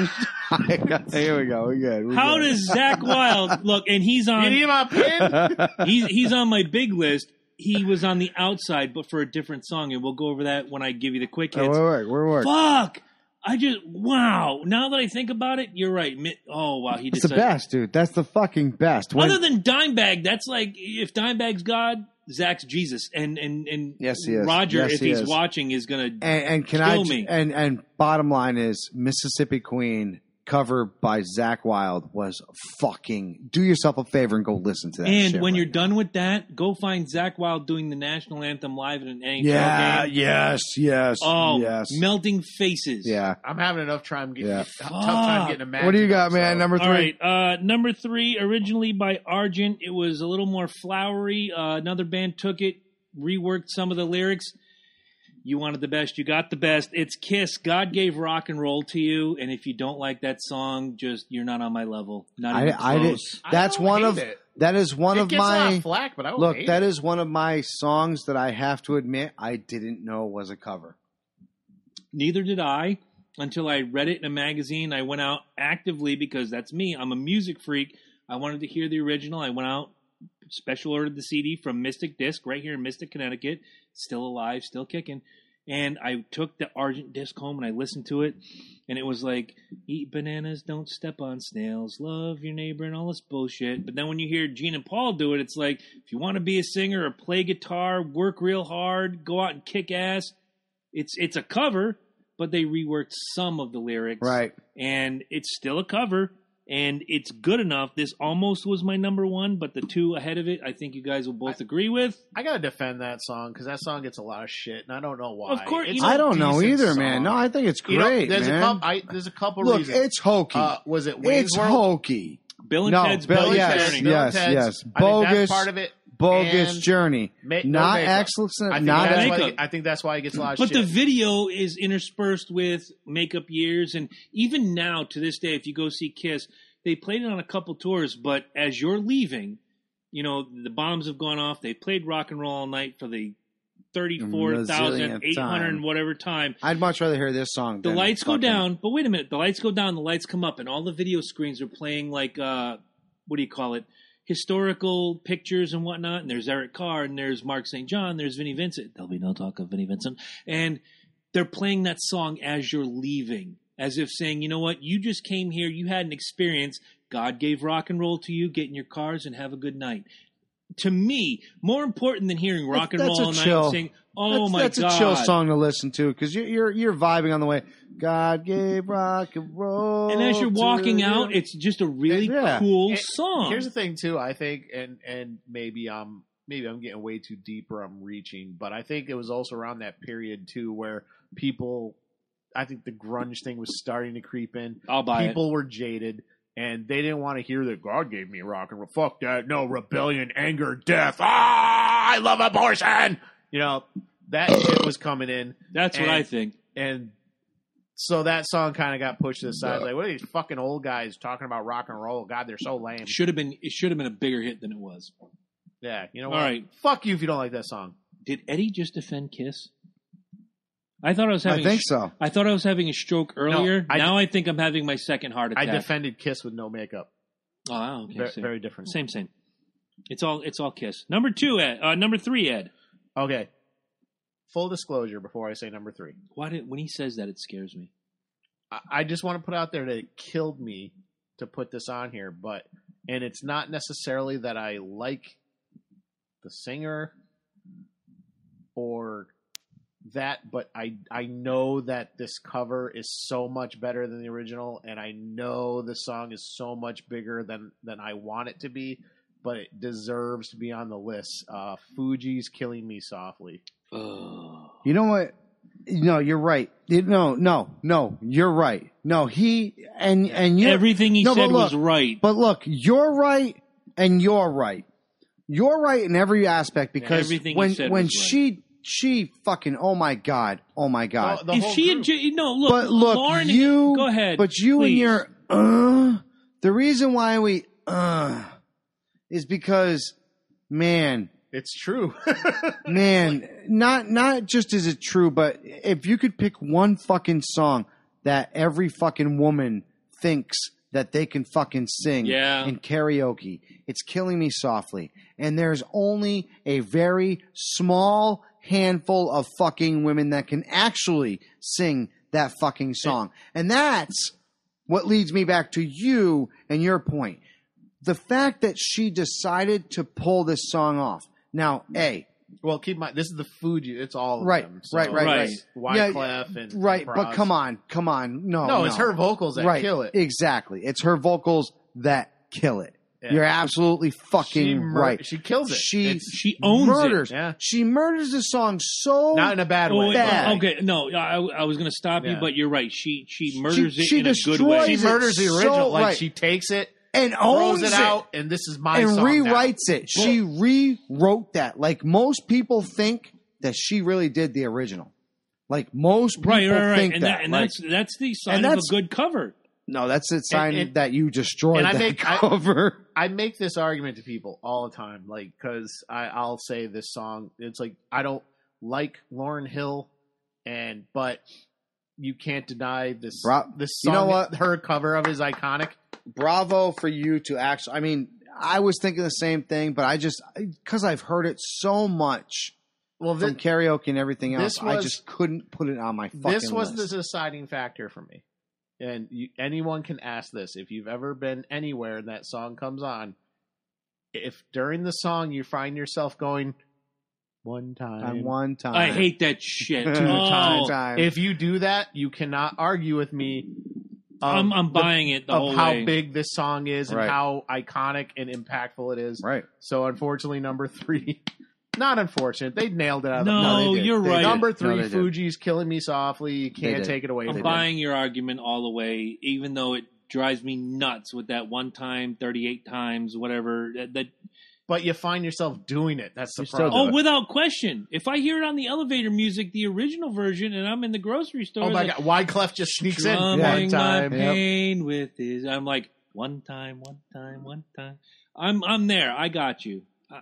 Here we go. We're good. We're How good. does Zach Wild look? And he's You on. need my pin? he's he's on my big list. He was on the outside, but for a different song, and we'll go over that when I give you the quick Oh, hits. we're work. We're work. Fuck! I just wow. Now that I think about it, you're right. Mi- Oh wow, he That's just the best, dude. That's the fucking best. When- Other than Dimebag, that's like if Dimebag's God, Zach's Jesus, and and and Yes, he is. Roger, Yes, if he he's is. watching, is gonna. and, and can I Kill me. and and bottom line is Mississippi Queen cover by Zach Wild was fucking. Do yourself a favor and go listen to that. And shit when right you're now. done with that, go find Zach Wild doing the national anthem live at an NHL yeah, game. yes, yes, Oh, yes, melting faces. yeah. I'm having enough time getting Yeah. tough time getting a match. What do you got, man? Number three. All right, uh, number three, originally by Argent, it was a little more flowery. Uh, another band took it, reworked some of the lyrics. You wanted the best, you got the best. It's Kiss. God gave rock and roll to you, and if you don't like that song, just you're not on my level. Not even I, I did. close. I That's don't one hate of it. that is one it of gets a lot my of flack, but I don't look. hate That it. is one of my songs that I have to admit I didn't know was a cover. Neither did I until I read it in a magazine. I went out actively because that's me. I'm a music freak. I wanted to hear the original. I went out, special ordered the CD from Mystic Disc right here in Mystic, Connecticut. Still alive, still kicking. And I took the Argent disc home and I listened to it. And it was like, eat bananas, don't step on snails, love your neighbor, and all this bullshit. But then when you hear Gene and Paul do it, it's like, if you want to be a singer or play guitar, work real hard, go out and kick ass. It's it's a cover, but they reworked some of the lyrics Right. and it's still a cover and it's good enough this almost was my number one but the two ahead of it i think you guys will both agree with I gotta defend that song because that song gets a lot of shit, and I don't know why. Of course, you It's know- a I don't know decent either, song. man. No, I think it's You know, great, there's man. a couple. I, there's a couple Look, reasons. it's hokey. uh, was it Wayne's it's World? hokey. bill and No, ted's Bill- bill, Billy yes, Ted's, journey Bill yes, Ted's. yes. I think Bogus. that's part of it. Bogus And journey. Ma- no not makeup. excellent. I think, Not that's ex- why, Makeup. I think that's why it gets a lot of but the shit. video is interspersed with makeup years and even now to this day if you go see kiss they played it on a couple tours but as you're leaving you know the bombs have gone off they played rock and roll all night for the 34,800 time. and whatever time I'd much rather hear this song. the than lights go fucking- down, but wait a minute. The lights go down, the lights come up, and all the video screens are playing like uh, what do you call it? Historical pictures and whatnot. And there's Eric Carr, and there's Mark St. John, there's Vinnie Vincent. There'll be no talk of Vinnie Vincent, and they're playing that song as you're leaving, as if saying, you know what, you just came here, you had an experience. God gave rock and roll to you. Get in your cars and have a good night. To me, more important than hearing rock That's- and that's roll all a night chill. and saying, "Oh that's, my that's god!" a chill song to listen to because you're, you're you're vibing on the way. God gave rock and roll. And as you're to walking you. out, it's just a really Oh, Yeah. cool It- song. Here's the thing too. I think, and and maybe I'm maybe I'm getting way too deep or I'm reaching, but I think it was also around that period too where people, I think the grunge thing was starting to creep in. I'll buy people were jaded. And they didn't want to hear that God gave me rock and roll. Fuck that. No, rebellion, anger, death. Ah, I love abortion. You know, that shit was coming in. it. That's what and- I think. And so that song kind of got pushed to the side. Like, what are these fucking old guys talking about rock and roll? God, they're so lame. Should have been. It should have been a bigger hit than it was. Yeah, you know All what? right. Fuck you if you don't like that song. Did Eddie just defend Kiss? I thought I was I having. think a sh- so. I thought I was having a stroke earlier. I now I think I'm having my second heart attack. I defended Kiss with no makeup. Oh, wow, okay. Ver- same. very different. same, same. It's all it's all Kiss. Number two, Ed. Uh, number three, Ed. Okay. Full disclosure before I say number three. Why did when he says that it scares me? I- I just want to put out there that it killed me to put this on here, but and it's not necessarily that I like the singer or that, but I I know that this cover is so much better than the original, and I know the song is so much bigger than than I want it to be, but it deserves to be on the list. Uh, Fuji's "Killing Me Softly." Oh, You know what? No, you're right. You- No, no, no, you're right. No, he and and you. everything he No, but said was look. right. but look, you're right, and you're right. You're right in every aspect because everything you when said when was right. she she fucking oh my god oh my god. The- the if whole she had, group. ju- no look, but look, Lauren, you go ahead. But you please. and your uh, the reason why we uh is because man it's true. man not not just is it true but if you could pick one fucking song that every fucking woman thinks that they can fucking sing Yeah. in karaoke it's killing me softly and there's only a very small handful of fucking women that can actually sing that fucking song and that's what leads me back to you and your point the fact that she decided to pull this song off now a Well, keep in mind this is the Fuji. It's all of Right, them. right, right, Right. right. Yeah, Wyclef and Right, but Proz. come on, come on, no, no, it's her vocals that right, kill it. Exactly, it's her vocals that kill it. Yeah. You're absolutely fucking She mur- right. She kills it. She- It's- she owns murders. Yeah. She murders the song so not in a bad Oh, way. wait, bad. but- Okay, no, I, I was going to stop you, Yeah. but you're right. She she she, murders it she in a destroys good way. She it murders the so original. like right. she takes it, and throws Oh, owns it out, and this is my and song now. rewrites it. She rewrote that. Like most people think that she really did the original. Like most people Right, right, right, think and, that. that, and Like, that's that's the sign and that's- of a good cover. no, that's a sign and- that you destroyed and I that make- I- cover. I make this argument to people all the time, like because I'll say this song. It's like I don't like Lauren Hill, and but you can't deny this. Bro- this you song, know what? her cover of is iconic. bravo for you to actually i mean i was thinking the same thing but i just because i've heard it so much Well, from this, karaoke and everything else this i was- just couldn't put it on my fucking this was list. the deciding factor for me. And you, anyone can ask this if you've ever been anywhere and that song comes on. If during the song you find yourself going one time, on one time I hate that shit. Two oh, times. time. if you do that, you cannot argue with me. of I'm I'm the- buying it the of whole how way. big this song is Right. and how iconic and impactful it is. right So unfortunately, number three, not unfortunate. They nailed it out of the No, park. they did. you're They right. did. Number No, three, they did. Fuji's killing me softly. You can't did. take it away. I'm from me. buying your argument all the way, even though it drives me nuts with that one time, 38 times, whatever. That, that but you find yourself doing it. That's the You still problem. oh, without question. If I hear it on the elevator music, the original version, and I'm in the grocery store, Oh my like, god, Wyclef just sneaks in drumming one time. my Yep. pain with his, I'm like one time, one time, one time. I'm I'm there. I got you. Uh,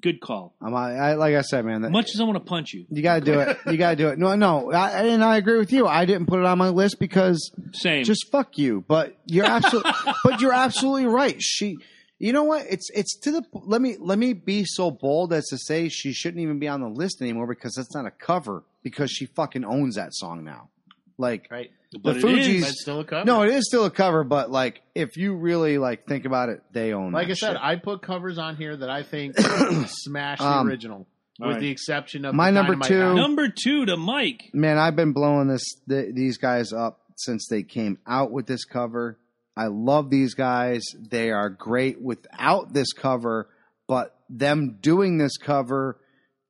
good call. I'm, I, I like i said man that, Much as I want to punch you, you gotta do it you gotta do it no no I, and i agree with you i didn't put it on my list because same. just fuck you but you're absolutely but you're absolutely right she you know what it's it's to the let me let me be so bold as to say she shouldn't even be on the list anymore because that's not a cover because she fucking owns that song now like Right. but the it is. Fugees- That's still a cover. no it is still a cover but like if you really like think about it they own like that I said, shit. I put covers on here that I think smash the Um, original, all with right. the exception of My the number Dynamite two- Album. Number two to Mike. man i've been blowing this th- these guys up since they came out with this cover i love these guys they are great without this cover but them doing this cover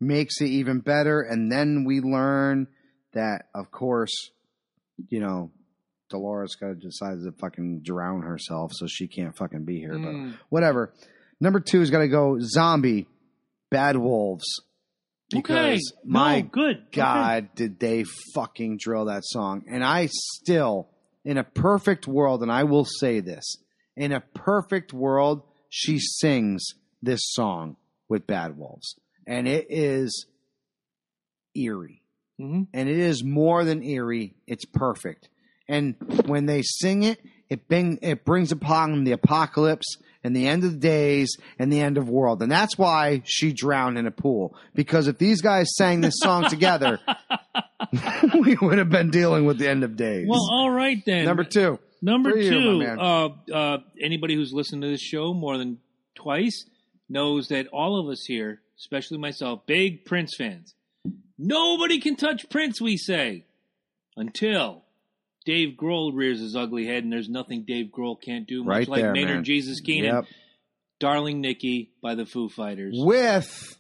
makes it even better and then we learn that of course you know dolores got to decide to fucking drown herself so she can't fucking be here but Mm. whatever number two is gonna go zombie bad wolves Okay. because my no, good Okay. God, did they fucking drill that song. And I still, in a perfect world, and I will say this, in a perfect world, she sings this song with Bad Wolves. And it is eerie. Mhm. And it is more than eerie, it's perfect. And when they sing it, it, bring, it brings upon the apocalypse and the end of days and the end of world. And that's why she drowned in a pool. Because if these guys sang this song together, we would have been dealing with the end of days. Well, all right then. Number two. Number Where are you, my two, man? uh, uh, anybody who's listened to this show more than twice knows that all of us here, especially myself, big Prince fans. Nobody can touch Prince, we say, until Dave Grohl rears his ugly head, and there's nothing Dave Grohl can't do, much Right like there, Maynard man. Jesus Keenan, Yep. "Darling Nikki" by the Foo Fighters. With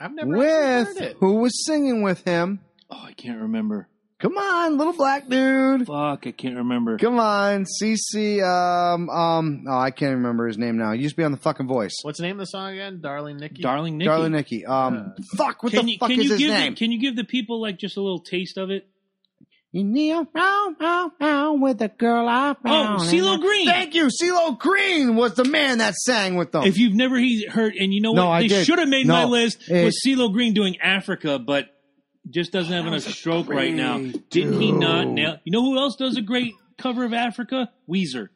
I've never actually heard with it. who was singing with him? oh, I can't remember. Come on, little black dude. Fuck, I can't remember. Come on, CC. Um, um. Oh, I can't remember his name now. He used to be on the fucking voice. What's the name of the song again? Darling Nikki. Darling Nikki. Uh, Darling Nikki. Um, fuck. What the fuck can is you his give name? The, can you give the people like just a little taste of it? You kneel round, round, round with a girl I Oh, found. CeeLo Green. Thank you. CeeLo Green was the man that sang with them. If you've never he- heard, and you know what, Oh. No, I they did. should have made No, my list it- with CeeLo Green doing Africa, but just doesn't have enough stroke right now. great Didn't he not dude. nail? You know who else does a great cover of Africa? Weezer.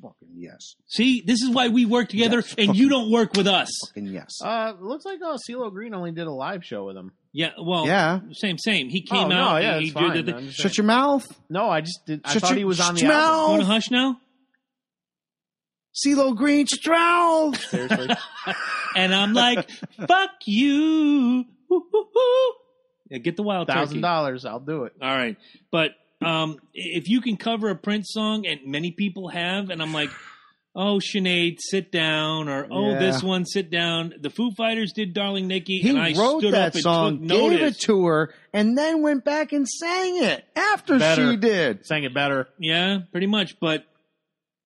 fucking yes. See, this is why we work together, and you don't work with us. Fucking yes. Uh, looks like uh, CeeLo Green only did a live show with him. Yeah, well, yeah. same, same. He oh, came no, out. yeah, and it's he fine. did the I'm just Shut your saying. mouth. No, I just did. I shut thought your- he was on the shut your album. Want to mouth. hush now? CeeLo Green. Shut your mouth. Seriously. And I'm like, fuck you. Woo-hoo-hoo. Yeah, get the wild turkey. Thousand dollars, I'll do it. All right. But um, if you can cover a Prince song, and many people have, and I'm like, oh, Sinead, sit down, or oh, Yeah. this one, sit down. The Foo Fighters did Darling Nikki, He and I wrote stood that up and song, took gave notice. it to her, and then went back and sang it after Better. she did. Sang it better. yeah, pretty much. But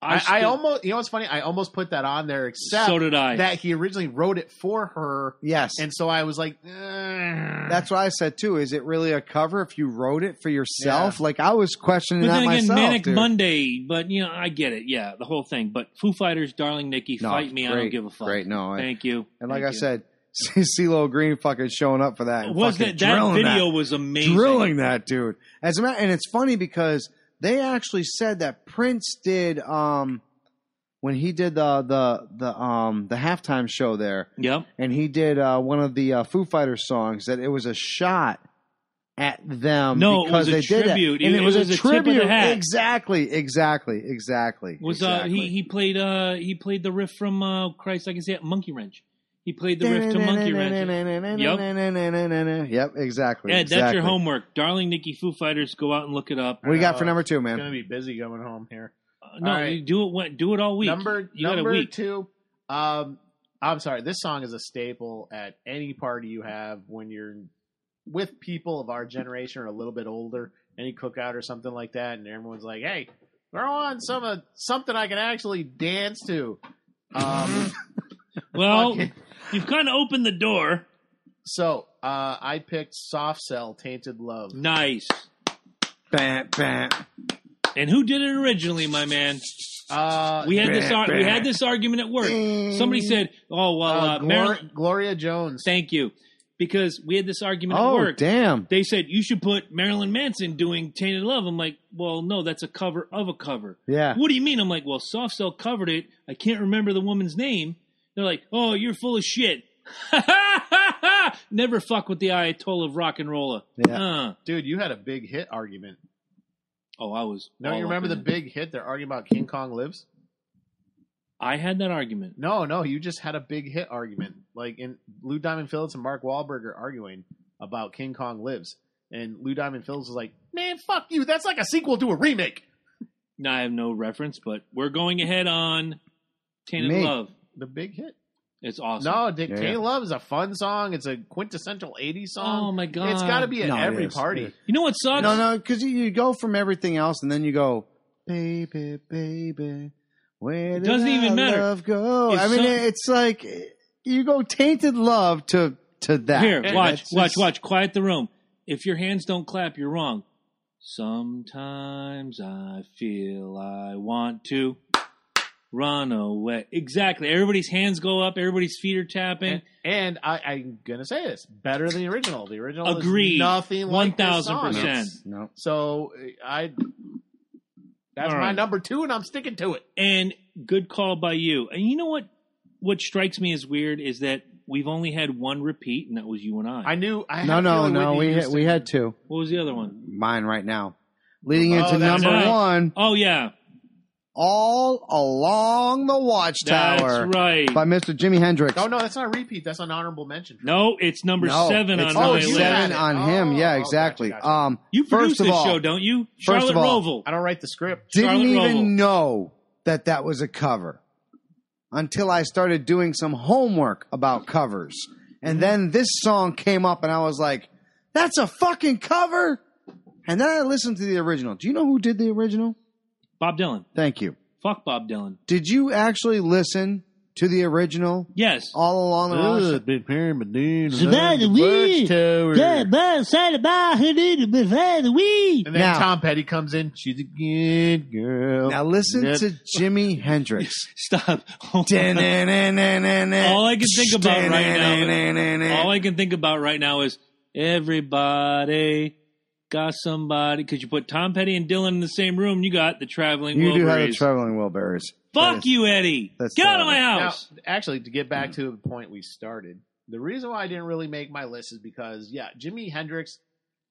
I, I, I stood- almost, you know what's funny? I almost put that on there, except so did I. that he originally wrote it for her, Yes. and so I was like, "Eh, that's that's what I said too. Is it really a cover if you wrote it for yourself? Like I was questioning but that then again, myself. Manic dude. Monday. But you know, I get it. Yeah, the whole thing. But Foo Fighters, Darling Nikki, No, fight me. I don't great, give a fuck. Great, no, I- Thank you. And like Thank I you. said, CeeLo Green fucking showing up for that. and was fucking that that drilling video was amazing? drilling that dude? As a matter, and it's funny because they actually said that Prince did um when he did the the the um the halftime show there, Yep. and he did uh, one of the uh, Foo Fighters songs that it was a shot at them No, it because was a they did that. tribute. and It- it, it was, was a a tip of the tribute hat. exactly exactly exactly Was exactly. uh he he played uh he played the riff from uh Christ I can say it Monkey Wrench. He played the riff to Monkey Wrench. Yep. Yep, exactly. Yeah, that's exactly. your homework. Darling Nikki Foo Fighters, go out and look it up. What do you got for number two, gonna man? be busy going home here. Uh, no, all right. you do it when- do it all week. Number you got a number week. two. Um, I'm sorry. This song is a staple at any party you have when you're with people of our generation or a little bit older. Any cookout or something like that, and everyone's like, "Hey, throw on some of something I can actually dance to." Um, well, fucking- you've kind of opened the door. so uh, I picked "Soft Cell Tainted Love." Nice. Bam, bam. And who did it originally, my man? Uh, We had this Bah, ar- we bah. had this argument at work. Somebody said, "Oh well, uh, uh, Glor- Marilyn- Gloria Jones. thank you," because we had this argument at Oh, work. damn. they said you should put Marilyn Manson doing Tainted Love. I'm like, well, no, that's a cover of a cover. Yeah. What do you mean? I'm like, well, Soft Cell covered it. I can't remember the woman's name. They're like, oh, you're full of shit. Never fuck with the Ayatollah of rock and rolla. Yeah. Uh. Dude, you had a big hit argument. Oh, I was. No, all you up remember in the it. big hit they're arguing about King Kong lives? I had that argument. No, no, you just had a big hit argument. Like in Lou Diamond Phillips and Mark Wahlberg are arguing about King Kong lives. And Lou Diamond Phillips was like, Man, fuck you, that's like a sequel to a remake. Now I have no reference, but we're going ahead on Tainted Me. Love. The big hit. It's awesome. No, Dick Yeah, yeah, yeah. Love is a fun song. It's a quintessential 80s song. Oh my god! It's gotta be at No, it every is. party. You know what sucks? No, no, because you, you go from everything else and then you go, baby, baby, where did doesn't even our matter. love go? It's I mean, so- it's like you go tainted love to to that. Here, And watch, That's watch, just- watch. Quiet the room. If your hands don't clap, you're wrong. Sometimes I feel I want to run away. Exactly. Everybody's hands go up. Everybody's feet are tapping. And, and I, I'm gonna say this better than the original. The original Agreed. is nothing like this song. 1000%. It's- No. So I eh, That's All my right. number two, and I'm sticking to it. And good call by you. And you know what? What strikes me as weird is that we've only had one repeat, and that was you and I. I knew. I had No, a no, feeling no. We Whitney had, Houston- we had two. What was the other Mm. one? Mine right now. Leading Oh, into that's number right. one, Oh yeah, All Along the that's Watchtower right. by Mr. Jimi Hendrix. Oh no, that's not a repeat. That's an honorable mention. No, it's number No, seven it's on my oh, number list. you had seven it. on him. Oh, Yeah, oh, exactly. gotcha, gotcha. Um, You produce First of this all- show, don't you? First Charlotte of all- Roval. I don't write the script. didn't Charlotte even Roval. know that that was a cover until I started doing some homework about covers. Mm-hmm. And then this song came up, and I was like, that's a fucking cover. And then I listened to the original. Do you know who did the original? Bob Dylan. Thank you. Fuck Bob Dylan. Did you actually listen to the original Yes. all along the Watchtower? been pyramid dude. Survive the weed. Tower. And then Now- Tom Petty comes in. She's a good girl. Now listen Yeah. to Jimi Hendrix. Stop. All All I can think about right All I can think about right now is everybody got somebody. Because you put Tom Petty and Dylan in the same room, you got the traveling you do have the Wilburys. traveling Wilburys. That Fuck is- you, Eddie. that's Get out of my Now, house. actually, to get back to the point we started, the reason why I didn't really make my list is because, yeah, Jimi Hendrix,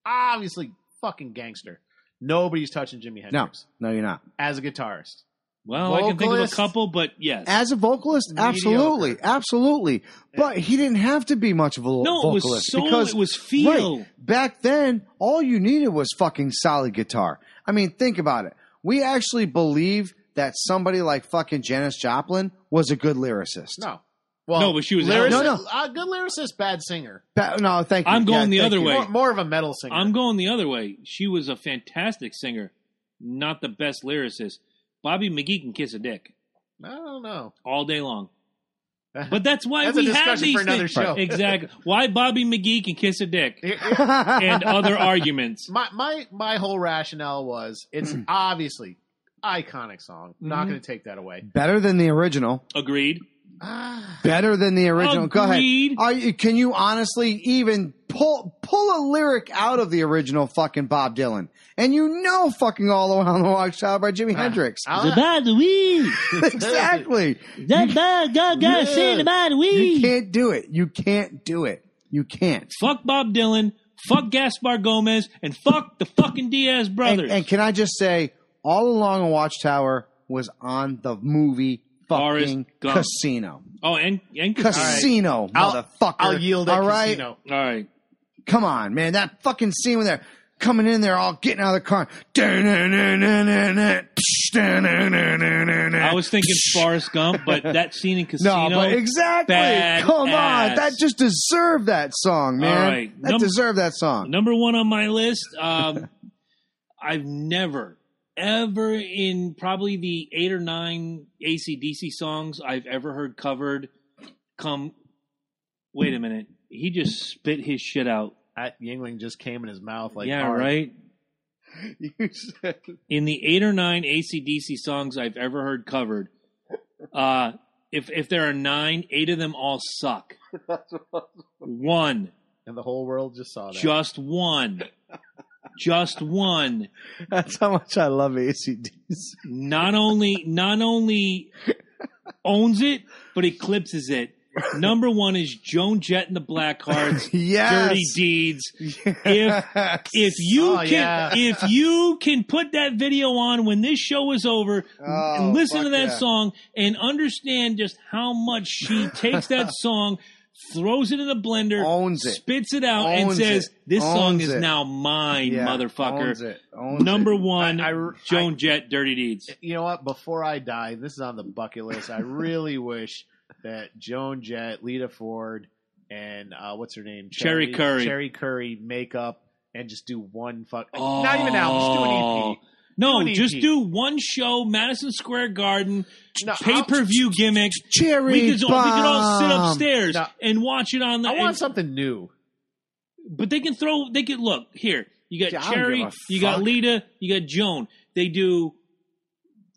obviously fucking gangster. Nobody's touching Jimi No, Hendrix no, you're not. as a guitarist. well, I can think of a vocalist- couple, but yes. As a vocalist, Mediocre. absolutely, absolutely. But he didn't have to be much of a vo- no, it vocalist was soul. because it was feel. Right. back then, all you needed was fucking solid guitar. I mean, think about it. We actually believe that somebody like fucking Janis Joplin was a good lyricist. No. Well, No, but she was lyricist, out. No, no. Uh, good lyricist, bad singer. Ba- no, thank you. I'm going the thank other you. way. More, more of a metal singer. I'm going the other way. She was a fantastic singer, not the best lyricist. Bobby McGee can kiss a dick I don't know. all day long. But that's why That's a we have discussion these for another things. show. Exactly. Why Bobby McGee can kiss a dick and other arguments. my my my whole rationale was it's obviously iconic song. Mm-hmm. Not Mhm. going to take that away. Better than the original. Agreed. Ah, Better than the original. Go ahead. Agreed. Are you, can you honestly even pull pull a lyric out of the original fucking Bob Dylan? And you know fucking all around the Watchtower by Jimi Ah, Hendrix. I'll- exactly. That bad guy got Yeah. seen about You can't do it. You can't do it. You can't. Fuck Bob Dylan. Fuck Gaspar Gomez and fuck the fucking Diaz And, brothers. and can I just say, all along a Watchtower was on the movie Forrest fucking Gump. Casino. oh, and and Casino, I'll- motherfucker. I'll yield at all right? casino. All right. Come on, man. That fucking scene when they're coming in there all getting out of the car. I I was thinking Forrest Gump, but that scene in Casino. No, but exactly. Bad Come on. ass. That just deserved that song, man. All right. That Num- deserved that song. Number one on my list. Um, I've never, ever in probably the eight or nine ACDC songs I've ever heard covered come. Wait a minute. He just spit his shit out. I, Yingling just came in his mouth like yeah, hard. right? You said- In the eight or nine ACDC songs I've ever heard covered, uh, if, if there are nine, eight of them all suck. One. and the whole world just saw that. Just one. Just one. That's how much I love ACDs. not only not only owns it but eclipses it. Number one is Joan Jett and the Blackhearts, Yes. Dirty Deeds. Yes. If you Oh, can, yeah. if you can put that video on when this show is over Oh, and listen fuck to that yeah. song and understand just how much she takes that song, throws it in a blender, Owns it. spits it out, Owns and says, it. "This song Owns is it. now mine, Yeah, motherfucker." owns it, owns Number it. one, I- I- Joan Jett, Dirty Deeds. you know what? Before I die, this is on the bucket list. I really wish that Joan Jett, Lita Ford, and uh, what's her name, Cherry Curry. Cherry Curry, make up and just do one fuck. Like, Oh. Not even now. Just do an E EP. No, Do an just EP. do one show, Madison Square Garden, No, pay per view gimmick. Cherry We could, all, we could all sit bomb. upstairs No. and watch it on the. I want and- something new. but they can throw. They can look here. You got Yeah, I don't Cherry. give a You got fuck. Lita. You got Joan. They do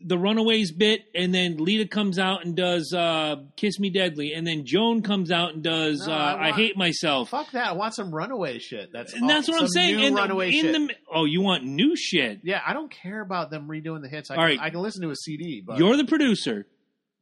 the Runaways bit, and then Lita comes out and does uh, "Kiss Me Deadly," and then Joan comes out and does No, uh, I I, want- Hate Myself." Fuck that! I want some runaway shit. That's and that's what I'm some saying. New And runaway in shit. the oh, you want new shit? yeah, I don't care about them redoing the hits. I, All can, right. I can listen to a CD, but You're the producer.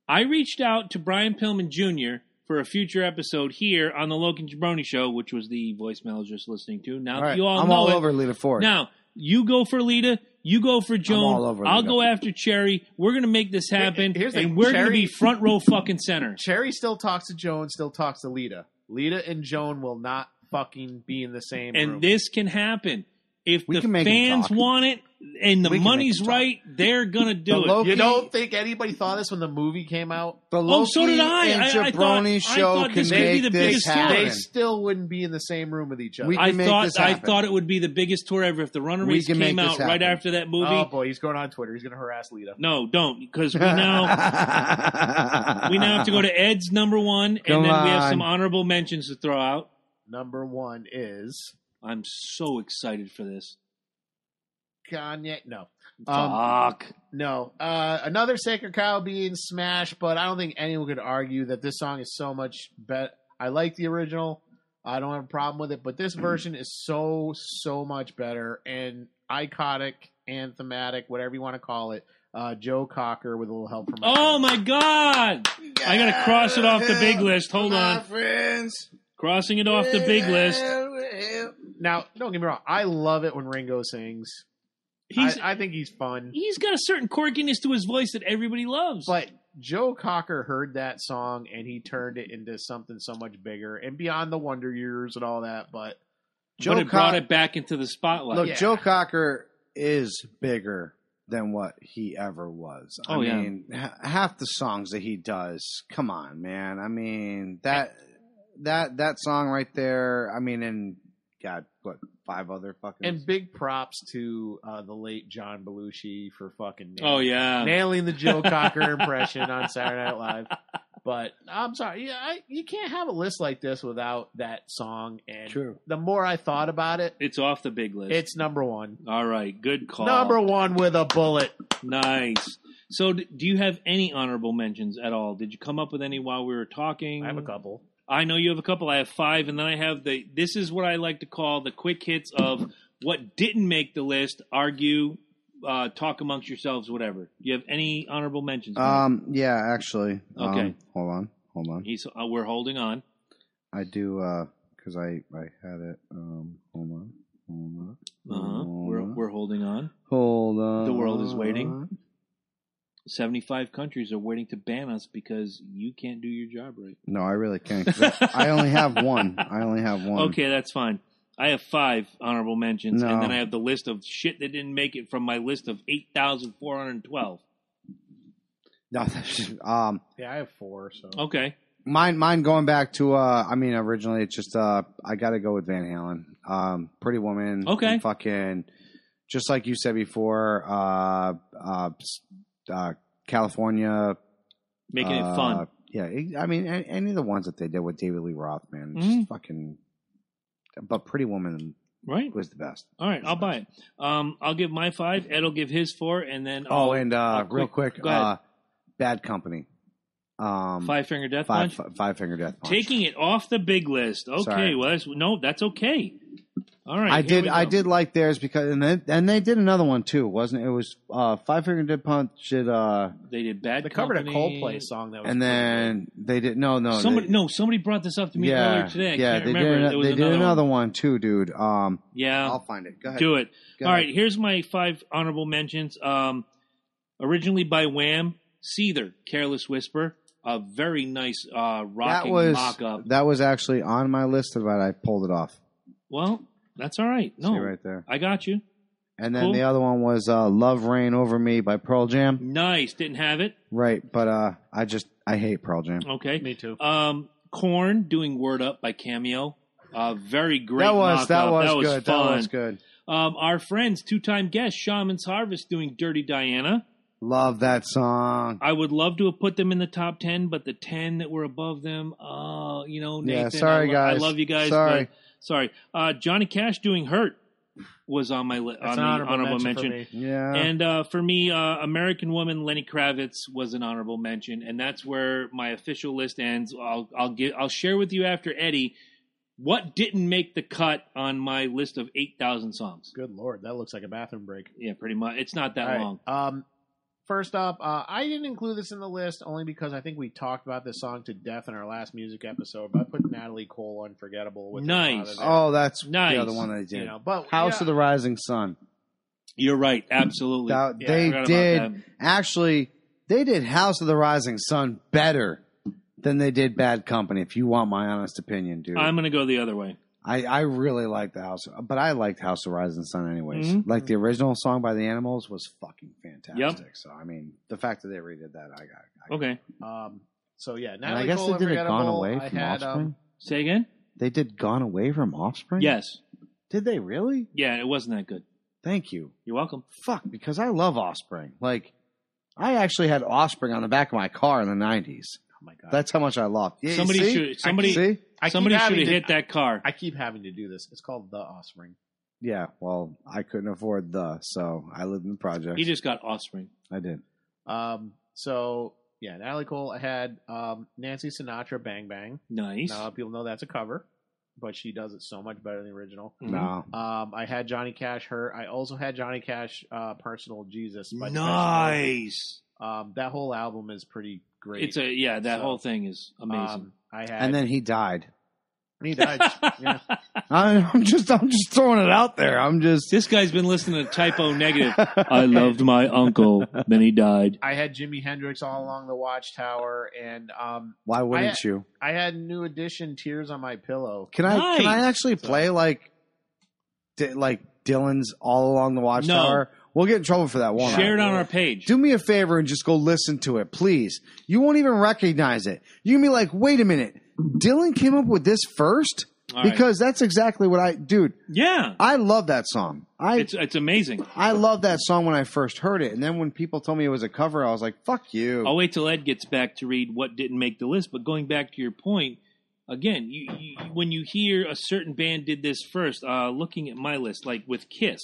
I reached out to Brian Pillman Jr. for a future episode here on the Logan Jabroni Show, which was the voicemail I was just listening to. Now All that right, you all I'm know all it, over Lita Ford. Now you go for Lita. You go for Joan. all over I'll Lita. go after Cherry. We're gonna make this happen, here's the- and we're gonna Cherry- be front row fucking center. Cherry still talks to Joan, still talks to Lita. Lita and Joan will not fucking be in the same room. And this can happen if We the can make 'em fans talk. want it and the We can make 'em money's talk. right. They're gonna do The it. Loki- you don't think anybody thought this when the movie came out? the Oh, Loki so did I. and I- I thought- Jabroni I show thought can this make would be the this biggest story. happen. They still wouldn't be in the same room with each other. We- I can make thought this I happen. thought it would be the biggest tour ever if the Runaways can came make out this right happen. after that movie. oh boy, he's going on Twitter. He's going to harass Lita. No, don't because we now we now have to go to Ed's number one, and Come then we have some on. honorable mentions to throw out. Number one is I'm so excited for this. Kanye. No, Um, Fuck. no. Uh, another Sacred Cow being smashed, but I don't think anyone could argue that this song is so much better. I like the original. I don't have a problem with it, but this version is so so much better and iconic and thematic, whatever you want to call it. Uh, Joe Cocker with a little help from Oh my god! I gotta cross it off the big list. Hold My on. friends. Crossing it off the big list. Now, don't get me wrong. I love it when Ringo sings. He's I, I think he's fun. he's got a certain quirkiness to his voice that everybody loves. But Joe Cocker heard that song and he turned it into something so much bigger and beyond the Wonder Years and all that. But but Joe it brought Co- it back into the spotlight. Look, Yeah. Joe Cocker is bigger than what he ever was. I Oh, yeah. mean, ha- half the songs that he does. Come on, man. I mean that that that song right there. I mean, and God, what five other fucking and big props to uh, the late John Belushi for fucking nailing, oh yeah. nailing the Joe Cocker impression on Saturday Night Live. But I'm sorry, yeah, I, you can't have a list like this without that song. And true. the more I thought about it, It's off the big list. it's number one. All right, good call. Number one with a bullet. Nice. So, d- do you have any honorable mentions at all? Did you come up with any while we were talking? I have a couple. I know you have a couple. I have five, and then I have the. This is what I like to call the quick hits of what didn't make the list. Argue, uh, talk amongst yourselves, whatever. Do you have any honorable mentions? Matt? Um, yeah, actually. um, Okay. hold on, hold on. He's, uh, we're holding on. I do uh 'cause because I I had it. Um, hold on, hold on, Uh-huh. We're Mhm. we're holding on. hold on. The world is waiting. Seventy-five countries are waiting to ban us because you can't do your job right. No, I really can't. 'cause I- I only have one. I only have one. Okay, that's fine. I have five honorable mentions, No. and then I have the list of shit that didn't make it from my list of eight thousand four hundred twelve. No, that's just- um, Yeah, I have four. So Okay, mine, mine going back to. uh I mean, originally it's just. uh I got to go with Van Halen. Um, Pretty Woman. Okay. and Fucking. Just like you said before. Uh, uh, s- uh California. making uh, it fun. Yeah, it- I mean, a- any of the ones that they did with David Lee Roth, man, it's Mhm. just fucking. But Pretty Woman Right. was the best. All right. I'll buy it. Um, I'll give my five. Ed'll give his four, and then Oh, I'll- and I'll uh, real quick, go ahead. uh, Bad Company. Um, Five Finger Death Punch. five, fi- five finger death punch. Taking it off the big list. Okay. Sorry. Well, that's, no, that's okay. All right. I here did. we I go. did like theirs because, and then, and they did another one too, wasn't it? It was uh, five finger death punch. Did, uh, They did bad. they covered a Company. Coldplay song that was and pretty then good. they did no, no. somebody. they, no, somebody brought this up to me yeah, earlier today. I yeah. can't they remember. did. There ano- was They did another another one too, dude. Um, Yeah. I'll find it. Go ahead. do it. Go All ahead. right, here's my five honorable mentions. Um, originally by Wham, Seether, Careless Whisper, a very nice uh, That rocking was mock-up. that was actually on my list, but I pulled it off. Well, that's all right. No, See right there. I got you. And then Cool. the other one was uh, "Love Rain Over Me" by Pearl Jam. Nice. Didn't have it. Right, but uh, I just I hate Pearl Jam. Okay. Me too. Um, Corn doing Word Up by Cameo. Uh, very great. that was that mock-up. was good. Fun. That was good. Um, our friends, two-time guest Shaman's Harvest doing Dirty Diana. Love that song. I would love to have put them in the top ten, but the ten that were above them, uh, you know, Nathan, yeah, sorry I lo- guys. I love you guys. Sorry, but- sorry. Uh, Johnny Cash doing "Hurt" was on my list. That's on an the honorable, mention. for me. Yeah. And uh, for me, uh, American Woman Lenny Kravitz was an honorable mention, and that's where my official list ends. I'll I'll get I'll share with you after Eddie what didn't make the cut on my list of eight thousand songs. Good lord, that looks like a bathroom break. Yeah, pretty much. It's not that All right, long. Um, first up, uh, I didn't include this in the list only because I think we talked about this song to death in our last music episode. But I put Natalie Cole "Unforgettable" with her Nice. father there, oh, that's Nice. the other one I did. you know, but House yeah, of the Rising Sun. You're right. Absolutely. That- Yeah, I I they forgot about did that. actually. They did House of the Rising Sun better than they did Bad Company. If you want my honest opinion, dude, I'm gonna go the other way. I, I really liked the House, but I liked House of Rising Sun anyways. Mhm. Like the original song by the Animals was fucking fantastic. So I mean, the fact that they redid that, I got. I got Okay. Um, so yeah, And Natalie I guess Cole they did a "Unforgettable." Gone Away I from had, Offspring. um, Say again. they did Gone Away from Offspring. Yes. Did they really? Yeah, it wasn't that good. Thank you. You're welcome. Fuck, because I love Offspring. Like, I actually had Offspring on the back of my car in the '90s. oh my god, That's how much I loved. Yeah, you Somebody see? should- somebody- See? I keep Somebody should having have to- hit that car. I keep having to do this. It's called The Offspring. Yeah, well, I couldn't afford the, so I lived in the project. he just got offspring. I did. Um, so yeah, Natalie Cole I had um, Nancy Sinatra "Bang Bang." Nice. Now people know that's a cover, but she does it so much better than the original. Mhm. No. Um, I had Johnny Cash her. I also had Johnny Cash uh, personal Jesus. by Depeche Mode. Nice. Um, that whole album is pretty great. It's a yeah. That So, whole thing is amazing. Um, I had And then he died. he died. yeah. I, I'm just, I'm just throwing it out there. I'm just. This guy's been listening to typo negative. I loved my uncle, then he died. I had Jimi Hendrix all along the Watchtower, and um, Why wouldn't I- you? I had New Edition "Tears on My Pillow." Can I? Can I Nice. actually play like, di- like Dylan's all along the No. watchtower? We'll get in trouble for that. Won't I? Share it on our page. Do me a favor and just go listen to it, please. You won't even recognize it. You can be like, wait a minute, Dylan came up with this first All right. because that's exactly what I, dude. yeah, I love that song. I it's it's amazing. I love that song when I first heard it, and then when people told me it was a cover, I was like, "Fuck you." I'll wait till Ed gets back to read what didn't make the list. But going back to your point, again, you, you, when you hear a certain band did this first, uh, looking at my list, like with Kiss,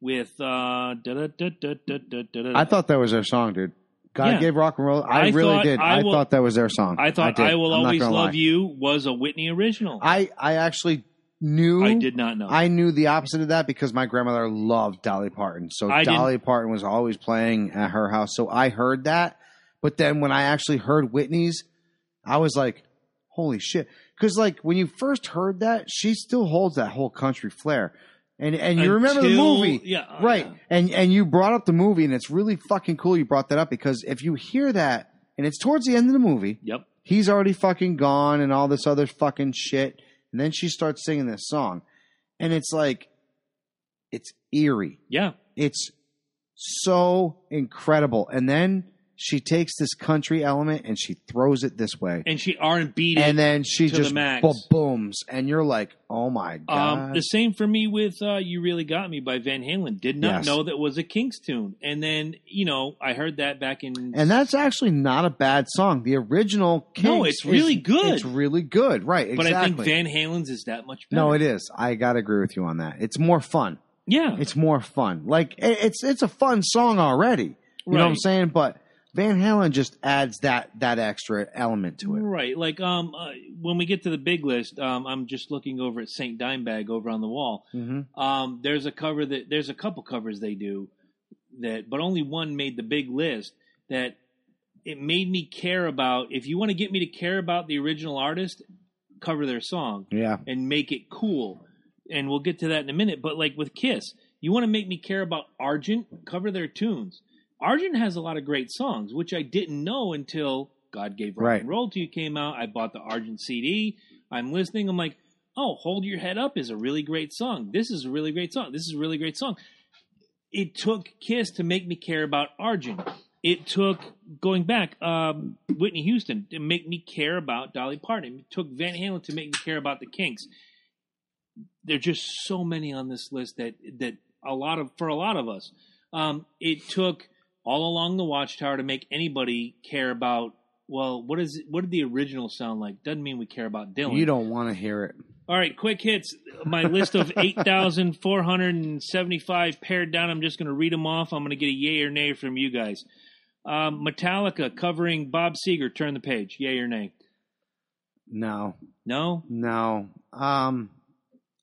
with uh, da da da da da da. I thought that was their song, dude. God Yeah. gave rock and roll. I, I really thought did. I I Will- thought that was their song. I thought did. I will I'm not always gonna love lie. you was a Whitney original. I I actually knew. I did not know. I knew the opposite of that because my grandmother loved Dolly Parton. So I didn't- Dolly Parton was always playing at her house. So I heard that. But then when I actually heard Whitney's, I was like, holy shit. Because, like, when you first heard that, she still holds that whole country flair. And, and you remember the Until- movie yeah, oh, right yeah. and and you brought up the movie and it's really fucking cool you brought that up because if you hear that and it's towards the end of the movie Yep. he's already fucking gone and all this other fucking shit and then she starts singing this song and it's like it's eerie Yeah. it's so incredible and then she takes this country element and she throws it this way And she R and B and then she to the just max. ba- booms and you're like oh my god Um, the same for me with uh, "You Really Got Me" by Van Halen. Did not Yes. know that was a Kinks tune, and then you know I heard that back in And that's actually not a bad song. The original Kinks No, it's really is- good. It's really good, right? but Exactly. I think Van Halen's is that much better. no, it is. I gotta agree with you on that. It's more fun. yeah, It's more fun. Like it- it's it's a fun song already. You know what I'm Right. saying? But Van Halen just adds that that extra element to it. right. Like um, uh, when we get to the big list, um, I'm just looking over at Saint Dimebag over on the wall. hmm Um, there's a cover that there's a couple covers they do that, but only one made the big list. That it made me care about. If you want to get me to care about the original artist, cover their song. Yeah. and make it cool. And we'll get to that in a minute. But like with Kiss, you want to make me care about Argent? Cover their tunes. Argent has a lot of great songs, which I didn't know until God Gave Rock Right. and Roll to You came out. I bought the Argent CD. I'm listening. I'm like, oh, Hold Your Head Up is a really great song. This is a really great song. This is a really great song. It took Kiss to make me care about Argent. It took going back, um, Whitney Houston to make me care about Dolly Parton. It took Van Halen to make me care about the Kinks. There are just so many on this list that that a lot of for a lot of us, um, it took all along the Watchtower to make anybody care about. Well, what is what did the original sound like? Doesn't mean we care about Dylan. You don't want to hear it. All right, quick hits. My list of 8,475 pared down. I'm just going to read them off. I'm going to get a yay or nay from you guys. Um, Metallica covering Bob Seger. Turn the page. Yay or nay? No, No? no. Um,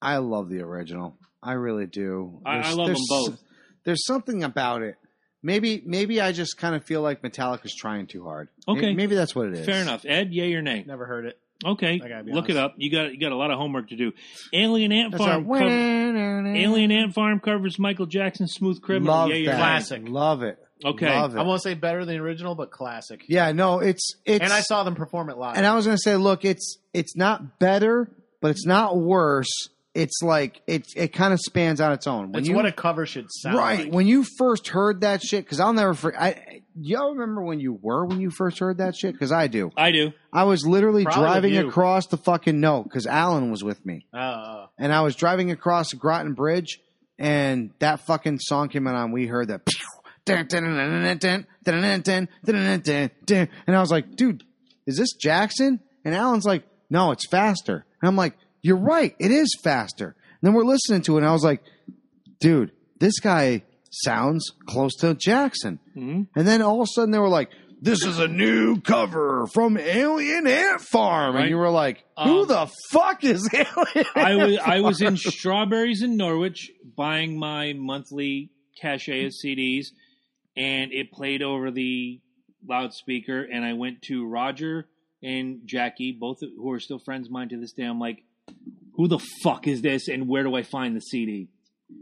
I love the original. I really do. I- I There's- love there's them so- both. there's something about it. Maybe, maybe I just kind of feel like Metallica's trying too hard. Okay. Maybe, maybe that's what it is. Fair enough. Ed, yay or nay? Never heard it. Okay. I gotta be Look it honest. up. You got you got a lot of homework to do. Alien Ant That's Farm. like, cov- Alien Ant Farm covers Michael Jackson's Smooth Criminal. Love yay or that. nay? Classic. Love it. Okay. Love it. I won't say better than the original, but classic. Yeah, no, it's it's and I saw them perform it live. and I was gonna say, look, it's it's not better, but it's not worse. It's like it it kind of spans on its own. When it's you, what a cover should sound right like. when you first heard that shit, because I'll never forget. I, y'all remember when you were when you first heard that shit? Because I do. I do. I was literally Probably with driving you. across the fucking no, because Alan was with me, Uh, and I was driving across the Groton Bridge, and that fucking song came on. and We heard that. Dun, dun, dun, dun, dun, dun, dun, dun, dun, dun, dun, dun. And I was like, dude, is this Jackson? And Alan's like, no, it's faster. And I'm like, you're right, it is faster. And then we're listening to it, and I was like, dude, this guy sounds close to Jackson. Mhm. And then all of a sudden they were like, this is a new cover from Alien Ant Farm. Right. And you were like, who Um, the fuck is Alien I Ant was I was Farm? in Strawberries in Norwich buying my monthly cachet of CDs, and it played over the loudspeaker. And I went to Roger and Jackie, both of- who are still friends of mine to this day. I'm like, "Who the fuck is this? And where do I find the CD?"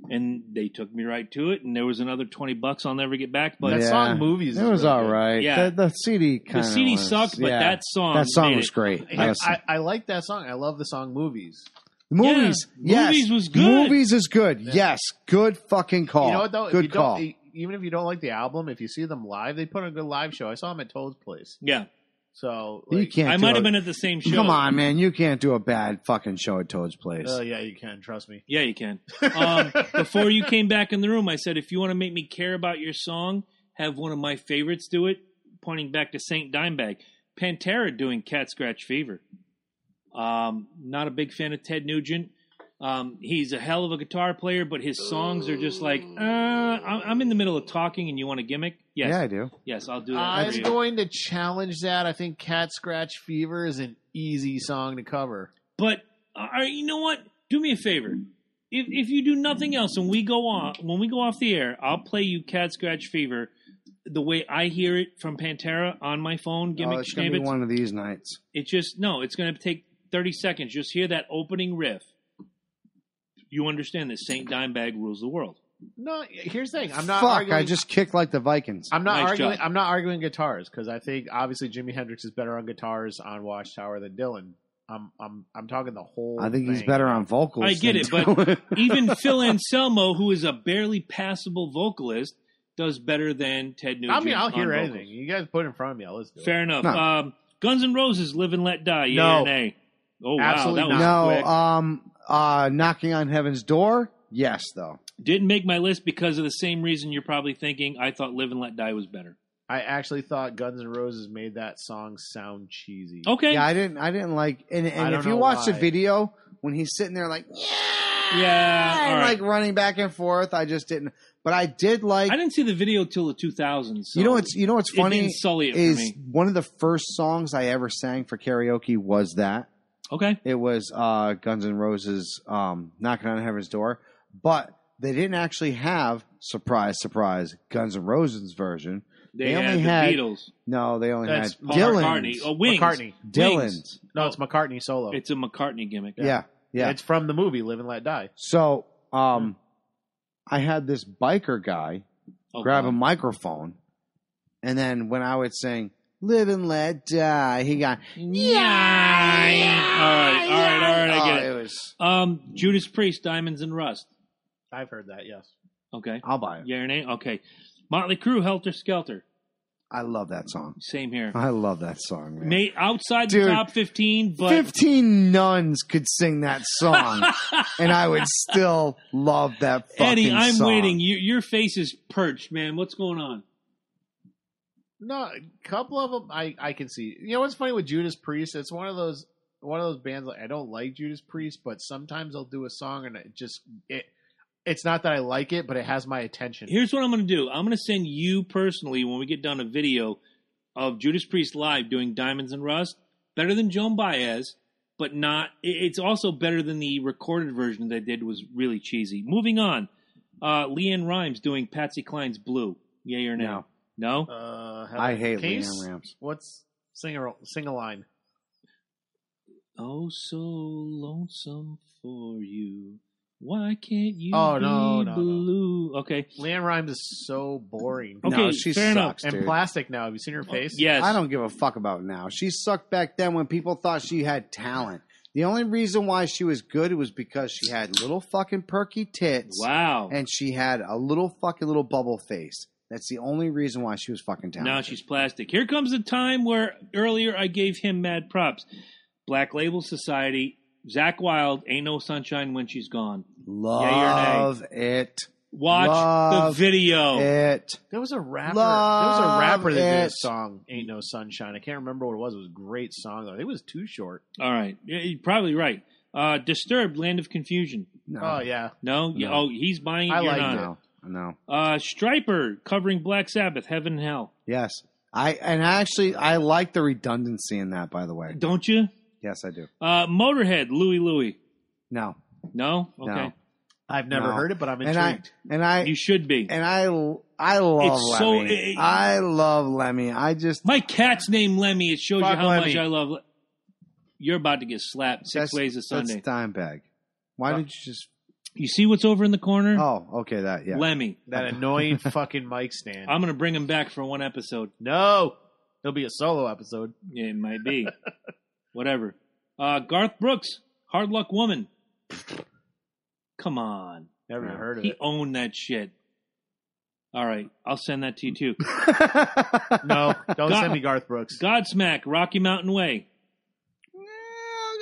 And they took me right to it, and there was another twenty bucks I'll never get back. But that Yeah. song movies. It was all all right. right. Yeah. The, the CD kind the of CD sucked, but that song that song made was it. great. I, Yes. I, I like that song. I love the song movies. movies, yes. Movies was good. Movies is good. Yeah. Yes, good fucking call. You know what though? If Good you don't- call. e- even if you don't like the album, if you see them live, they put on a good live show. I saw them at Toad's place. Yeah, So you like, can't. I do might have a- been at the same show. Come on, man. You can't do a bad fucking show at Toad's Place. Uh, yeah, you can trust me. Yeah, you can. Um, before you came back in the room, I said, if you want to make me care about your song, have one of my favorites do it, pointing back to Saint Dimebag. Pantera doing Cat Scratch Fever. Um, not a big fan of Ted Nugent. Um, he's a hell of a guitar player, but his songs are just like, uh, I'm I'm in the middle of talking and you want a gimmick? Yes. Yeah, I do. Yes, I'll do that. for I'm you. going to challenge that. I think Cat Scratch Fever is an easy song to cover. But all right, you know what? Do me a favor. If if you do nothing else, when we go on, when we go off the air, I'll play you "Cat Scratch Fever" the way I hear it from Pantera on my phone. Gimmick Oh, it's gonna be schnibbits. one of these nights. It just no. It's going to take thirty seconds. Just hear that opening riff. You understand that Saint Dimebag rules the world. No, here's the thing. I'm not Fuck! arguing. I just kicked like the Vikings. I'm not Nice arguing. job. I'm not arguing guitars because I think obviously Jimi Hendrix is better on guitars on Watchtower than Dylan. I'm I'm I'm talking the whole. I think he's thing. better on vocals. I get than it, but Dylan. Even Phil Anselmo, who is a barely passable vocalist, does better than Ted Nugent. I mean, I'll on hear vocals. anything you guys put in front of me. I'll listen. To it. Fair enough. No. Um, Guns N' Roses, "Live and Let Die." E Yay No. or nay? Oh wow, Absolutely that was no, quick. um, uh, knocking on heaven's door. Yes, though. Didn't make my list because of the same reason you're probably thinking. I thought "Live and Let Die" was better. I actually thought Guns N' Roses made that song sound cheesy. Okay, Yeah, I didn't. I didn't like. And, I and don't if you know watch the why. video when he's sitting there like, yeah, Yeah, all and, right. like running back and forth, I just didn't. But I did like. I didn't see the video till the 2000s. So you know what's you know what's it funny didn't sully it for is me. one of the first songs I ever sang for karaoke was that. Okay, It was uh, Guns N' Roses um, knocking on heaven's door, but they didn't actually have surprise, surprise Guns N' Roses version. they, They only had the had Beatles, No, they only That's had Paul McCartney, Dylan's. oh, Wings. McCartney. Dylan's. No, it's McCartney solo. It's a McCartney gimmick. Yeah, yeah. It's from the movie Live and Let Die. So, Hmm. um, I had this biker guy Oh, grab God. a microphone, and then when I would sing "Live and Let Die," he got Yeah. All right, all right, all right. I get it. Oh, was- Um, Judas Priest, Diamonds and Rust. I've heard that. Yes. Okay, I'll buy it. yeah or nay? Okay, Motley Crue, Helter Skelter. I love that song. Same here. I love that song, man. May outside Dude. the top 15, but Fifteen nuns could sing that song, and I would still love that fucking Eddie, I'm song. waiting. You, your face is perched, man. What's going on? No, a couple of them I I can see. You know what's funny with Judas Priest? It's one of those one of those bands like I don't like Judas Priest, but sometimes I'll do a song and it just it it's not that I like it, but it has my attention. Here's what I'm going to do. I'm going to send you personally when we get done a video of Judas Priest live doing Diamonds and Rust. Better than Joan Baez, but not. it- It's also better than the recorded version they did. Was really cheesy. Moving on. Uh, Leanne Rhymes doing Patsy Cline's Blue. Yay or no? No. Uh, hell, I hate can you s- Leanne Rams. What's sing a sing a line? Oh, so lonesome for you. Why can't you Oh, be no, no, no. blue? Okay. Leanne Rhymes is so boring. Okay, no, she fair enough. sucks, and dude. plastic now. Have you seen her face? Yes. I don't give a fuck about now. She sucked back then when people thought she had talent. The only reason why she was good was because she had little fucking perky tits Wow. and she had a little fucking little bubble face. That's the only reason why she was fucking talented. Now she's plastic. Here comes the time where earlier I gave him mad props. Black Label Society, Zach Wild, Ain't No Sunshine When She's Gone. Love it. Watch Love the video. It. There was a rapper. there was a Love rapper that did a it. song, "Ain't No Sunshine." I can't remember what it was. It was a great song though. I think it was too short. All right. Yeah, You're probably right. Uh, Disturbed, Land of Confusion. No. Oh yeah, No? Yeah, No. Oh, he's buying it. I You're liked not. No. No. Uh, Striper covering Black Sabbath, Heaven and Hell. Yes. I and actually I like the redundancy in that by the way. Don't you? Yes, I do. Uh, Motorhead, Louie Louie. No. No? No. Okay. I've never No. heard it, but I'm And I- intrigued. And I You should be. and I I love It's so- Lemmy. it- I love Lemmy. I just My cat's named Lemmy. It shows you Fuck how much Lemmy. I love. Le- You're about to get slapped six that's- ways a Sunday. That's Dimebag. Why Uh, did you just? You see what's over in the corner? Oh, okay, that yeah. Lemmy. that annoying fucking mic stand. I'm gonna bring him back for one episode. no, it'll be a solo episode. Yeah, It might be, whatever. Uh, Garth Brooks, Hard Luck Woman. Come on, Never Yeah. heard of he it. owned that shit. All right, I'll send that to you too. No, don't God. send me Garth Brooks. Godsmack, Rocky Mountain Way. Yeah,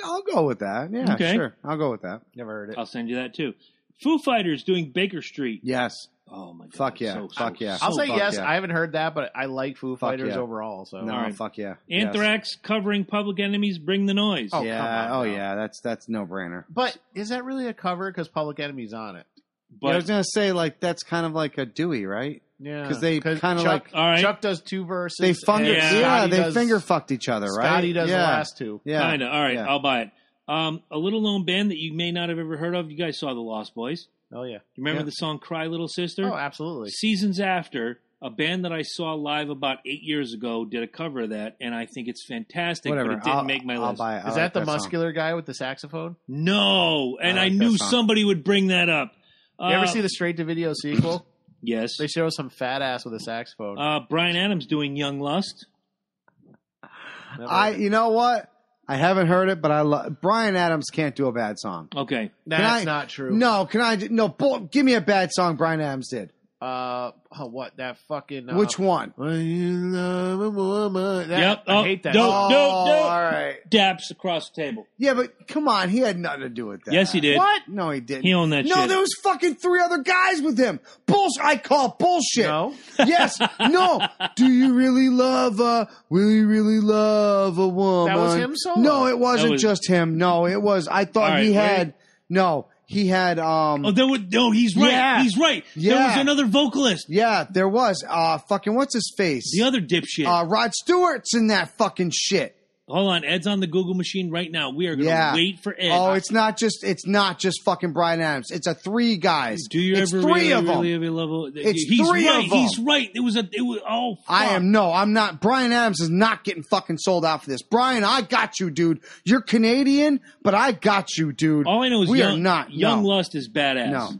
I'll go with that. Yeah, Okay. sure. I'll go with that. Never heard it. I'll send you that too. Foo Fighters doing Baker Street. Yes. Oh my god! Fuck yeah, so- so- fuck yeah. so I'll say fucking- fuck yes. yeah. I haven't heard that, but I like Foo Fuck Fighters yeah. overall. So no, Alright. fuck yeah. Yes. Anthrax covering Public Enemies, Bring the Noise. Oh, come yeah. on oh now. yeah. That's that's no brainer. But is that really a cover? Because Public Enemy's on it. I but was gonna say like that's kind of like a Dewey, right? Yeah, 'Cause they kinda Chuck- like- all right, Chuck does two verses. They finger, and yeah, Scotty they does- finger fucked each other, right? Scotty does yeah. the last two. Yeah, kinda. All right, Yeah. I'll buy it. Um, a little known band that you may not have ever heard of. You guys saw the Lost Boys. Oh yeah. You remember Yeah. the song "Cry Little Sister"? Oh, absolutely. Seasons after, a band that I saw live about eight years ago did a cover of that, and I think it's fantastic. whatever. But it didn't I'll, make my I'll list. buy it. I like Is that the song. muscular guy with the saxophone? No, and I I, like that knew song. somebody would bring that up. Uh, you ever see the straight to video sequel? Yes. they show some fat ass with a saxophone. Uh, Brian Adams doing "Young Lust." Never I, heard it. you know what? I haven't heard it, but I love Brian Adams can't do a bad song. Okay, that's I- not true. No, can I? No, bull, give me a bad song Brian Adams did. Uh, oh, what that fucking uh, Which one? When you love a woman. That- Yep. I Oh, hate that. don't- song. oh, no, no. all right. daps across the table. Yeah, but come on, he had nothing to do with that. Yes, he did. What? No, he didn't. He owned that no, shit. there was fucking three other guys with him. Bullshit. I call bullshit. No. Yes. No. Do you really love a? Will you really love a woman? That was him solo? No, it That wasn't was- just him. No, it was. I thought All right, he wait. had. No, he had. Um. Oh, there was no. He's right. Yeah. He's right. There was Yeah. another vocalist. yeah, there was. Uh, fucking what's his face? The other dipshit. uh, Rod Stewart's in that fucking shit. Hold on, Ed's on the Google machine right now. We are going to Yeah. wait for Ed. Oh, it's not just it's not just fucking Brian Adams. It's a three guys. Do you it's ever three really, of them. really, really love? It's he's three right. of them. He's right. It was a. It was. Oh, fuck. I am no, I'm not. Brian Adams is not getting fucking sold out for this. Brian, I got you, dude. You're Canadian, but I got you, dude. All I know is we young, are not Young no. Lust is badass. No.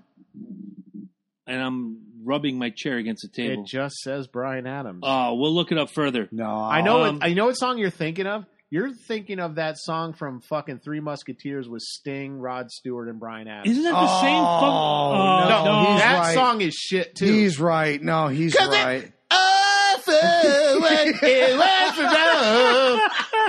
And I'm rubbing my chair against the table. It just says Brian Adams. Oh, we'll look it up further. No, I know. Um, what, I know what song you're thinking of. You're thinking of that song from fucking Three Musketeers with Sting, Rod Stewart, and Brian Adams. Isn't that the same? Fuck? Oh, Oh, no, no, he's that right. song is shit too. He's right. No, he's Cause it- right. awful. It was wrong.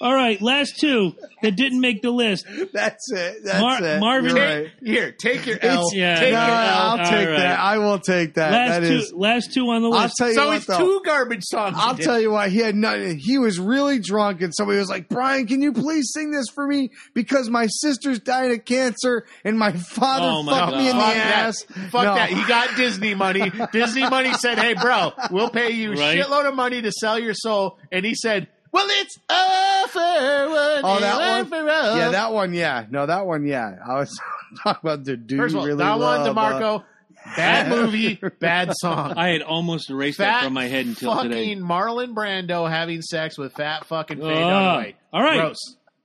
All right, last two that didn't make the list. That's it. That's Mar- it. Marvin- You're right. Here, take your L. It's- yeah. Take No, All your L. I'll take right. that. I will take that. Last That two. is- last two on the I'll list. tell you so what, it's though. two garbage songs. I'll tell you why he had nothing. He was really drunk, and somebody was like, "Brian, can you please sing this for me? Because my sister's dying of cancer, and my father Oh, my fucked me in the God. Fuck that. ass." Fuck No. that. He got Disney money. Disney money said, hey, bro, we'll pay you a Right. shitload of money to sell your soul. And he said, well, it's a fair one. Oh, that a one? fair one. Yeah, that one. Yeah, no, that one. Yeah, I was talking about the dude. First of all, really that one, love, uh, DeMarco, bad movie, bad song. I had almost erased that fat from my head until fucking today. Marlon Brando having sex with fat fucking Faye Ah, Dunaway. all right. Gross.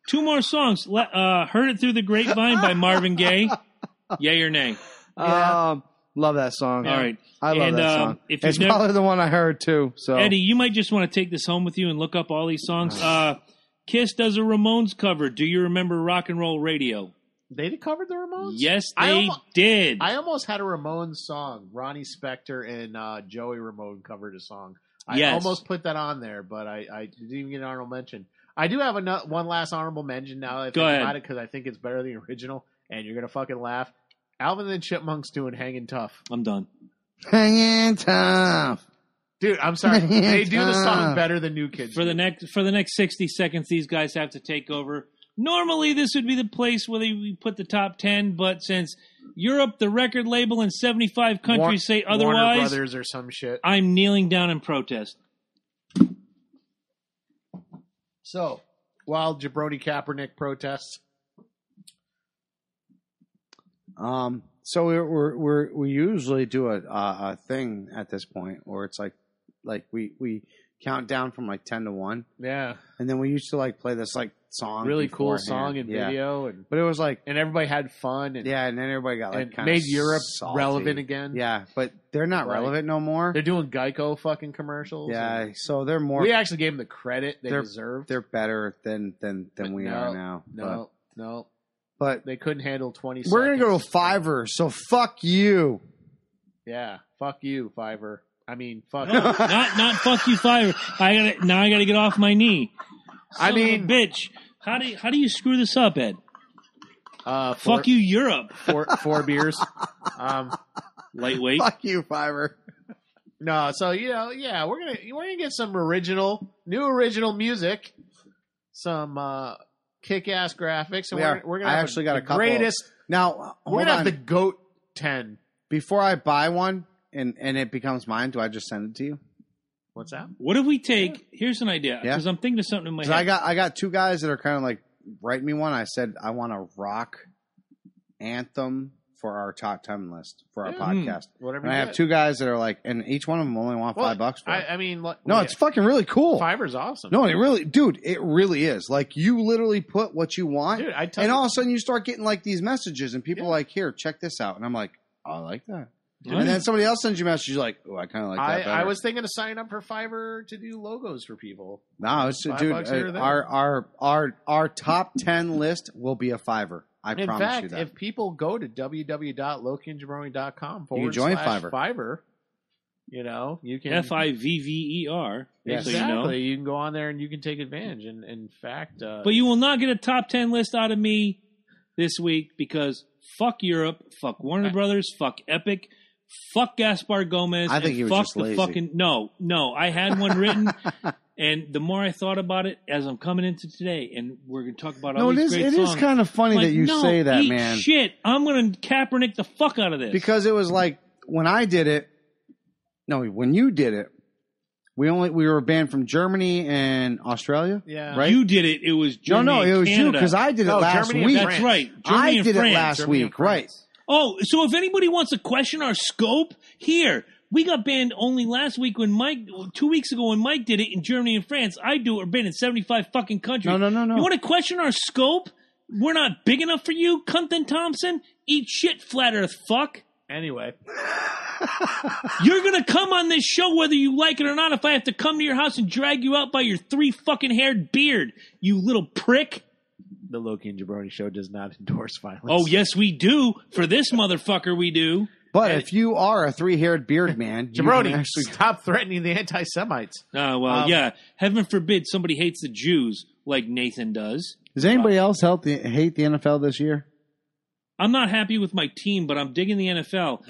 Two more songs. Le- Uh, Heard It Through the Grapevine by Marvin Gaye. Yay or nay? Yeah. Um, love that song. All right. I love And, that um, song. if it's you've never- probably the one I heard too. So Eddie, you might just want to take this home with you and look up all these songs. Uh, Kiss does a Ramones cover. Do you remember rock and roll radio? They covered the Ramones? Yes, I they almo- did. I almost had a Ramones song. Ronnie Spector and uh, Joey Ramone covered a song. I Yes. almost put that on there, but I, I didn't even get an honorable mention. I do have ano- one last honorable mention now that I think Go ahead. about it because I think it's better than the original, and you're gonna fucking laugh. Alvin and the Chipmunks doing "Hanging Tough," I'm done. hanging tough. dude. I'm sorry, they do the song better than New Kids For the do. next for the next sixty seconds, these guys have to take over. Normally, this would be the place where they we put the top ten, but since Europe, the record label, and seventy-five countries War- say Warner otherwise, Brothers or some shit. I'm kneeling down in protest. So while Jabroni Kaepernick protests, Um, so we're, we're, we're we usually do a, a a thing at this point, where it's like like we we count down from like ten to one, yeah, and then we used to like play this like song, really cool beforehand. song and yeah. video, and But it was like and everybody had fun and yeah, and then everybody got like and kind made Europe relevant Again. again. Yeah, but they're not Right. relevant no more. They're doing Geico fucking commercials. yeah, so they're And more we actually gave them the credit they They're- deserved. they're better than than than But we no, are now. no, no, but, they couldn't handle 20 but we're gonna go to seconds. Fiverr. So fuck you. Yeah. Fuck you, Fiverr. I mean, fuck. No, not not fuck you, fire. I got to now. I got to get off my knee. Son I of a mean, bitch. How do you, how do you screw this up, Ed? uh, four, Fuck you, Europe. Four, four beers. Um, Lightweight. Fuck you, Fiverr. no, so you know, yeah, we're gonna we're gonna get some original, new original music, some uh, kick-ass graphics, We and we are are. we're gonna. I have actually the got a couple. greatest. Now we're hold gonna on. have the goat ten. before I buy one and and it becomes mine, do I just send it to you? What's that? What if we take? Here's an idea. Yeah. Because I'm thinking of something in my 'Cause head. I got I got two guys that are kind of like write me one. I said I want a rock anthem for our top ten list for our Yeah. podcast. Whatever. And I you have get. two guys that are like, and each one of them only want Well, five bucks for. I, it. I mean, like, no, yeah, it's fucking really cool. Fiverr's awesome. No, it really, dude, it really is. Like you literally put what you want, dude, I tell and you, all of a sudden you start getting like these messages, and people Yeah. are like, "Here, check this out," and I'm like, "Oh, "I like that." All And right. then somebody else sends you a message, you're like, "Oh, I kind of like that." I, I better." was thinking of signing up for Fiverr to do logos for people. No, it's Five dude. bucks here or uh, there. our our our our top ten list will be a fiver. I in promise fact, you that. if people go to www.lokiandjabroni.com forward You can join slash Fiverr. Fiverr, you know, you can F I V V E R. Yes. So exactly. you know. you, can go on there and you can take advantage. And in fact, uh, But you will not get a top 10 list out of me this week because fuck Europe, fuck Warner I- Brothers, fuck Epic, fuck Gaspar Gomez. I think and he was fuck just the lazy. fucking. No, no. I had one written, and the more I thought about it as I'm coming into today, and we're going to talk about all no, it these is great it songs. is kind of funny I'm that like, you no, say that, eat man, Shit, I'm going to Kaepernick the fuck out of this. because it was like when I did it. No, when you did it, we only we were banned from Germany and Australia. yeah, right? you did it. It was No, Germany. no, it and was you Canada. because I did it No, last Germany and week. That's France. right. Germany I and did it France. last Germany and week, France. right? Oh, so if anybody wants to question our scope, here. We got banned only last week when Mike, two weeks ago when Mike did it in Germany and France. I do, or been in 75 fucking countries. No, no, no, no. You want to question our scope? We're not big enough for you, Cunthin Thompson? Eat shit, flat earth fuck. Anyway, You're going to come on this show whether you like it or not if I have to come to your house and drag you out by your three fucking haired beard, you little prick. the Loki and Jabroni show does not endorse violence. Oh, yes, we do. For this motherfucker, we do. But if you are a three-haired beard man, you Jabroni, can actually stop threatening the anti Semites. Oh, well, Um, yeah. Heaven forbid somebody hates the Jews like Nathan does. Does anybody else help the, hate the NFL this year? I'm not happy with my team, but I'm digging the NFL.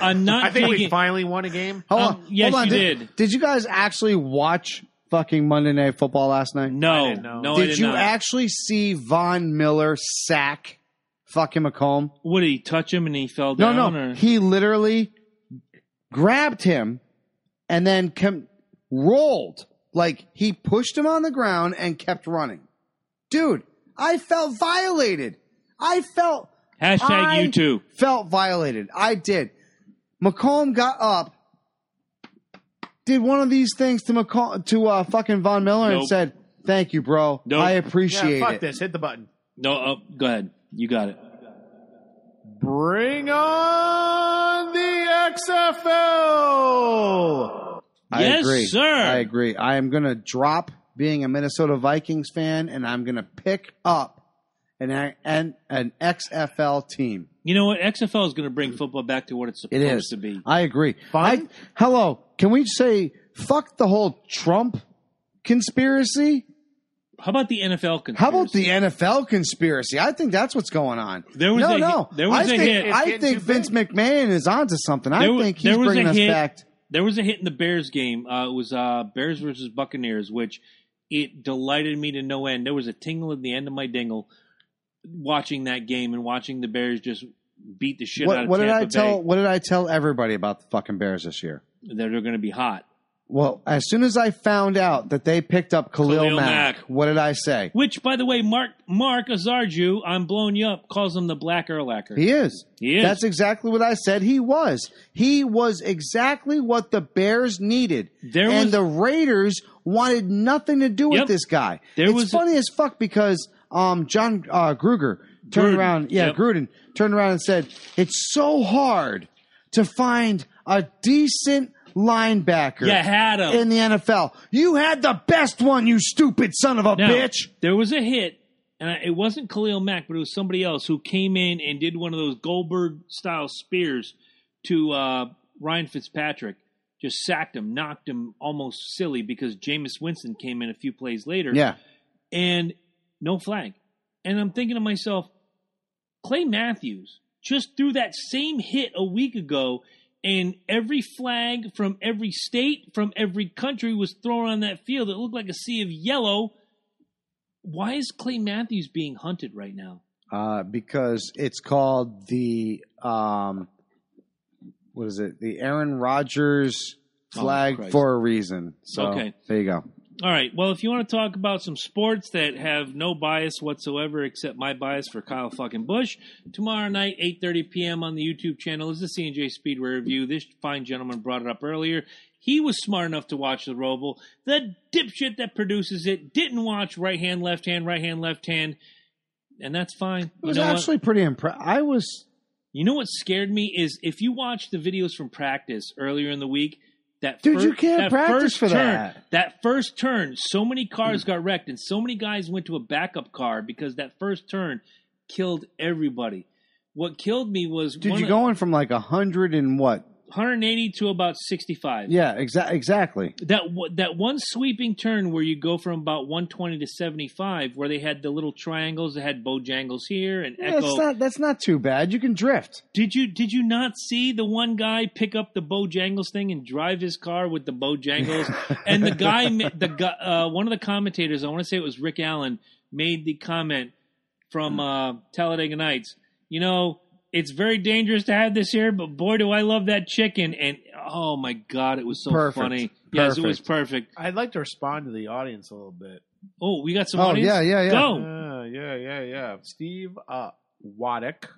I'm not I think we digging. finally won a game. Hold Um, yes, you did, did. you guys actually watch fucking Monday Night Football last night? I no, didn't know. no, I did, did you not. actually see Von Miller sack fucking McComb? What did he touch him and he fell No, down? no. or- He literally grabbed him and then com- rolled. Like he pushed him on the ground and kept running. Dude, I felt violated. I felt Hashtag I- you too. felt violated. I did. McComb got up, did one of these things to McComb to uh, fucking Von Miller and Nope. said, "Thank you, bro. Nope. I Yeah, appreciate fuck it." this. Hit the button. No, oh, go ahead. You got it. Bring on the XFL. I Yes, agree. sir. I agree. I am going to drop being a Minnesota Vikings fan and I'm going to pick up an an an XFL team. You know what? XFL is going to bring football back to what it's It supposed is. to be. I agree. Fun? I- hello, can we say fuck the whole Trump conspiracy? How about the NFL? Conspiracy? How about the NFL conspiracy? I think that's what's going on. There was no, a- no. there was I a think, hit. It's I getting think too Vince McMahon is onto something. There I wa- think he's there was a bringing us hit. back. There was a hit in the Bears game. Uh, it was uh, Bears versus Buccaneers, which it delighted me to no end. There was a tingle at the end of my dingle watching that game and watching the Bears just beat the shit out What, of what did Tampa I tell? Bay. What did I tell everybody about the fucking Bears this year? That they're going to be hot. Well, as soon as I found out that they picked up Khalil, Khalil Mack, Mack. what did I say? Which, by the way, Mark Mark Azarju, I'm blowing you up, calls him the Black Erlacher. He is. He is. That's exactly what I said he was. He was exactly what the Bears needed. There and was- the Raiders wanted nothing to do Yep. with this guy. There it's was- funny as fuck because um, John uh, Gruger turned Gruden. around. Yeah, Yep. Gruden turned around and said, It's so hard to find a decent linebacker you had him. in the NFL. You had the best one, you stupid son of a Now, bitch. There was a hit, and I- it wasn't Khalil Mack, but it was somebody else who came in and did one of those Goldberg style spears to uh, Ryan Fitzpatrick. Just sacked him, knocked him almost silly because Jameis Winston came in a few plays later. Yeah. And no flag. And I'm thinking to myself, Clay Matthews just threw that same hit a week ago, and every flag from every state, from every country was thrown on that field. It looked like a sea of yellow. Why is Clay Matthews being hunted right now? uh, because it's called the um, what is it? The Aaron Rodgers flag Oh, Christ. for a reason. So Okay. there you go. All right. Well, if you want to talk about some sports that have no bias whatsoever, except my bias for Kyle fucking Bush, tomorrow night, 8:30 p.m. on the YouTube channel is the C&J Speedway review. This fine gentleman brought it up earlier. He was smart enough to watch the Roval. The dipshit that produces it didn't watch right hand, left hand, right hand, left hand, and that's fine. It was you know what? actually pretty impressive. I was You know what scared me is if you watch the videos from practice earlier in the week, that Dude, first, you can't that practice first for turn, that. That first turn, so many cars Hmm. got wrecked, and so many guys went to a backup car because that first turn killed everybody. What killed me was dude. one You're going from like a hundred and what? 180 to about 65. Yeah, exa- exactly. That wa- that one sweeping turn where you go from about 120 to 75, where they had the little triangles, they had Bojangles here and Yeah, Echo. that's not that's not too bad. You can drift. Did you did you not see the one guy pick up the Bojangles thing and drive his car with the Bojangles? and the guy, ma- the guy, uh, one of the commentators, I want to say it was Rick Allen, made the comment Hmm. from uh, Talladega Nights. You know, it's very dangerous to have this here, but boy, do I love that chicken! And oh my god, it was so Perfect. funny. Yes, it was perfect. I'd like to respond to the audience a little bit. Oh, we got some. Oh audience? yeah, yeah, yeah. Go, Yeah, yeah, yeah, yeah. Steve uh, Waddick.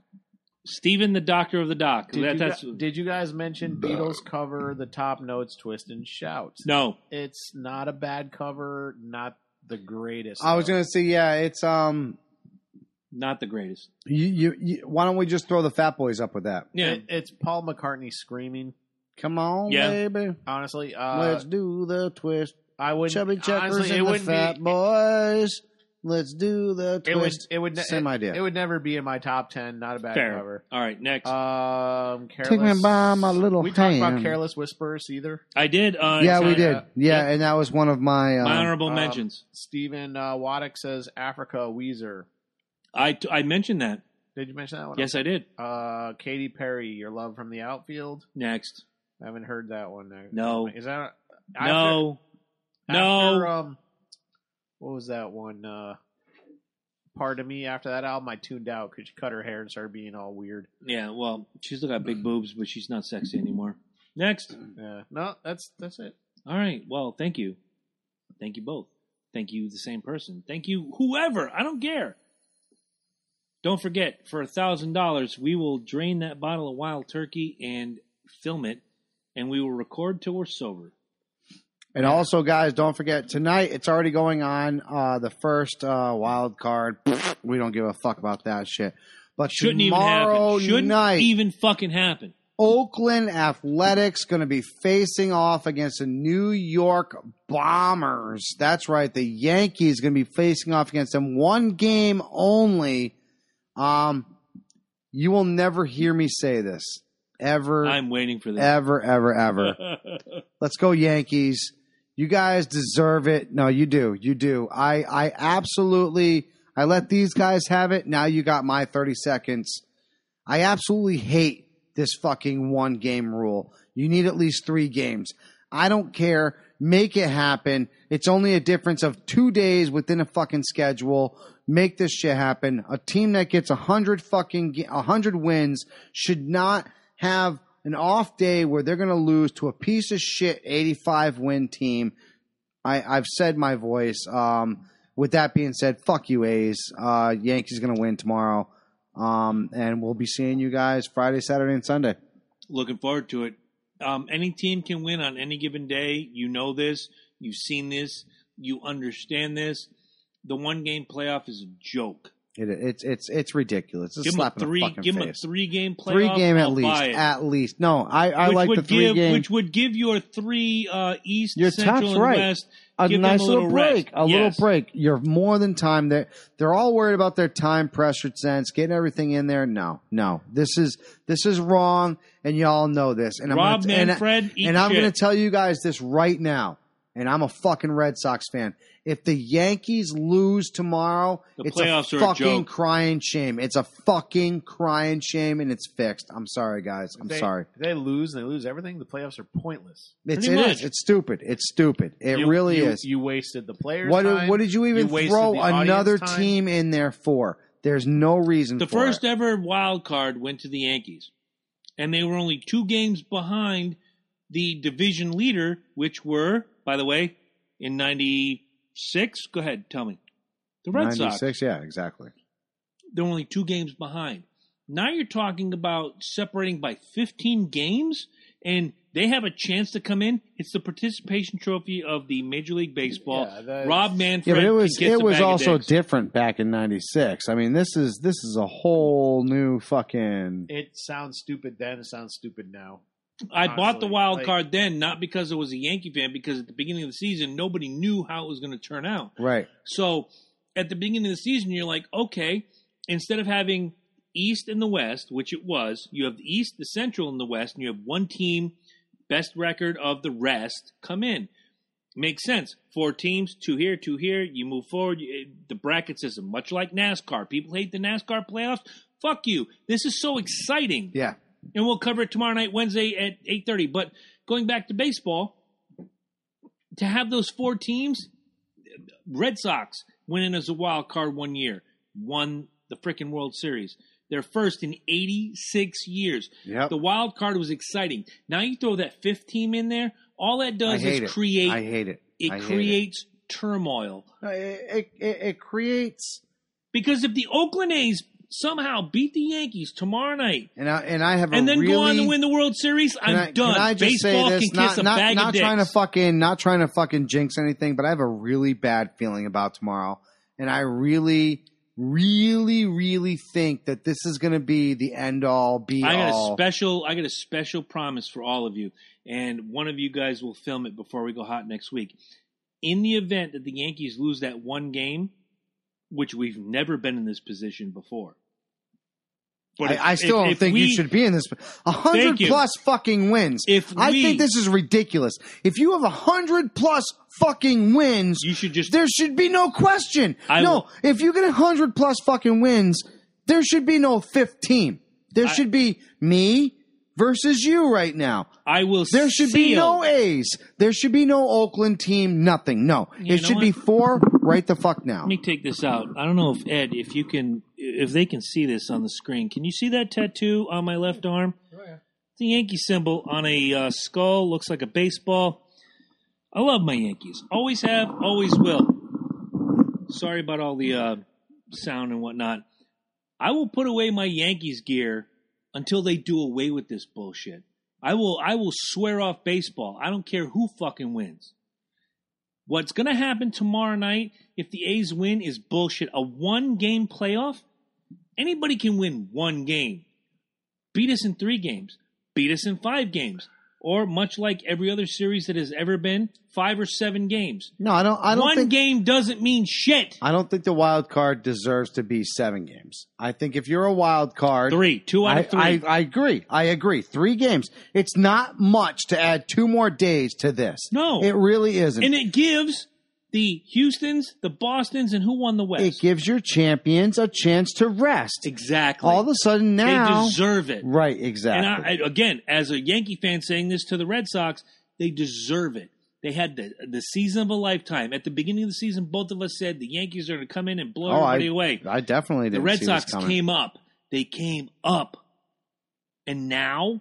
Stephen, the doctor of the doc. Did, That- you, that's gu- did you guys mention Beatles cover the top notes twist and shout? no. It's not a bad cover, not the greatest. I was though. gonna say yeah. It's um. Not the greatest. You, you, you, why don't we just throw the Fat Boys up with that? Yeah. It- it's Paul McCartney screaming. Come on, Yeah. baby, Honestly, uh, let's do the twist. I wouldn't. Chubby checkers honestly, it and the wouldn't fat be. boys. Let's do the It would. twist. It would. ne- Same idea. It would never be in my top ten. Not a bad Fair. cover. All right, next. Uh, Um, careless. Take me by my little We talked about hand. careless whispers either. I did. Uh, yeah, we China- did. Yeah, Yep. and that was one of my. Um, My honorable um, mentions. Stephen uh, Waddick says Africa Weezer. I, t- I mentioned that. Did you mention that one? Yes, I did. Uh, Katy Perry, Your Love from the Outfield. Next. I haven't heard that one. No. Is that no. after- No. after, um, what was that one? Uh, Pardon me. After that album, I tuned out because she cut her hair and started being all weird. Yeah, well, she's still got Mm. big boobs, but she's not sexy anymore. Next. Yeah. No, that's that's it. All right. Well, thank you. Thank you both. Thank you, the same person. Thank you, whoever. I don't care. Don't forget, for a thousand dollars, we will drain that bottle of wild turkey and film it, and we will record till we're sober. And also, guys, don't forget tonight. It's already going on. Uh, the first uh, wild card. We don't give a fuck about that shit. But Shouldn't tomorrow even happen. Shouldn't night, even fucking happen. Oakland Athletics going to be facing off against the New York Bombers. That's right. The Yankees going to be facing off against them. One game only. Um, you will never hear me say this ever, I'm waiting for this. ever, ever, ever. Let's go Yankees. You guys deserve it. No, you do. You do. I I absolutely I let these guys have it. Now you got my 30 seconds. I absolutely hate this fucking one game rule. You need at least 3 games. I don't care. Make it happen. It's only a difference of 2 days within a fucking schedule. Make this shit happen. A team that gets 100 fucking ga- 100 wins should not have an off day where they're going to lose to a piece of shit 85 win team. I, I've said my voice. Um, with that being said, fuck you, A's. Uh, Yankees going to win tomorrow. Um, and we'll be seeing you guys Friday, Saturday, and Sunday. looking forward to it. Um, any team can win on any given day. You know this. You've seen this. You understand this. The one game playoff is a joke. It, it's it's it's ridiculous. It's a give them a slap in the three. fucking Give them a face. three game playoff. Three game at I'll least. buy it. At least. No, I, I which like would the three give, game. Which would give your three uh, East, Your Central, top's and right. West a give them nice a little, little break. rest. A Yes. little break. You're more than time. They're they're all worried about their time pressure sense, getting everything in there. No, no, this is this is wrong, and y'all know this. And Rob I'm gonna, and I- Manfred. eat and I'm shit. going to tell you guys this right now. And I'm a fucking Red Sox fan. If the Yankees lose tomorrow, The it's playoffs a are a fucking joke. crying shame. It's a fucking crying shame, and it's fixed. I'm sorry, guys. I'm If they- sorry. If they lose and they lose everything, the playoffs are pointless. It's Pretty it much. is. It's stupid. It's stupid. It You- really you- is. You wasted the players. what time. what did you even You wasted throw the audience another time. team in there for? There's no reason. The for first it. ever wild card went to the Yankees, and they were only two games behind the division leader, which were, by the way, in '96. Go ahead, tell me. The Red Sox. 96, Yeah, exactly. They're only two games behind. Now you're talking about separating by 15 games, and they have a chance to come in. It's the participation trophy of the Major League Baseball. Yeah, that's- Rob Manfred. Yeah, but it was gets it a was bag of also dicks. different back in '96. I mean, this is this is a whole new fucking. It sounds stupid then. It sounds stupid now. I bought the Honestly, wild like- card then, not because I was a Yankee fan, because at the beginning of the season, nobody knew how it was going to turn out. Right. So at the beginning of the season, you're like, okay, instead of having East and the West, which it was, you have the East, the Central, and the West, and you have one team, best record of the rest, come in. Makes sense. Four teams, two here, two here. You move forward. You- eh, The bracket system, much like NASCAR. People hate the NASCAR playoffs. Fuck you. This is so exciting Yeah. and we'll cover it tomorrow night, Wednesday at eight thirty. But going back to baseball, to have those four teams, Red Sox went in as a wild card one year, won the freaking World Series. They're first in eighty six years. Yep. The wild card was exciting. Now you throw that fifth team in there, all that I does hate is it. create I hate it. it I hate creates turmoil. It. It, it, it creates. Because if the Oakland A's somehow beat the Yankees tomorrow night And I, and I have and a then really, go on to win the World Series, I'm Can I- done. Can I just Baseball say this? can kiss Not, a not, bag not of dicks. trying to fucking not trying to fucking jinx anything, but I have a really bad feeling about tomorrow, and I really, really, really think that this is going to be the end all be I got a all. special. I got a special promise for all of you, and one of you guys will film it before we go hot next week. In the event that the Yankees lose that one game, which we've never been in this position before. I, if- I still if- don't if think we- you should be in this. A hundred Thank you. plus fucking wins. If I we- think this is ridiculous. If you have a hundred plus fucking wins, You should just there should be no question. I no, will- if you get a hundred plus fucking wins, there should be no fifteen. There should be me versus you right now. I will. There should be no A's. There should be no Oakland team. Nothing. No, You it know should be what? four right the fuck now. Let me take this out. I don't know if Ed, if you can, if they can see this on the screen. Can you see that tattoo on my left arm? It's a Yankee symbol on a uh, skull. Looks like a baseball. I love my Yankees. Always have. Always will. Sorry about all the uh, sound and whatnot. I will put away my Yankees gear until they do away with this bullshit. I will. I will swear off baseball. I don't care who fucking wins. What's going to happen tomorrow night if the A's win is bullshit. A one game playoff? Anybody can win one game. Beat us in three games, beat us in five games, or much like every other series that has ever been, five or seven games. No, I don't. I don't one think. game doesn't mean shit. I don't think the wild card deserves to be seven games. I think if you're a wild card, Three, two out I, of three. I, I agree. I agree. Three games. It's not much to add two more days to this. No. it really isn't. and it gives the Houstons, the Bostons, and who won the West? it gives your champions a chance to rest. exactly. All of a sudden now, they deserve it. right? Exactly. And I, I, again, as a Yankee fan saying this to the Red Sox, they deserve it. They had the the season of a lifetime. At the beginning of the season, both of us said the Yankees are going to come in and blow Oh, everybody away. I definitely The didn't. Red see this Sox coming. came up. They came up. And now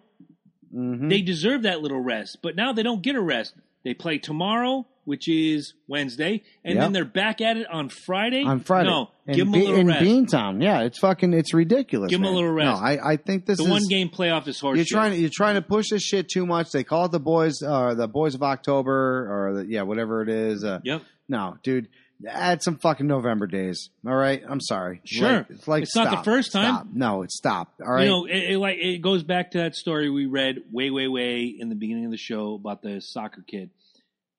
Mhm. they deserve that little rest. But now they don't get a rest. They play tomorrow, which is Wednesday, and Yep. then they're back at it on Friday. on Friday. No, And give them a Be- little in rest. Beantown. Yeah, it's fucking. It's ridiculous. Give 'em a man. little rest. No, I, I think this the is one game playoff is horseshit. You're trying to you're trying to push this shit too much. They call it the boys uh, the boys of October or the, yeah whatever it is. Uh, Yep. No, dude, add some fucking November days. All right, I'm sorry. Sure. Like- it's like It's not the stop. first time. Stop. No, it's stopped. All right. You know, it, it like it goes back to that story we read way, way, way in the beginning of the show about the soccer kid.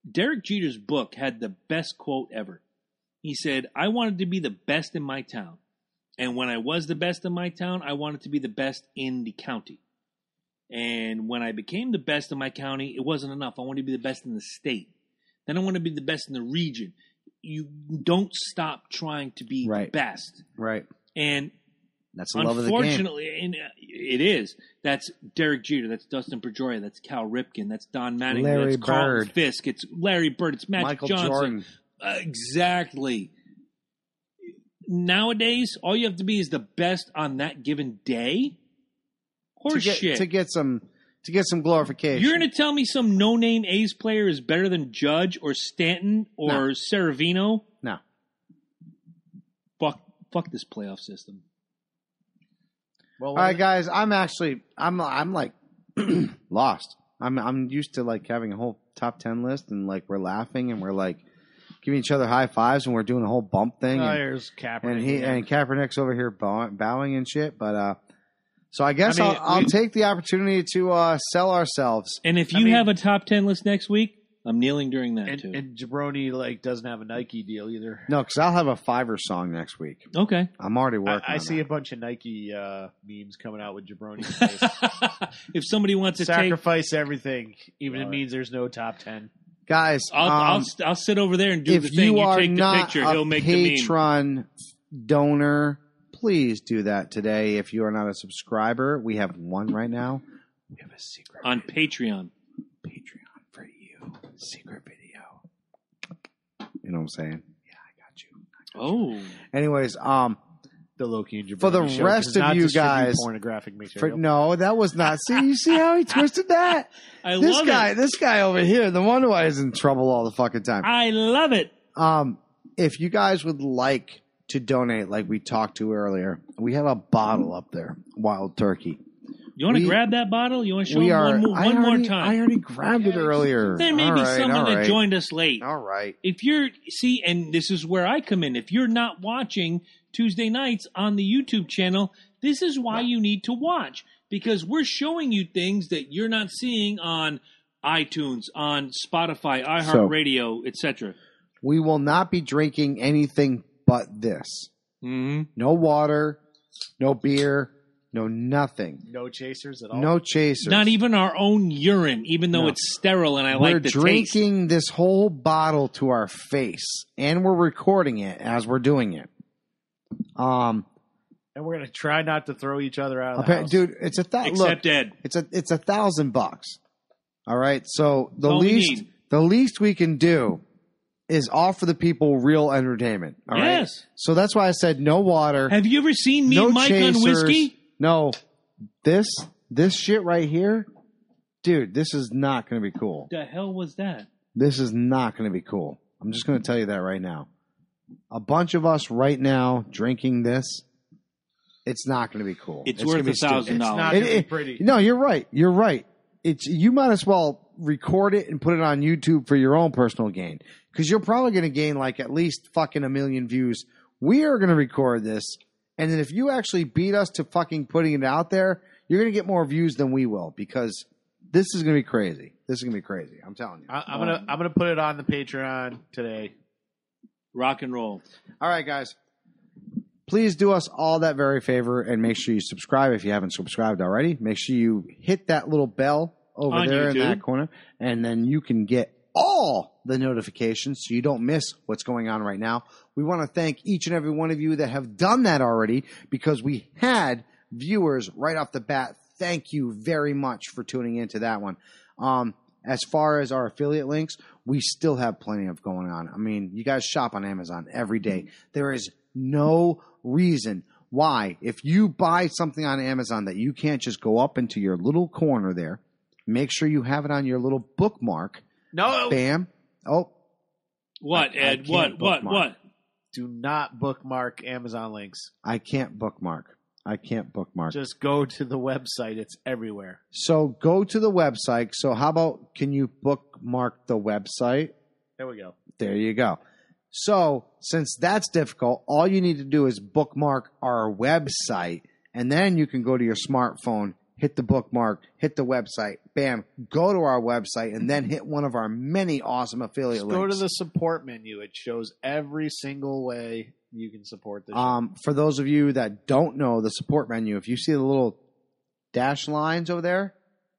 Derek Jeter's book had the best quote ever. He said, "I wanted to be the best in my town, and when I was the best in my town, I wanted to be the best in the county. And when I became the best in my county, it wasn't enough. I wanted to be the best in the state. Then I wanted to be the best in the region. You don't stop trying to be Right. the best." right. And That's the love of the game. Unfortunately, and uh, it is. That's Derek Jeter. That's Dustin Pedroia. That's Cal Ripken. That's Don Manning. Larry that's Carlton Bird. Fisk. It's Larry Bird. It's Magic Michael Johnson. Jordan. Uh, exactly. Nowadays, all you have to be is the best on that given day. To Horse get, shit. to get some to get some glorification. You're going to tell me some no-name A's player is better than Judge or Stanton or Saravino? No. Fuck, fuck this playoff system. Well, All right, guys. I'm actually I'm I'm like lost. I'm I'm used to like having a whole top ten list and like we're laughing and we're like giving each other high fives and we're doing a whole bump thing. oh, and- there's Kaepernick. and he again. and Kaepernick's over here bow- bowing and shit. But uh, so I guess I I mean, will I'll we- take the opportunity to uh, sell ourselves. And if I you mean- have a top ten list next week, I'm kneeling during that and, too. and Jabroni like doesn't have a Nike deal either. No, because I'll have a Fiverr song next week. okay. I'm already working. I, I on see a that. bunch of Nike uh, memes coming out with Jabroni's face. if somebody wants to take, Sacrifice everything, even if it Alright. means there's no top ten. guys. I'll, um, I'll I'll sit over there and do if the thing. you You, are take the not picture. a He'll make the meme. Patron donor, please do that today. If you are not a subscriber, we have one right now. We have a secret On Patreon, Patreon for you. Secret video. You know what I'm saying? Yeah, I got you. oh, Anyways, um, The Loki and Jabroni For the show does rest of not you distribute guys- pornographic For, material. no, that was not. See, you see how he twisted that? I this love guy, it. this guy over here, the one why is in trouble all the fucking time. I love it. Um, if you guys would like to donate, like we talked to earlier, we have a bottle up there, Wild Turkey. You want to We- grab that bottle? You want to show we him are. one, mo- I one more already- I time? already grabbed it earlier. There may All be right, someone all that right. joined us late. All right. If you're see, and this is where I come in. If you're not watching Tuesday nights on the YouTube channel, this is why you need to watch because we're showing you things that you're not seeing on iTunes, on Spotify, iHeartRadio, etc. We will not be drinking anything but this. Mm-hmm. No water, no beer, no nothing. No chasers at all. No chasers. Not even our own urine, even though No. it's sterile and I we're like the taste. drinking this whole bottle to our face and we're recording it as we're doing it. Um and we're gonna try not to throw each other out of the appa- house. dude, it's a thousand look, Except Ed. it's a it's a thousand bucks. All right. So the All we least need. the least we can do is offer the people real entertainment. All right. yes. So that's why I said no water. Have you ever seen me no and Mike chasers. on whiskey? No. This this shit right here, dude, this is not gonna be cool. The hell was that? This is not gonna be cool. I'm just gonna tell you that right now. A bunch of us right now drinking this, it's not gonna be cool. It's gonna worth be a thousand stupid. it's No. not It- gonna be it- pretty. No, you're right. You're right. It's you might as well record it and put it on YouTube for your own personal gain because you're probably going to gain like at least fucking a million views. We are going to record this, and then if you actually beat us to fucking putting it out there, you're going to get more views than we will because this is going to be crazy. This is going to be crazy. I'm telling you. I, I'm gonna I'm gonna put it on the Patreon today. Rock and roll. All right, guys. Please do us all that very favor and make sure you subscribe if you haven't subscribed already. Make sure you hit that little bell over On there in YouTube. that corner, and then you can get all the notifications so you don't miss what's going on right now. We want to thank each and every one of you that have done that already because we had viewers right off the bat. Thank you very much for tuning into that one. Um, as far as our affiliate links, we still have plenty of going on. I mean, you guys shop on Amazon every day. There is no reason why, if you buy something on Amazon, that you can't just go up into your little corner there, make sure you have it on your little bookmark. No, Bam. Oh, What, I Ed? can't What, what, bookmark. what? do not bookmark Amazon links. I can't bookmark. I can't bookmark. Just go to the website. It's everywhere. So go to the website. So how about can you bookmark the website? There we go. There you go. So since that's difficult, all you need to do is bookmark our website, and then you can go to your smartphone, hit the bookmark, hit the website, bam, go to our website, and then hit one of our many awesome affiliate Just links. go to the support menu. It shows every single way you can support the show. Um, for those of you that don't know the support menu, if you see the little dash lines over there,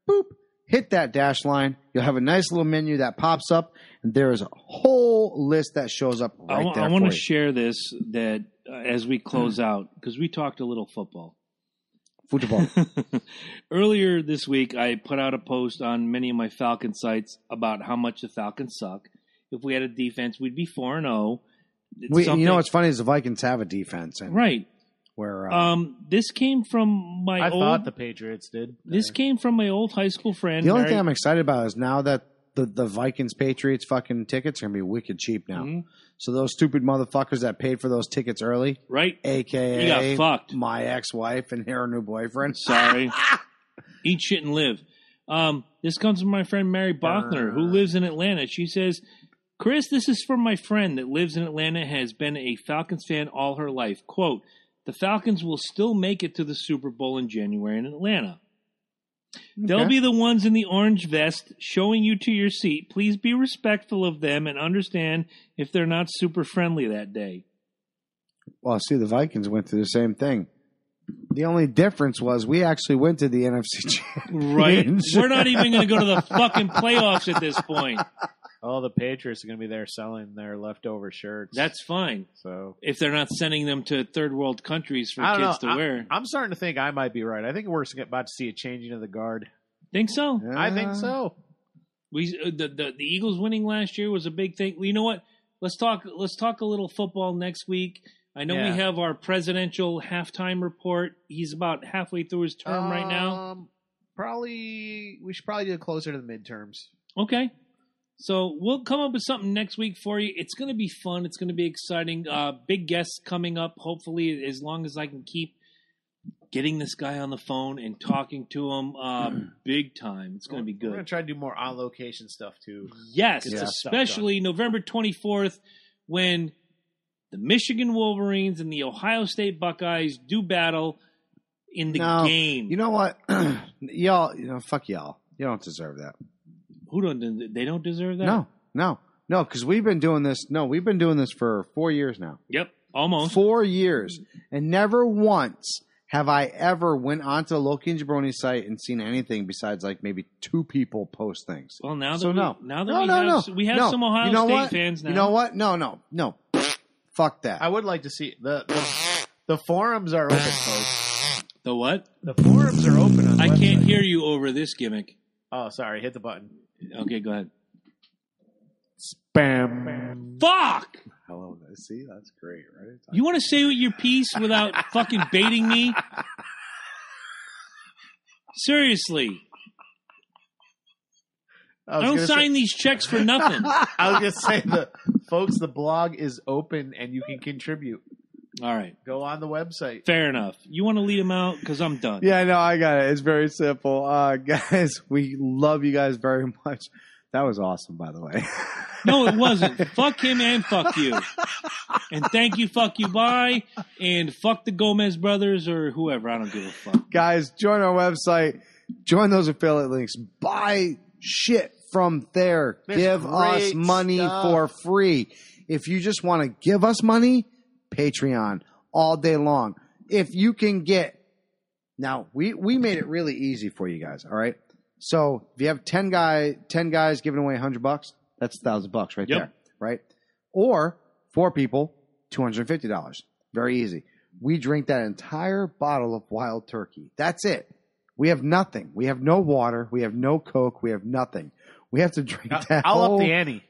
boop, hit that dash line. You'll have a nice little menu that pops up, and there is a whole list that shows up I right there. want for to you. share this that uh, as we close out because we talked a little football. football. Earlier this week, I put out a post on many of my Falcon sites about how much the Falcons suck. If we had a defense, we'd be four and oh. zero. we, you know what's funny is the Vikings have a defense, and right. where uh, Um, this came from my I old. thought the Patriots did. this came from my old high school friend. the only Mary- thing I'm excited about is now that the the Vikings Patriots fucking tickets are gonna be wicked cheap now. Mhm. So those stupid motherfuckers that paid for those tickets early, right. You aka got fucked. my ex wife and her new boyfriend. Sorry. Eat shit and live. Um, this comes from my friend Mary Bochner, who lives in Atlanta. She says, Chris, this is from my friend that lives in Atlanta, has been a Falcons fan all her life. Quote, the Falcons will still make it to the Super Bowl in January in Atlanta. They'll Okay. be the ones in the orange vest showing you to your seat. Please be respectful of them and understand if they're not super friendly that day. Well, see, the Vikings went through the same thing. The only difference was we actually went to the NFC Championship. Right? We're not even going to go to the fucking playoffs at this point. Oh, the Patriots are going to be there selling their leftover shirts. That's fine. so. if they're not sending them to third world countries for I kids don't to know. I, wear. I'm starting to think I might be right. I think we're about to see a changing of the guard. think so. I think so. We uh, the, the the Eagles winning last year was a big thing. You know what? Let's talk. Let's talk a little football next week. I know Yeah. we have our presidential halftime report. He's about halfway through his term right now. Um, Probably we should probably do it closer to the midterms. Okay. So we'll come up with something next week for you. It's going to be fun. It's going to be exciting. Uh, big guests coming up. Hopefully, as long as I can keep getting this guy on the phone and talking to him, uh, big time. It's going to be We're good. gonna try to do more on location stuff too. Yes, Get that stuff especially November 24th when the Michigan Wolverines and the Ohio State Buckeyes do battle in the No, game. You know what? y'all, you know, fuck y'all. You don't deserve that. Who don't they don't deserve that? No, no, no, because we've been doing this. No, we've been doing this for four years now. Yep. Almost. four years, and never once have I ever went onto the Loki and Jabroni site and seen anything besides like maybe two people post things. Well, now that So we, no. now that No, we no, have, no. we have No. some Ohio You know State what? fans now. You know what? No, no, no. Fuck that. I would like to see the the, the forums are open, folks. the what? The forums are open. On the I can't website. hear you over this gimmick. Oh, sorry. Hit the button. Okay, go ahead. Bam. Fuck! Hello, see, that's great, right? You want to say your piece without fucking baiting me? Seriously, I I was don't gonna sign these checks for nothing. All Say, I was gonna say the folks. The blog is open and you can contribute. right, Go on the website. fair enough. You want to lead them out because I'm done. Yeah, no, I got it. It's very simple. Uh, guys, we love you guys very much. That was awesome, by the way. No, it wasn't. fuck him and fuck you. And thank you, fuck you, bye. And fuck the Gomez brothers or whoever. I don't give a fuck. guys, join our website, join those affiliate links, buy shit from there. There's give us great money stuff. for free. If you just want to give us money, Patreon all day long. If you can get now, we we made it really easy for you guys, all right? So, if you have 10 guy 10 guys giving away 100 bucks, that's 1000 bucks right Yep. there, right? Or four people, $250. Very easy. We drink that entire bottle of wild turkey. That's it. We have nothing. We have no water. We have no Coke. We have nothing. We have to drink that. I'll whole- up the ante.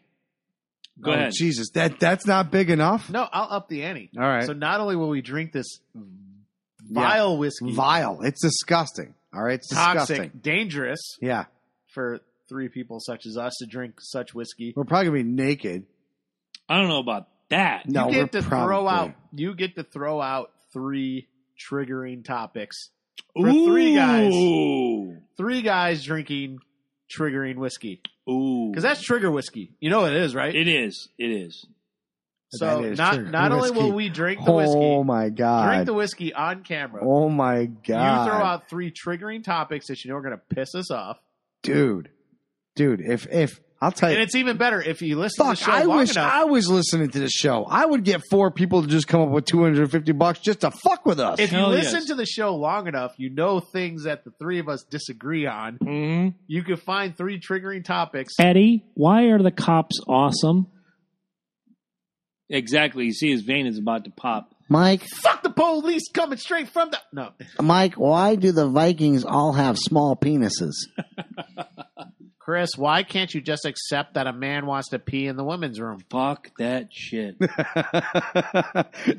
Go Oh, ahead. Jesus, that that's not big enough. No, I'll up the ante. All right. So not only will we drink this Yeah. vile whiskey, Vile. It's disgusting. All right, it's toxic, disgusting. dangerous Yeah, for three people such as us to drink such whiskey. we're probably gonna be naked. I don't know about that. No, you we're get to throw probably- out. You get to throw out three triggering topics. For three guys. Ooh. Three guys drinking triggering whiskey Ooh. because that's trigger whiskey. You know what it is, right? It is. It is. so That is not trigger not only will whiskey. we drink the whiskey, Oh my drink god. the whiskey on camera. Oh my god. You throw out three triggering topics that you know are going to piss us off. dude, dude. If if I'll tell And you, it's even better if you listen to the fuck. show I long wish enough. I was listening to the show. I would get four people to just come up with two hundred and fifty bucks just to fuck with us. if you Hell listen yes. to the show long enough, you know things that the three of us disagree on. Mm-hmm. You can find three triggering topics. Eddie, why are the cops awesome? Exactly. You see, his vein is about to pop. Mike, Fuck the police coming straight from the no. Mike, why do the Vikings all have small penises? Chris, why can't you just accept that a man wants to pee in the women's room? Fuck that shit.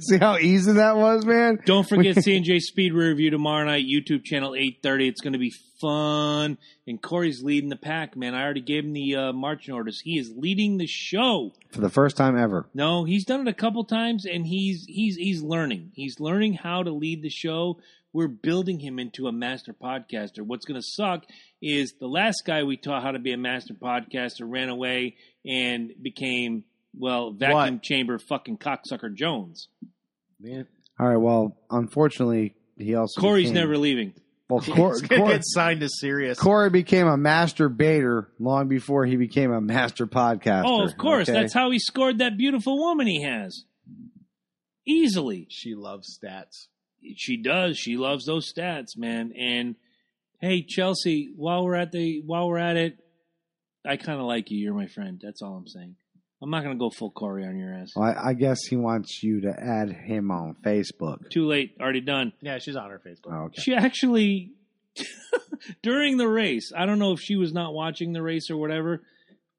See how easy that was, man. Don't forget CNJ Speed Review tomorrow night, YouTube channel 830. It's going to be fun. And Corey's leading the pack, man. I already gave him the uh, marching orders. He is leading the show. For the first time ever. No, he's done it a couple times, and he's he's he's learning. He's learning how to lead the show. We're building him into a master podcaster. What's going to suck is the last guy we taught how to be a master podcaster ran away and became well vacuum chamber fucking cocksucker Jones. All right. Well, unfortunately, he also Corey's became- never leaving. Well, Cor- It's gonna Cor- get signed as serious. Corey became a master baiter long before he became a master podcaster. Oh, of course, okay? that's how he scored that beautiful woman he has. Easily. she loves stats. she does. She loves those stats, man. And hey, Chelsea, while we're at the while we're at it, I kind of like you. You're my friend. That's all I'm saying. I'm not gonna go full Corey on your ass. Well, I, I guess he wants you to add him on Facebook. Too late. Already done. Yeah, she's on her Facebook. Oh, okay. She actually during the race. I don't know if she was not watching the race or whatever.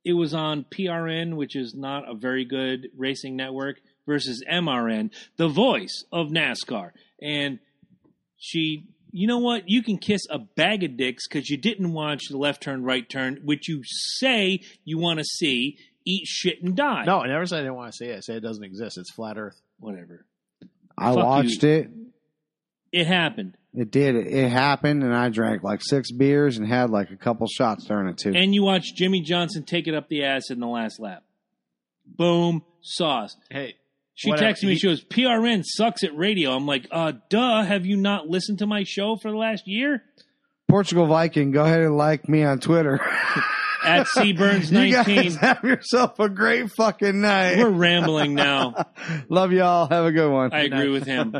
It was on PRN, which is not a very good racing network, versus MRN, the voice of NASCAR. And she, you know what? You can kiss a bag of dicks because you didn't watch the left turn, right turn, which you say you want to see. Eat shit and die. No, I never said I didn't want to say it. I said it doesn't exist. It's flat Earth. whatever. I Fuck watched you. it. It happened, It did. It, it happened, and I drank like six beers and had like a couple shots during it too. and you watched Jimmy Johnson take it up the ass in the last lap. Boom, sauce. Hey, She Whatever. texted me. She goes, "PRN sucks at radio." I'm like, "Uh, duh. Have you not listened to my show for the last year?" Portugal Viking, go ahead and like me on Twitter. at Seaburns You 19. guys have yourself a great fucking night. We're rambling now. Love y'all. Have a good one. I agree with him.